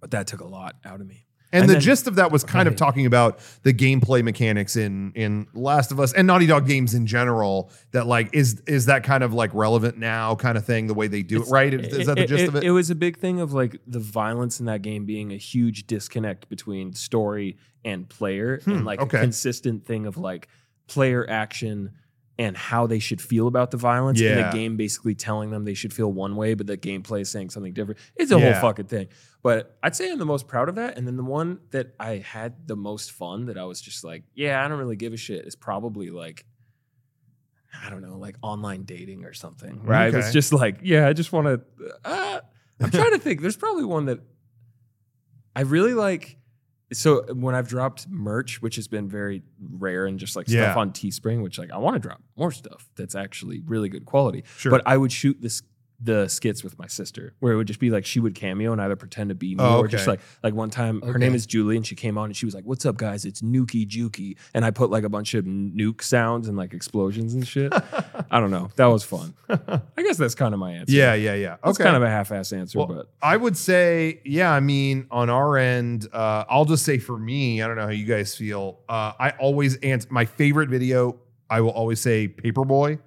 Speaker 4: But that took a lot out of me.
Speaker 1: And,
Speaker 4: And
Speaker 1: the
Speaker 4: then-
Speaker 1: gist of that was kind of
Speaker 4: Right.
Speaker 1: talking about the gameplay mechanics in in Last of Us and Naughty Dog games in general. That like is is that kind of like relevant now kind of thing the way they do it,
Speaker 4: It's-
Speaker 1: right? Is, is that the gist of it?
Speaker 4: was a big thing of like the violence in that game being a huge disconnect between story and player,
Speaker 1: Hmm,
Speaker 4: and like
Speaker 1: okay.
Speaker 4: a consistent thing of like player action and how they should feel about the violence,
Speaker 1: Yeah.
Speaker 4: and the game basically telling them they should feel one way, but the gameplay is saying something different. It's a
Speaker 1: Yeah.
Speaker 4: whole fucking thing. But I'd say I'm the most proud of that, and then the one that I had the most fun that I was just like, yeah, I don't really give a shit is probably like. I don't know, like online dating or something, Mm-hmm. right? It was
Speaker 1: Okay.
Speaker 4: just like, yeah, I just want to. Uh, I'm trying to think. There's probably one that I really like. So when I've dropped merch, which has been very rare, and just like
Speaker 1: Yeah.
Speaker 4: stuff on Teespring, which like I want to drop more stuff that's actually really good quality.
Speaker 1: Sure.
Speaker 4: But I would shoot this the skits with my sister, where it would just be like she would cameo and either pretend to be me
Speaker 1: Oh,
Speaker 4: or just
Speaker 1: okay.
Speaker 4: like like one time her
Speaker 2: Okay.
Speaker 4: name is Julie and she came on and she was like, "What's up, guys? It's Nuki Juki," and I put like a bunch of nuke sounds and like explosions and shit. I don't know. That was fun. I guess that's kind of my answer.
Speaker 1: yeah, yeah, yeah.
Speaker 4: That's
Speaker 1: Okay.
Speaker 4: kind of a half-ass answer,
Speaker 1: Well,
Speaker 4: but
Speaker 1: I would say, yeah, I mean, on our end, uh, I'll just say for me, I don't know how you guys feel. Uh, I always answer my favorite video, I will always say Paperboy.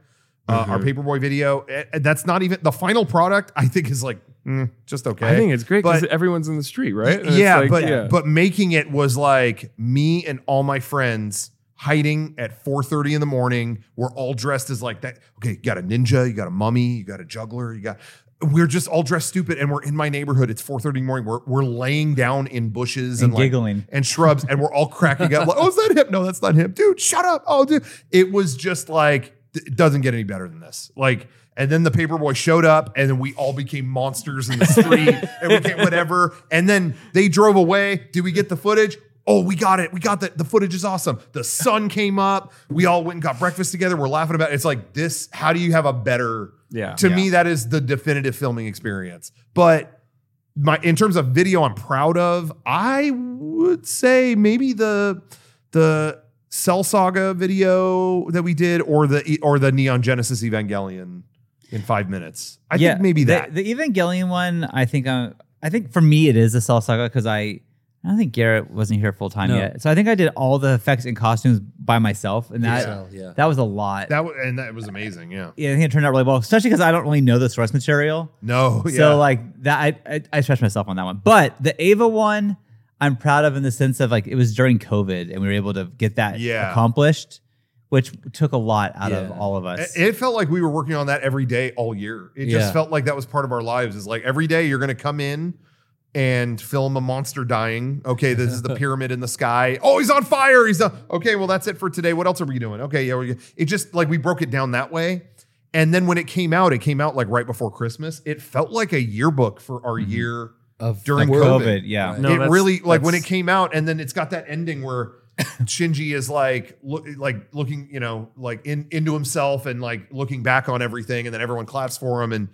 Speaker 1: Uh,
Speaker 4: Mm-hmm.
Speaker 1: Our Paperboy video. Eh, eh, That's not even the final product, I think, is like mm, just okay.
Speaker 4: I think it's great because
Speaker 1: But-
Speaker 4: everyone's in the street, right? And it's
Speaker 1: yeah,
Speaker 4: like,
Speaker 1: but but making it was like me and all my friends hiding at 4:30 in the morning. We're all dressed as like that. Okay, you got a ninja, you got a mummy, you got a juggler, you got we're just all dressed stupid and we're in my neighborhood. It's 4:30 in the morning. We're we're laying down in bushes and,
Speaker 3: and
Speaker 1: like
Speaker 3: giggling.
Speaker 1: and shrubs, and we're all cracking up. Like, oh, is that him? No, that's not him, dude. Shut up. Oh, dude, it was just like th- it doesn't get any better than this. Like, and then the paperboy showed up, and then we all became monsters in the street, and we became whatever. And then they drove away. Did we get the footage? Oh, we got it. We got the the footage is awesome. The sun came up. We all went and got breakfast together. We're laughing about it. It's like this. How do you have a better?
Speaker 4: Yeah.
Speaker 1: To me, that is the definitive filming experience. But my in terms of video I'm proud of, I would say maybe the the Cell Saga video that we did or the or the Neon Genesis Evangelion in 5 minutes. I think maybe
Speaker 3: the-
Speaker 1: that.
Speaker 3: the, Evangelion one. I think i I think for me it is a Cell Saga because I I don't think Garrett wasn't here full time
Speaker 2: No.
Speaker 3: yet, so I think I did all the effects and costumes by myself, and that
Speaker 2: So, yeah.
Speaker 3: that was a lot.
Speaker 1: that wa- and that was amazing, yeah.
Speaker 3: yeah, I think it turned out really well, especially because I don't really know the source material.
Speaker 1: No, yeah.
Speaker 3: So like that, I, I I stretched myself on that one. But the Ava one, I'm proud of in the sense of like it was during COVID and we were able to get that
Speaker 1: Yeah.
Speaker 3: accomplished, which took a lot out of
Speaker 2: Yeah.
Speaker 3: all of
Speaker 1: It-
Speaker 3: us.
Speaker 1: it felt like we were working on that every day all year. It just
Speaker 2: Yeah.
Speaker 1: felt like that was part of our lives. Is like every day you're going to come in and film a monster dying. Okay, this is the pyramid in the sky. Oh, he's on fire. He's on. Okay, well that's it for today. What else are we doing? Okay, yeah, we it just like we broke it down that way. And then when it came out, it came out like right before Christmas. It felt like a yearbook for our year
Speaker 2: Of
Speaker 1: during
Speaker 2: the
Speaker 1: COVID.
Speaker 2: world.
Speaker 3: COVID, yeah.
Speaker 4: No,
Speaker 1: it
Speaker 4: that's-
Speaker 1: really like when it
Speaker 4: that's-
Speaker 1: came out, and then it's got that ending where Shinji is like look like looking, you know, like in into himself and like looking back on everything, and then everyone claps for him and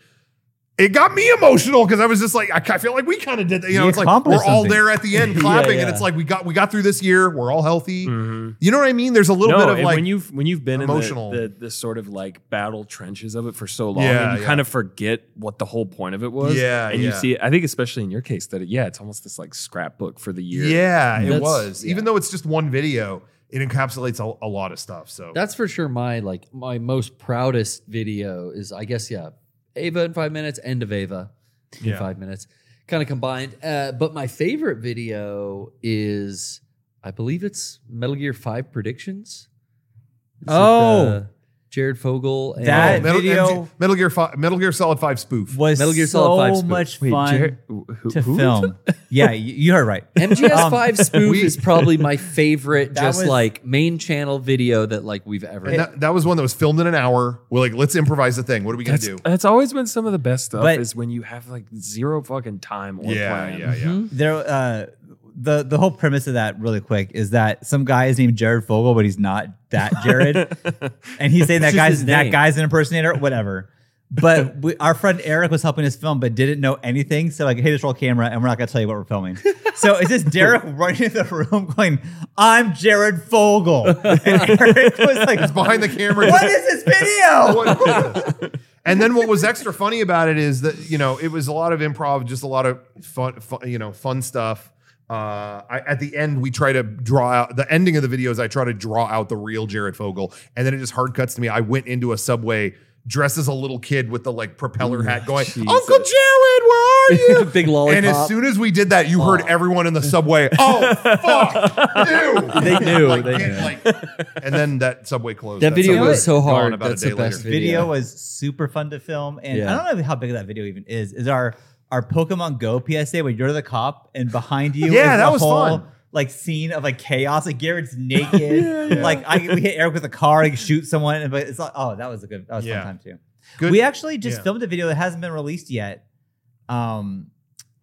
Speaker 1: it got me emotional because I was just like, I, ki- I feel like we kind of did that. You know,
Speaker 3: You
Speaker 1: it's like we're
Speaker 3: accomplished
Speaker 1: all
Speaker 3: something.
Speaker 1: there at the end
Speaker 2: Yeah,
Speaker 1: clapping, and
Speaker 2: yeah.
Speaker 1: it's like we got we got through this year. We're all healthy.
Speaker 4: Mhm.
Speaker 1: You know what I mean? There's a little
Speaker 4: no,
Speaker 1: bit of
Speaker 4: and
Speaker 1: like
Speaker 4: when you've when you've been
Speaker 1: emotional.
Speaker 4: in the, the, the sort of like battle trenches of it for so long,
Speaker 1: Yeah,
Speaker 4: and you
Speaker 1: yeah.
Speaker 4: kind of forget what the whole point of it was.
Speaker 1: Yeah,
Speaker 4: and you
Speaker 1: yeah.
Speaker 4: see, I think especially in your case that it, yeah, it's almost this like scrapbook for the year.
Speaker 1: yeah, it
Speaker 2: That's-
Speaker 1: was.
Speaker 2: yeah.
Speaker 1: Even though it's just one video, it encapsulates a, a lot of stuff. So
Speaker 2: That's for sure. My like my most proudest video is I guess yeah, Ava in five minutes, end of Ava in
Speaker 1: Yeah.
Speaker 2: five minutes, kind of combined. Uh, but my favorite video is I believe it's Metal Gear Five predictions. It's like,
Speaker 3: Oh.
Speaker 2: uh, Jared Fogel. And
Speaker 3: That-
Speaker 1: Oh, Metal,
Speaker 3: video-
Speaker 1: Metal Gear Fi- Metal Gear Solid Five spoof.
Speaker 3: was
Speaker 2: Metal Gear
Speaker 3: so
Speaker 2: Solid 5 spoof.
Speaker 3: much
Speaker 4: Wait,
Speaker 3: fun
Speaker 4: Jared, who,
Speaker 3: to
Speaker 4: who-
Speaker 3: film. yeah, you, you heard right.
Speaker 2: MGS
Speaker 3: Um,
Speaker 2: Five spoof
Speaker 1: we-
Speaker 2: is probably my favorite,
Speaker 3: That
Speaker 2: just
Speaker 3: was-
Speaker 2: like main channel video that like we've ever.
Speaker 1: And that, that was one that was filmed in an hour. We're like, let's improvise the thing. What are we gonna
Speaker 4: That's,
Speaker 1: do?
Speaker 4: that's always been some of the best stuff
Speaker 3: But-
Speaker 4: is when you have like zero fucking time or
Speaker 1: Yeah,
Speaker 4: plan. Mm-hmm.
Speaker 1: yeah, yeah.
Speaker 2: Mhm.
Speaker 3: There, uh, the the whole premise of that, really quick, is that some guy is named Jared Fogle, but he's not that Jared, and he's saying that
Speaker 2: It's just
Speaker 3: guy's
Speaker 2: his
Speaker 3: that
Speaker 2: name.
Speaker 3: guy's an impersonator, whatever. But we, our friend Eric was helping us film, but didn't know anything. So like, hey, just roll camera, and we're not gonna tell you what we're filming. so it's just Derek running in the room, going, "I'm Jared Fogle," and Eric was like,
Speaker 1: Behind the camera.
Speaker 3: "What is this video?"
Speaker 1: What- and then what was extra funny about it is that you know it was a lot of improv, just a lot of fun, fun you know, fun stuff. Uh, I, at the end, we try to draw out the ending of the videos. I try to draw out the real Jared Fogle, and then it just hard cuts to me. I went into a subway dressed as a little kid with the like propeller
Speaker 4: Mm,
Speaker 1: hat, going, "Uncle Jared, where are you?"
Speaker 2: Big lollipop.
Speaker 1: And as soon as we did that, you heard
Speaker 2: Oh.
Speaker 1: everyone in the subway. Oh fuck! Ew.
Speaker 2: They knew,
Speaker 1: Like,
Speaker 2: they
Speaker 1: get-
Speaker 2: knew.
Speaker 1: like- and then that subway closed.
Speaker 2: That video
Speaker 1: subway
Speaker 2: goes so
Speaker 1: gone
Speaker 2: hard.
Speaker 1: about a
Speaker 2: That's
Speaker 1: day
Speaker 2: the best
Speaker 1: later.
Speaker 3: video
Speaker 2: Yeah.
Speaker 3: was super fun to film, and
Speaker 2: Yeah.
Speaker 3: I don't know how big that video even is. Is our our Pokemon Go PSA where you're the cop and behind you?
Speaker 1: Yeah,
Speaker 3: is
Speaker 1: that
Speaker 3: the
Speaker 1: was
Speaker 3: whole,
Speaker 1: fun.
Speaker 3: Like scene of like chaos, like Garrett's naked. Like I, we hit Eric with a car, like shoot someone, and but it's like oh that was a good that was a
Speaker 1: Yeah.
Speaker 3: fun time too.
Speaker 1: Good-
Speaker 3: We actually just
Speaker 1: yeah.
Speaker 3: filmed a video that hasn't been released yet. Um,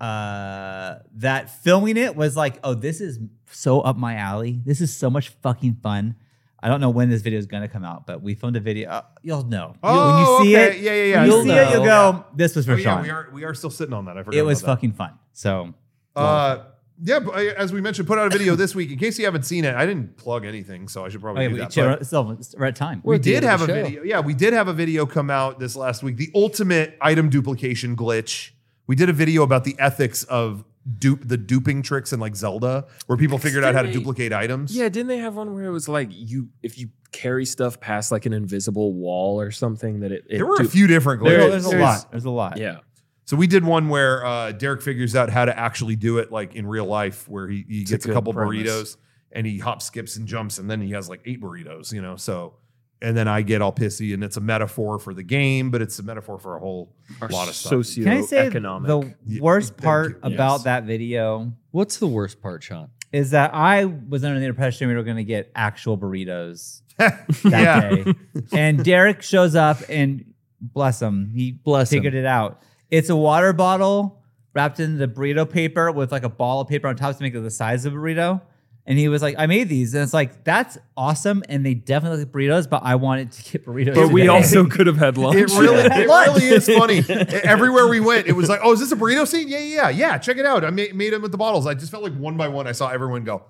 Speaker 3: uh, that filming it was like oh this is so up my alley. This is so much fucking fun. I don't know when this video is gonna come out, but we filmed a video. Uh, you'll know You-
Speaker 1: Oh,
Speaker 3: when you see
Speaker 1: okay.
Speaker 3: it.
Speaker 1: Yeah, yeah, yeah.
Speaker 3: when
Speaker 1: I
Speaker 3: you
Speaker 2: You'll
Speaker 3: see
Speaker 2: know.
Speaker 3: it, you'll go. This was for
Speaker 1: Oh, yeah,
Speaker 3: Sean.
Speaker 1: we are we are still sitting on that. I forgot.
Speaker 3: it was
Speaker 1: about that.
Speaker 3: fucking fun. So
Speaker 1: Uh, yeah, but I- as we mentioned, put out a video this week. In case you haven't seen it, I didn't plug anything, so I should probably
Speaker 3: okay,
Speaker 1: Oh, do
Speaker 3: we,
Speaker 1: that.
Speaker 3: chill,
Speaker 1: but-
Speaker 3: we're- still, we're at time.
Speaker 1: we
Speaker 2: at the
Speaker 1: did
Speaker 2: end of
Speaker 1: have
Speaker 2: the
Speaker 1: a
Speaker 2: show.
Speaker 1: video. Yeah, we did have a video come out this last week. The ultimate item duplication glitch. We did a video about the ethics of dupe the duping tricks in like Zelda, where people figured out how to
Speaker 4: Excuse me.
Speaker 1: duplicate items.
Speaker 4: Yeah, didn't they have one where it was like you if you carry stuff past like an invisible wall or something that it, it
Speaker 1: there were
Speaker 4: do-
Speaker 1: a few different glitches.
Speaker 4: There
Speaker 3: No,
Speaker 4: is-
Speaker 3: there's a
Speaker 4: there's-
Speaker 3: lot. There's a lot.
Speaker 4: Yeah,
Speaker 1: So we did one where uh, Derek figures out how to actually do it, like in real life, where he, he
Speaker 4: It's a
Speaker 1: gets a,
Speaker 4: good
Speaker 1: couple
Speaker 4: premise.
Speaker 1: burritos and he hops, skips, and jumps, and then he has like eight burritos. You know, so and then I get all pissy, and it's a metaphor for the game, but it's a metaphor for a whole
Speaker 4: Our
Speaker 1: lot of stuff.
Speaker 4: socioeconomic.
Speaker 3: Can I say the
Speaker 1: Yeah,
Speaker 3: worst
Speaker 1: thank
Speaker 3: part
Speaker 1: you.
Speaker 3: about
Speaker 1: Yes.
Speaker 3: that video
Speaker 2: What's the worst part, Sean?
Speaker 3: is that I was under the impression we were going to get actual burritos that
Speaker 1: yeah,
Speaker 3: day. And Derek shows up and bless him, he
Speaker 2: Bless him.
Speaker 3: figured it out. It's a water bottle wrapped in the burrito paper with like a ball of paper on top to make it the size of a burrito. And he was like, I made these. And it's like, that's awesome. And they definitely look like burritos, but I wanted to get burritos.
Speaker 4: But we
Speaker 3: today.
Speaker 4: also could have had lunch.
Speaker 1: it really,
Speaker 3: Yeah.
Speaker 1: it really is funny. E-, Everywhere we went, it was like, oh, is this a burrito scene? Yeah, yeah, yeah. yeah check it out. I made, made them with the bottles. I just felt like one by one, I saw everyone go.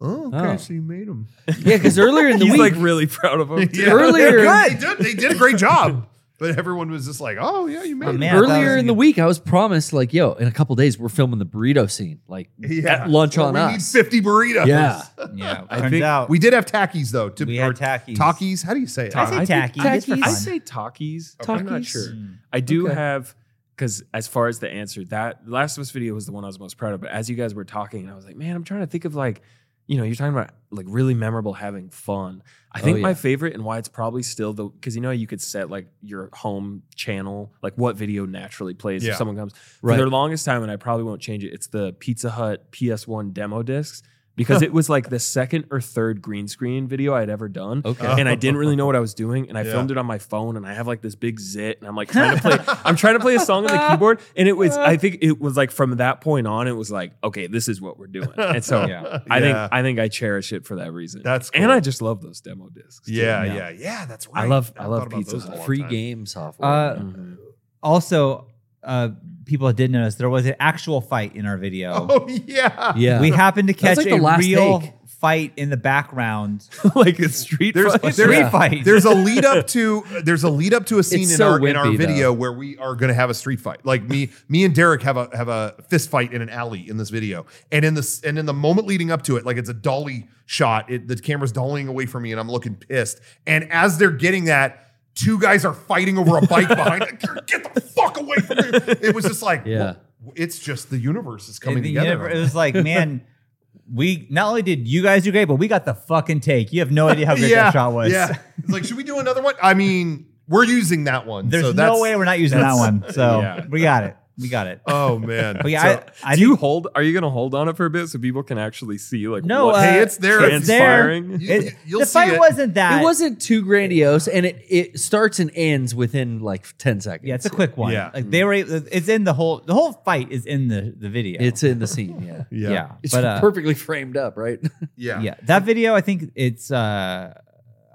Speaker 1: Oh, okay,
Speaker 2: Oh.
Speaker 1: so you made them.
Speaker 2: Yeah, because earlier in the
Speaker 4: He's
Speaker 2: week,
Speaker 4: like really proud of him.
Speaker 1: Yeah,
Speaker 2: Earlier-
Speaker 1: they're good. they did. They did a great job, but everyone was just like, "Oh yeah, you made
Speaker 3: Oh,
Speaker 1: it."
Speaker 3: man. I thought it
Speaker 2: earlier
Speaker 3: was
Speaker 2: in the
Speaker 3: good.
Speaker 2: week, I was promised like, yo, in a couple days we're filming the burrito scene, like
Speaker 1: Yeah.
Speaker 2: at lunch
Speaker 1: Well,
Speaker 2: on
Speaker 1: we
Speaker 2: us.
Speaker 1: Need Fifty burritos.
Speaker 2: Yeah,
Speaker 3: Yeah,
Speaker 4: I
Speaker 3: turns
Speaker 4: think
Speaker 3: out
Speaker 1: We did have tackies though. To
Speaker 3: we
Speaker 1: or
Speaker 3: had tackies.
Speaker 1: Takis? How do you say it?
Speaker 3: I say tacky. just for
Speaker 4: I
Speaker 3: fun.
Speaker 4: say talkies.
Speaker 1: Okay.
Speaker 4: Talkies.
Speaker 1: I'm not sure.
Speaker 3: Mm.
Speaker 4: I do
Speaker 2: Okay.
Speaker 4: have because as far as the answer, that Last of Us video was the one I was most proud of. But as you guys were talking, I was like, man, I'm trying to think of like, you know, you're talking about like really memorable having fun. I
Speaker 2: Oh,
Speaker 4: think my
Speaker 2: yeah.
Speaker 4: favorite and why it's probably still the because you know you could set like your home channel, like what video naturally plays
Speaker 1: Yeah.
Speaker 4: if someone comes.
Speaker 2: Right.
Speaker 4: For their longest time, and I probably won't change it, it's the Pizza Hut PS1 demo discs. Because it was like the second or third green screen video I'd ever done
Speaker 2: okay.
Speaker 1: Uh,
Speaker 4: and I didn't really know what I was doing, and I
Speaker 1: Yeah.
Speaker 4: filmed it on my phone, and I have like this big zit, and I'm like trying to play. I'm trying to play a song on the keyboard, and it was. I think it was like from that point on, it was like, okay, this is what we're doing, and so
Speaker 3: Yeah.
Speaker 4: I think
Speaker 1: Yeah.
Speaker 4: I think I cherish it for that reason.
Speaker 1: That's
Speaker 4: and
Speaker 1: cool.
Speaker 4: I just love those demo discs. too.
Speaker 1: yeah,
Speaker 3: Yeah.
Speaker 1: yeah, yeah, That's right.
Speaker 4: love- I
Speaker 1: hadn't
Speaker 4: love
Speaker 1: thought about
Speaker 4: pizza.
Speaker 1: those in a long
Speaker 2: free
Speaker 1: time.
Speaker 2: game software.
Speaker 3: Uh,
Speaker 4: Mhm.
Speaker 3: also uh, people did notice there was an actual fight in our video.
Speaker 1: Oh yeah,
Speaker 2: yeah,
Speaker 3: We happened to catch
Speaker 2: That's like
Speaker 3: a
Speaker 2: the last
Speaker 3: real
Speaker 2: take.
Speaker 3: fight in the background.
Speaker 4: like a street.
Speaker 1: There's-
Speaker 4: fight.
Speaker 1: there's-
Speaker 3: Street
Speaker 2: Yeah.
Speaker 3: fight.
Speaker 1: There's a lead up to there's a lead up to a scene
Speaker 2: It's
Speaker 1: in
Speaker 2: so
Speaker 1: our in our
Speaker 2: wimpy,
Speaker 1: video
Speaker 2: though.
Speaker 1: where we are going to have a street fight. Like me me and Derek have a have a fist fight in an alley in this video. And in this and in the moment leading up to it, like it's a dolly shot. It, the camera's dollying away from me and I'm looking pissed. And as they're getting that Two guys are fighting over a bike behind. Like, Get the fuck away from me! It was just like,
Speaker 2: Yeah.
Speaker 1: well, it's just the universe is
Speaker 3: And
Speaker 1: coming
Speaker 3: the
Speaker 1: together.
Speaker 3: universe- it was like, man, we not only did you guys do great, but we got the fucking take. You have no idea how great that shot was.
Speaker 1: Yeah. It's like, should we do another one? I mean, we're using that one.
Speaker 3: There's
Speaker 1: so that's,
Speaker 3: no way we're not using that one. So
Speaker 4: yeah.
Speaker 3: we got it. We got it.
Speaker 1: Oh man.
Speaker 3: But yeah,
Speaker 1: So-
Speaker 3: I, I
Speaker 4: do you
Speaker 3: think-
Speaker 4: hold? Are you gonna hold on it for a bit so people can actually see? Like
Speaker 3: No,
Speaker 4: what
Speaker 3: uh,
Speaker 1: hey, it's there.
Speaker 3: it's there.
Speaker 4: transpiring.
Speaker 1: You-
Speaker 3: it-
Speaker 1: you'll
Speaker 3: the
Speaker 1: see
Speaker 3: fight
Speaker 1: it.
Speaker 3: wasn't that.
Speaker 2: it wasn't too grandiose, and it it starts and ends within like ten seconds.
Speaker 3: Yeah, it's a quick one.
Speaker 1: Yeah.
Speaker 3: Like they were. It's in the whole. The whole fight is in the the video.
Speaker 2: It's in the scene. Yeah,
Speaker 1: Yeah.
Speaker 3: yeah.
Speaker 2: it's
Speaker 3: But uh,
Speaker 2: perfectly framed up, right?
Speaker 1: Yeah.
Speaker 3: yeah that video i think it's uh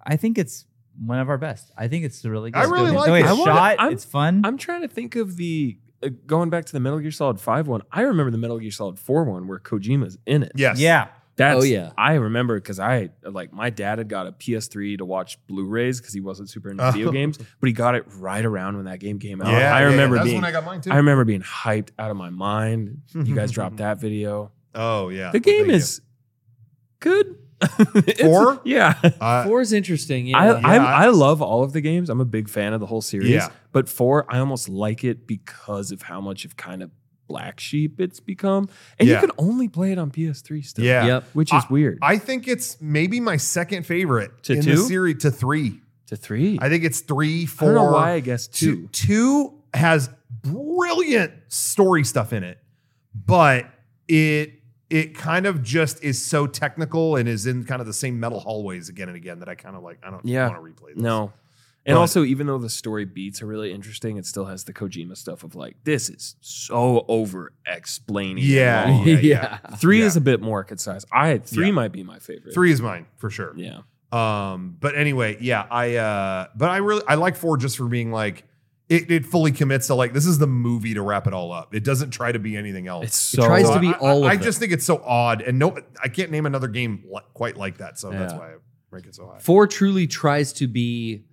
Speaker 3: i think it's one of our best i think it's really good
Speaker 1: I really
Speaker 3: The
Speaker 1: like
Speaker 3: way
Speaker 1: it.
Speaker 3: it's
Speaker 1: I
Speaker 4: wanna-
Speaker 3: shot
Speaker 4: I'm-
Speaker 3: it's fun
Speaker 4: I'm trying to think of the uh, going back to the Metal Gear Solid Five one. I remember the Metal Gear Solid Four one where Kojima's in it.
Speaker 1: Yes.
Speaker 3: yeah
Speaker 4: That's,
Speaker 2: Oh, yeah.
Speaker 4: I remember because I like my dad had got a PS3 to watch Blu-rays because he wasn't super into
Speaker 1: Oh.
Speaker 4: video games, but he got it right around when that game came out.
Speaker 1: Yeah, yeah,
Speaker 4: Oh, I
Speaker 1: yeah.
Speaker 4: remember
Speaker 1: That's
Speaker 4: being
Speaker 1: when I
Speaker 4: I,
Speaker 1: got mine too.
Speaker 4: remember being hyped out of my mind. You guys dropped that video.
Speaker 1: oh yeah.
Speaker 4: The game
Speaker 1: Thank you.
Speaker 4: is good. It's-
Speaker 1: Four?
Speaker 4: yeah.
Speaker 1: Uh,
Speaker 2: Four is interesting. Yeah,
Speaker 4: I, I'm,
Speaker 1: Yeah.
Speaker 4: I love all of the games. I'm a big fan of the whole series.
Speaker 1: Yeah.
Speaker 4: But four, I almost like it because of how much of kind of black sheep it's become. And
Speaker 1: Yeah.
Speaker 4: you can only play it on PS3 still.
Speaker 1: yeah.
Speaker 2: Yep.
Speaker 4: Which is weird.
Speaker 1: I think it's maybe my second favorite
Speaker 4: To
Speaker 1: in the
Speaker 4: two?
Speaker 1: series to three.
Speaker 4: to three.
Speaker 1: I think it's three,
Speaker 4: I
Speaker 1: four.
Speaker 4: don't know why I guess
Speaker 1: two.
Speaker 4: two.
Speaker 1: Two has brilliant story stuff in it, but it it kind of just is so technical and is in kind of the same metal hallways again and again that I kind of like. I don't
Speaker 4: Yeah.
Speaker 1: want to replay this.
Speaker 4: No. And
Speaker 1: But-
Speaker 4: also, even though the story beats are really interesting, it still has the Kojima stuff of like, this is so over explaining.
Speaker 1: Yeah.
Speaker 4: long.
Speaker 1: Yeah,
Speaker 2: yeah.
Speaker 1: yeah.
Speaker 4: Three
Speaker 1: Yeah.
Speaker 4: is a bit more concise. I three
Speaker 1: Yeah.
Speaker 4: might be my favorite.
Speaker 1: Three is mine for sure.
Speaker 4: Yeah.
Speaker 1: Um, but anyway, yeah, I uh but I really I like four just for being like it, it fully commits to like this is the movie to wrap it all up. It doesn't try to be anything else.
Speaker 4: It's
Speaker 2: It
Speaker 4: so
Speaker 2: tries to
Speaker 1: I-
Speaker 2: be
Speaker 1: I,
Speaker 2: all of
Speaker 1: I
Speaker 2: it.
Speaker 1: just think it's so odd and no I can't name another game li- quite like that, so that's
Speaker 2: Yeah.
Speaker 1: why I rank it so high.
Speaker 2: Four truly tries to be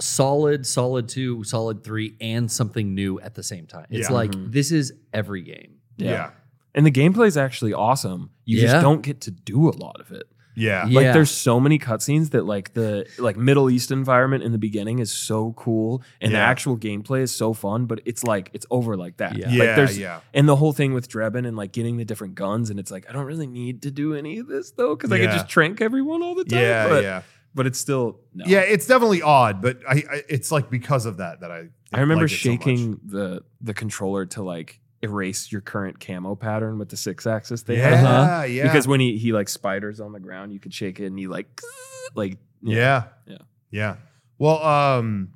Speaker 2: solid, solid two, solid three, and something new at the same time. It's
Speaker 1: Yeah.
Speaker 2: like
Speaker 4: Mhm.
Speaker 2: this is every game.
Speaker 1: Yeah.
Speaker 4: And the gameplay is actually awesome. You
Speaker 2: Yeah.
Speaker 4: just don't get to do a lot of it.
Speaker 1: Yeah.
Speaker 2: Yeah.
Speaker 4: Like there's so many cutscenes that like the like Middle East environment in the beginning is so cool and the
Speaker 1: Yeah.
Speaker 4: actual gameplay is so fun, but it's like it's over like that.
Speaker 2: Yeah.
Speaker 1: Yeah.
Speaker 4: Like there's
Speaker 1: yeah.
Speaker 4: and the whole thing with Drebin and like getting the different guns and it's like I don't really need to do any of this though because I
Speaker 1: Yeah.
Speaker 4: can just trank everyone all the time.
Speaker 1: Yeah,
Speaker 4: but
Speaker 1: yeah.
Speaker 4: but it's still no.
Speaker 1: Yeah, it's definitely odd, but I, I it's like because of that that I
Speaker 4: I remember
Speaker 1: like it so much.
Speaker 4: shaking the the controller to like erase your current camo pattern with the six axis they
Speaker 1: yeah,
Speaker 4: had.
Speaker 2: Uh-huh.
Speaker 1: yeah.
Speaker 4: Because when he he like spiders on the ground, you could shake it and he like like
Speaker 1: Yeah.
Speaker 4: Yeah.
Speaker 1: Yeah. Well, um,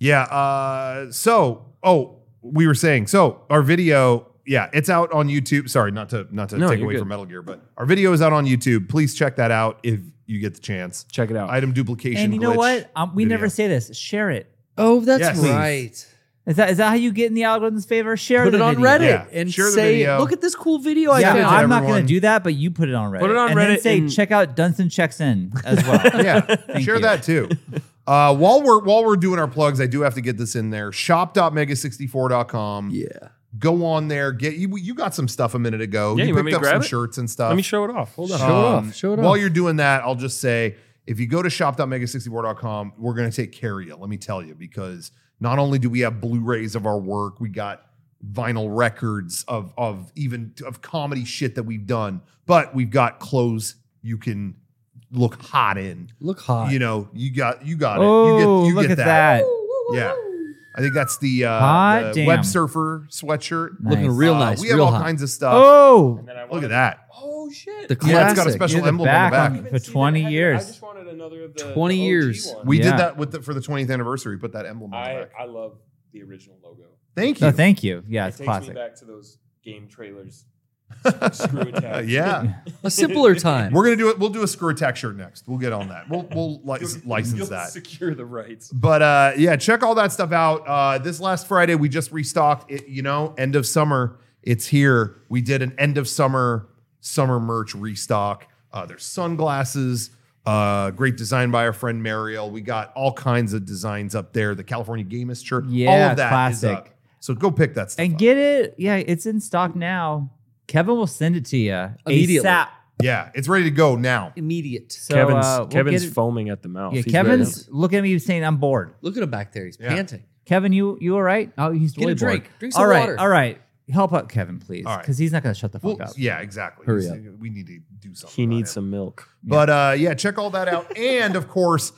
Speaker 1: yeah. Uh, so, oh, we were saying, so our video, yeah, it's out on YouTube. Sorry, not to not to
Speaker 4: No,
Speaker 1: take
Speaker 4: you're
Speaker 1: away
Speaker 4: good.
Speaker 1: from Metal Gear, but our video is out on YouTube. Please check that out if you get the chance.
Speaker 4: Check it out.
Speaker 1: Item duplication.
Speaker 3: And you know
Speaker 1: glitch.
Speaker 3: what? Um, we
Speaker 1: video.
Speaker 3: never say this. Share it.
Speaker 2: Oh, that's
Speaker 1: Yes.
Speaker 2: right.
Speaker 3: Is that is that how you get in the algorithm's favor? Share
Speaker 2: Put
Speaker 3: the
Speaker 2: it on
Speaker 3: video.
Speaker 2: Reddit
Speaker 1: Yeah.
Speaker 2: and
Speaker 1: Share the
Speaker 2: say,
Speaker 1: video.
Speaker 2: "Look at this cool video I
Speaker 3: Yeah,
Speaker 2: did."
Speaker 1: to
Speaker 3: I'm not going
Speaker 1: everyone.
Speaker 3: to do that, but you put it on Reddit.
Speaker 4: Put it on
Speaker 3: and Then
Speaker 4: Reddit
Speaker 3: say
Speaker 4: and-
Speaker 3: check out Dunson checks in as well.
Speaker 1: yeah, share
Speaker 3: you.
Speaker 1: that too. Uh, while we're while we're doing our plugs, I do have to get this in there. Shop.mega64.com.
Speaker 2: Yeah.
Speaker 1: Go on there. Get you. You got some stuff a minute ago.
Speaker 4: Yeah, you
Speaker 1: picked
Speaker 4: want me to
Speaker 1: up
Speaker 4: grab
Speaker 1: some
Speaker 4: it?
Speaker 1: shirts and stuff.
Speaker 4: Let me show it off. Hold on.
Speaker 2: Show it off. Show it
Speaker 1: Um, While
Speaker 2: off.
Speaker 1: you're doing that, I'll just say if you go to shop.mega64.com, we're going to take care of you. Let me tell you, because not only do we have Blu-rays of our work, we got vinyl records of of even of comedy shit that we've done, but we've got clothes you can look hot in.
Speaker 2: Look hot.
Speaker 1: You know, you got you got it. You
Speaker 3: Oh,
Speaker 1: get you
Speaker 3: look
Speaker 1: get
Speaker 3: at that.
Speaker 1: Yeah. I think that's the,
Speaker 3: Hot
Speaker 1: uh, the
Speaker 3: damn.
Speaker 1: web surfer sweatshirt.
Speaker 3: Nice.
Speaker 2: Looking real
Speaker 1: Uh,
Speaker 2: nice.
Speaker 1: We have
Speaker 2: real
Speaker 1: all
Speaker 2: hot.
Speaker 1: kinds of stuff.
Speaker 3: Oh,
Speaker 4: And then I
Speaker 1: Look
Speaker 4: wanted-
Speaker 1: at that.
Speaker 4: Oh shit.
Speaker 2: the
Speaker 1: Yeah,
Speaker 2: classic.
Speaker 1: it's got a special
Speaker 3: Near the
Speaker 1: emblem on
Speaker 3: back
Speaker 1: the
Speaker 3: on
Speaker 1: back.
Speaker 3: it. For 20 years.
Speaker 4: I just wanted another of the
Speaker 2: 20
Speaker 4: the OG
Speaker 2: years.
Speaker 4: one.
Speaker 1: We
Speaker 3: Yeah.
Speaker 1: did that with the, for the 20th anniversary. Put that emblem on the
Speaker 4: I
Speaker 1: back.
Speaker 4: I love the original logo.
Speaker 1: Thank you.
Speaker 3: no, thank you. Yeah,
Speaker 4: it
Speaker 3: it's
Speaker 4: takes me
Speaker 3: classic.
Speaker 4: back to those game trailers. Screw attack.
Speaker 1: yeah,
Speaker 2: a simpler time.
Speaker 1: we're gonna do it. We'll do a screw attack shirt next. We'll get on that. We'll we'll li- license that.
Speaker 4: Secure the rights.
Speaker 1: But uh, yeah, check all that stuff out. Uh, this last Friday, we just restocked it. You know, end of summer, it's here. We did an end of summer summer merch restock. Uh, there's sunglasses. Uh, great design by our friend Mariel. We got all kinds of designs up there. The California Gamist shirt. all
Speaker 3: Yeah,
Speaker 1: of that is
Speaker 3: classic.
Speaker 1: up. So go pick that stuff.
Speaker 3: And
Speaker 1: up.
Speaker 3: get it. Yeah, it's in stock now. Kevin will send it to you
Speaker 2: Immediately.
Speaker 3: ASAP.
Speaker 1: yeah, it's ready to go now.
Speaker 2: Immediate.
Speaker 3: So,
Speaker 4: Kevin's
Speaker 3: uh, we'll
Speaker 4: Kevin's
Speaker 3: get it-
Speaker 4: foaming at the mouth.
Speaker 3: Yeah,
Speaker 4: He's ready.
Speaker 3: Kevin's looking at me saying I'm bored.
Speaker 2: Look at him back there. He's
Speaker 1: Yeah.
Speaker 2: panting.
Speaker 3: Kevin, you you all right? Oh, he's
Speaker 2: Get a
Speaker 3: really
Speaker 2: drink.
Speaker 3: bored.
Speaker 2: Drink some
Speaker 3: All right,
Speaker 2: water.
Speaker 3: all right. Help out Kevin, please,
Speaker 1: All right.
Speaker 3: because he's not going to shut the fuck
Speaker 1: Well,
Speaker 3: up.
Speaker 1: yeah, exactly.
Speaker 2: Hurry
Speaker 1: He's- We need to do something.
Speaker 4: He
Speaker 1: about
Speaker 4: needs
Speaker 1: him.
Speaker 4: some milk.
Speaker 1: But uh, yeah, check all that out. and of course,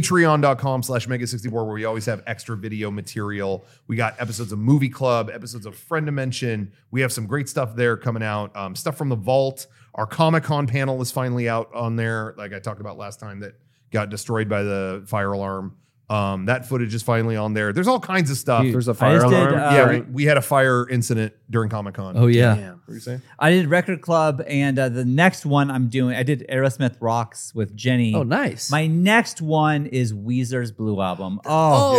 Speaker 1: patreon.com slash mega64, where we always have extra video material. We got episodes of Movie Club, episodes of Friend Dimension. We have some great stuff there coming out. Um, stuff from the vault. Our Comic Con panel is finally out on there, like I talked about last time, that got destroyed by the fire alarm. Um, that footage is finally on there. There's all kinds of stuff.
Speaker 3: Dude,
Speaker 4: There's a
Speaker 3: I
Speaker 4: fire
Speaker 3: just did,
Speaker 4: alarm.
Speaker 3: uh,
Speaker 1: yeah, we, we had a fire incident during Comic Con.
Speaker 2: Oh yeah.
Speaker 4: Damn. What are you saying?
Speaker 3: I did Record Club, and uh, the next one I'm doing, I did Aerosmith Rocks with Jenny.
Speaker 2: Oh nice.
Speaker 3: My next one is Weezer's Blue Album. Oh,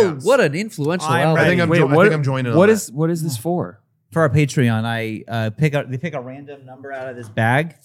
Speaker 2: oh,
Speaker 1: yes.
Speaker 2: what an influential
Speaker 3: I'm
Speaker 2: album.
Speaker 1: I think I'm,
Speaker 4: Wait,
Speaker 1: jo- I
Speaker 4: what-
Speaker 1: think I'm joining. on
Speaker 4: What
Speaker 1: that.
Speaker 4: is what is this for?
Speaker 3: for our Patreon, I uh, pick out they pick a random number out of this bag,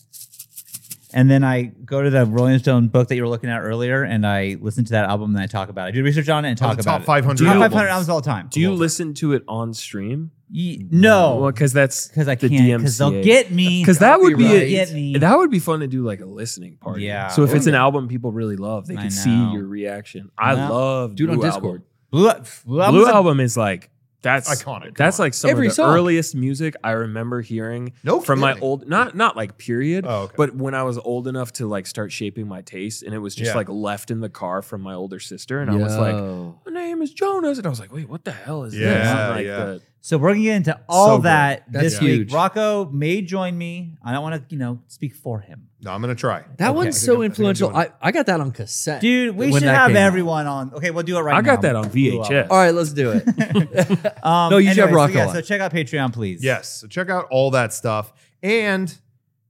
Speaker 3: and then I go to the Rolling Stone book that you were looking at earlier, and I listen to that album and I talk about it. I do research on it and
Speaker 1: Oh,
Speaker 3: talk
Speaker 1: the
Speaker 3: about
Speaker 1: top
Speaker 3: it.
Speaker 1: 500
Speaker 3: top
Speaker 1: albums.
Speaker 3: 500 albums all the time.
Speaker 4: Do you listen to it on stream?
Speaker 3: Ye- no,
Speaker 4: Well, because that's
Speaker 3: because I
Speaker 4: the
Speaker 3: can't. Because they'll
Speaker 4: DMCA.
Speaker 3: get me.
Speaker 4: 'Cause that would be
Speaker 3: They'll
Speaker 2: it.
Speaker 3: get me.
Speaker 4: That would be fun to do like a listening party.
Speaker 3: Yeah.
Speaker 4: So if it's an
Speaker 2: Yeah.
Speaker 4: album people really love, they
Speaker 3: I
Speaker 4: can see
Speaker 3: know.
Speaker 4: your reaction. I
Speaker 3: Yeah.
Speaker 4: love
Speaker 2: Do it on
Speaker 4: Blue
Speaker 2: Discord.
Speaker 4: Album.
Speaker 3: Blue, Blue
Speaker 4: Blue
Speaker 3: Album's a-
Speaker 4: album is like that's
Speaker 1: Iconic.
Speaker 4: That's like some
Speaker 2: Every
Speaker 4: of the
Speaker 2: song.
Speaker 4: earliest music I remember hearing
Speaker 1: no
Speaker 4: from my
Speaker 1: kidding.
Speaker 4: old not not like period,
Speaker 1: Oh, okay.
Speaker 4: but when I was old enough to like start shaping my taste, and it was just
Speaker 1: Yeah.
Speaker 4: like left in the car from my older sister, and I was like,
Speaker 2: Yo.
Speaker 4: "My name is Jonas," and I was like, "Wait, what the hell is this?"
Speaker 1: Yeah,
Speaker 4: And, like,
Speaker 1: yeah.
Speaker 4: the-
Speaker 3: So we're gonna get into all
Speaker 4: So good.
Speaker 3: that
Speaker 2: That's
Speaker 3: this week.
Speaker 2: huge.
Speaker 3: Rocco may join me. I don't want to, you know, speak for him.
Speaker 1: No, I'm gonna try.
Speaker 2: that
Speaker 3: Okay.
Speaker 2: one's
Speaker 1: I think
Speaker 2: so
Speaker 1: I'm- I think I'm
Speaker 2: influential.
Speaker 1: doing
Speaker 2: I, I got that on cassette.
Speaker 3: Dude, we
Speaker 2: When
Speaker 3: should
Speaker 2: that
Speaker 3: have
Speaker 2: came out.
Speaker 3: everyone on. Okay, we'll do it right
Speaker 4: I
Speaker 3: now.
Speaker 4: got that on VHS.
Speaker 2: All right, let's do it.
Speaker 3: Um,
Speaker 2: No, you should have
Speaker 3: anyway,
Speaker 2: Rocco
Speaker 3: So, yeah,
Speaker 2: on.
Speaker 3: so check out Patreon, please.
Speaker 1: Yes. So check out all that stuff. And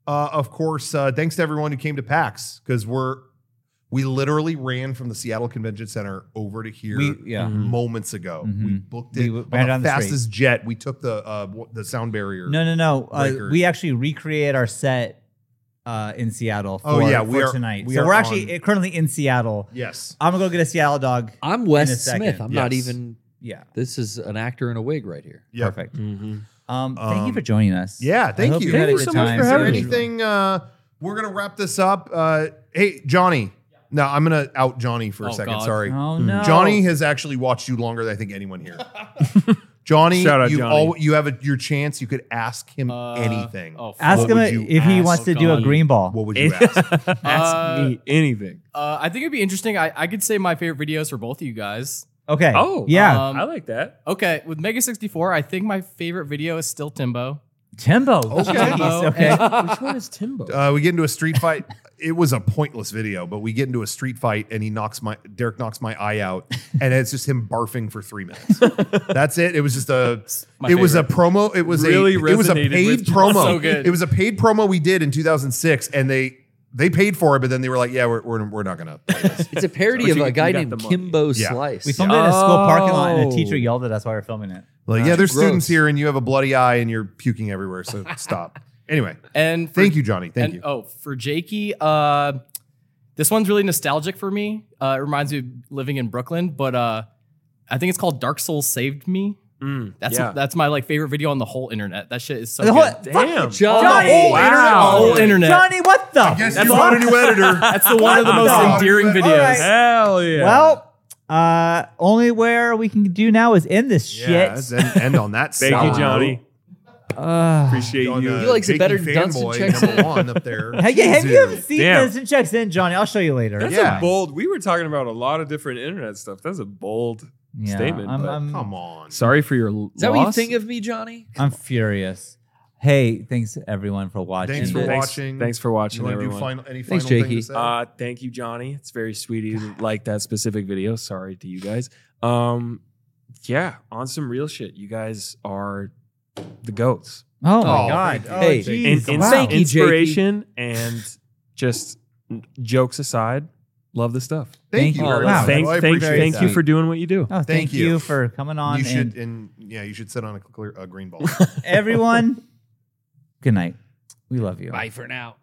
Speaker 1: uh, of course, uh, thanks to everyone who came to PAX because we're we literally ran from the Seattle Convention Center over to here
Speaker 3: We yeah.
Speaker 4: Mhm.
Speaker 1: moments ago. We
Speaker 3: Mhm.
Speaker 1: booked
Speaker 3: We
Speaker 1: it
Speaker 3: w-
Speaker 1: on the
Speaker 3: ran down the street.
Speaker 1: fastest jet. We took the uh, w- the sound barrier.
Speaker 3: No, no, no. Uh,
Speaker 1: Breaker.
Speaker 3: we actually recreate our set uh, in Seattle. For,
Speaker 1: Oh, yeah, we
Speaker 3: for
Speaker 1: are-
Speaker 3: tonight.
Speaker 1: we
Speaker 3: so
Speaker 1: are
Speaker 3: we're actually
Speaker 1: on-
Speaker 3: currently in Seattle.
Speaker 1: Yes.
Speaker 3: I'm gonna go get a Seattle dog.
Speaker 2: I'm
Speaker 3: In a
Speaker 2: Wes
Speaker 3: second.
Speaker 2: Smith. I'm not
Speaker 1: Yes.
Speaker 2: even.
Speaker 3: Yeah.
Speaker 2: This is an actor in a wig right here.
Speaker 1: Yeah.
Speaker 3: Perfect.
Speaker 4: Mhm.
Speaker 3: Um, thank
Speaker 1: Um,
Speaker 3: you for joining us.
Speaker 1: Yeah. Thank
Speaker 3: hope
Speaker 1: you.
Speaker 3: you had
Speaker 4: Thank
Speaker 3: a
Speaker 4: you
Speaker 3: good
Speaker 4: so much
Speaker 3: time.
Speaker 4: for
Speaker 1: Is there
Speaker 4: having me.
Speaker 1: anything? Uh, we're gonna wrap this up. Uh, hey, Johnny. No, I'm gonna out Johnny for a
Speaker 5: Oh,
Speaker 1: second.
Speaker 5: God.
Speaker 1: Sorry.
Speaker 3: Oh no.
Speaker 1: Johnny has actually watched you longer than I think anyone here. Johnny,
Speaker 4: Shout out
Speaker 1: you
Speaker 4: Johnny.
Speaker 1: you have a, your chance. You could ask him
Speaker 5: Uh,
Speaker 1: anything.
Speaker 5: Oh,
Speaker 3: Ask
Speaker 1: What
Speaker 5: fuck.
Speaker 3: him
Speaker 1: would
Speaker 3: a-
Speaker 1: you
Speaker 3: if he
Speaker 1: ask?
Speaker 3: wants to do a
Speaker 5: God.
Speaker 3: green ball.
Speaker 1: What would you ask?
Speaker 4: Ask
Speaker 5: Uh,
Speaker 4: me anything.
Speaker 5: Uh, I think it'd be interesting. I, I could say my favorite videos for both of you guys.
Speaker 3: okay.
Speaker 4: Oh,
Speaker 3: yeah,
Speaker 5: Um,
Speaker 4: I like that.
Speaker 5: Okay, with Mega sixty four, I think my favorite video is still Timbo.
Speaker 3: Timbo.
Speaker 1: Okay.
Speaker 3: Jeez,
Speaker 5: Timbo.
Speaker 3: okay.
Speaker 4: Which one is Timbo?
Speaker 1: Uh, we get into a street fight. It was a pointless video, but we get into a street fight, and he knocks my Derek knocks my eye out, and it's just him barfing for three minutes. That's it. It was just a.
Speaker 5: My
Speaker 1: it was a
Speaker 5: favorite.
Speaker 1: promo. It was
Speaker 4: Really
Speaker 1: a. It was a
Speaker 4: resonated
Speaker 1: paid
Speaker 4: with you.
Speaker 1: promo.
Speaker 5: So good.
Speaker 1: It was a paid promo we did in 2006, and they they paid for it, but then they were like, "Yeah, we're we're, we're not gonna." Play this.
Speaker 2: It's a parody
Speaker 4: But
Speaker 2: of
Speaker 4: you-
Speaker 2: a
Speaker 4: you
Speaker 2: guy
Speaker 4: got
Speaker 2: named
Speaker 4: the money.
Speaker 2: Kimbo
Speaker 1: Yeah.
Speaker 2: Slice.
Speaker 3: We filmed it in a school parking lot, and a teacher
Speaker 2: Oh.
Speaker 3: yelled at us while we were filming it.
Speaker 1: Like, yeah,
Speaker 2: That's
Speaker 1: there's students
Speaker 2: gross.
Speaker 1: here, and you have a bloody eye, and you're puking everywhere. So stop. Anyway,
Speaker 5: And for,
Speaker 1: thank you, Johnny. Thank
Speaker 5: and,
Speaker 1: you.
Speaker 5: Oh, for Jakey, uh, this one's really nostalgic for me. Uh, it reminds me of living in Brooklyn, but uh, I think it's called Dark Souls Saved Me.
Speaker 4: Mm,
Speaker 5: That's
Speaker 4: yeah.
Speaker 5: that's my like favorite video on the whole internet. That shit is so
Speaker 3: The
Speaker 5: good.
Speaker 3: whole-
Speaker 4: Damn.
Speaker 2: Johnny.
Speaker 3: Johnny.
Speaker 1: Oh,
Speaker 4: Wow.
Speaker 1: internet-
Speaker 5: The whole internet.
Speaker 3: Johnny, what the?
Speaker 1: I guess
Speaker 3: oh, That's
Speaker 1: you
Speaker 3: all-
Speaker 1: got a new editor.
Speaker 5: That's the one of the most
Speaker 1: Oh,
Speaker 5: endearing
Speaker 1: all right.
Speaker 5: videos.
Speaker 4: Hell yeah.
Speaker 3: Well, uh, only where we can do now is end this
Speaker 1: yeah,
Speaker 3: shit.
Speaker 1: and end on that.
Speaker 4: thank
Speaker 1: sour
Speaker 4: you,
Speaker 1: note.
Speaker 4: Johnny.
Speaker 3: Uh,
Speaker 4: Appreciate
Speaker 1: On,
Speaker 4: you.
Speaker 1: uh,
Speaker 2: He likes it
Speaker 1: Jakey
Speaker 2: better than Dunson
Speaker 1: fanboy
Speaker 2: checks
Speaker 1: number
Speaker 2: in.
Speaker 1: one up there.
Speaker 3: have you, have you
Speaker 1: Jesus.
Speaker 3: seen
Speaker 4: Damn.
Speaker 3: this? And checks in, Johnny. I'll show you later.
Speaker 4: That's
Speaker 1: Yeah.
Speaker 4: a bold. We were talking about a lot of different internet stuff. That's a bold.
Speaker 3: Yeah,
Speaker 4: statement,
Speaker 3: I'm,
Speaker 4: but-
Speaker 3: I'm-
Speaker 1: Come on.
Speaker 4: Sorry for your loss.
Speaker 2: Is that what you think of me, Johnny?
Speaker 3: I'm furious. Hey, thanks everyone for watching.
Speaker 1: Thanks for
Speaker 3: this.
Speaker 2: Thanks-
Speaker 1: watching.
Speaker 4: Thanks for
Speaker 1: You
Speaker 4: watching,
Speaker 1: want to do
Speaker 4: everyone.
Speaker 1: final, any final
Speaker 2: Thanks,
Speaker 1: thing
Speaker 2: Jakey.
Speaker 1: to say?
Speaker 4: Uh, thank you, Johnny. It's very sweet. You didn't like that specific video. Sorry to you guys. Um, yeah, on some real shit. You guys are the goats.
Speaker 3: Oh,
Speaker 1: Oh,
Speaker 3: my god.
Speaker 1: thank you.
Speaker 2: Hey,
Speaker 1: Thank you.
Speaker 3: Jeez,
Speaker 4: And- and
Speaker 3: wow.
Speaker 2: Thank you, Jakey.
Speaker 4: inspiration and just jokes aside, love the stuff.
Speaker 1: Thank
Speaker 3: thank
Speaker 1: you.
Speaker 3: you.
Speaker 1: very
Speaker 3: Wow.
Speaker 1: much.
Speaker 4: Thank,
Speaker 1: I
Speaker 4: thank,
Speaker 1: appreciate
Speaker 4: thank you
Speaker 1: that.
Speaker 4: for doing what you do.
Speaker 3: Oh, thank,
Speaker 1: you.
Speaker 3: you. for coming on.
Speaker 1: You should
Speaker 3: and
Speaker 1: and yeah, you should sit on a clear a green ball.
Speaker 3: everyone. Good night. We love you.
Speaker 2: for now.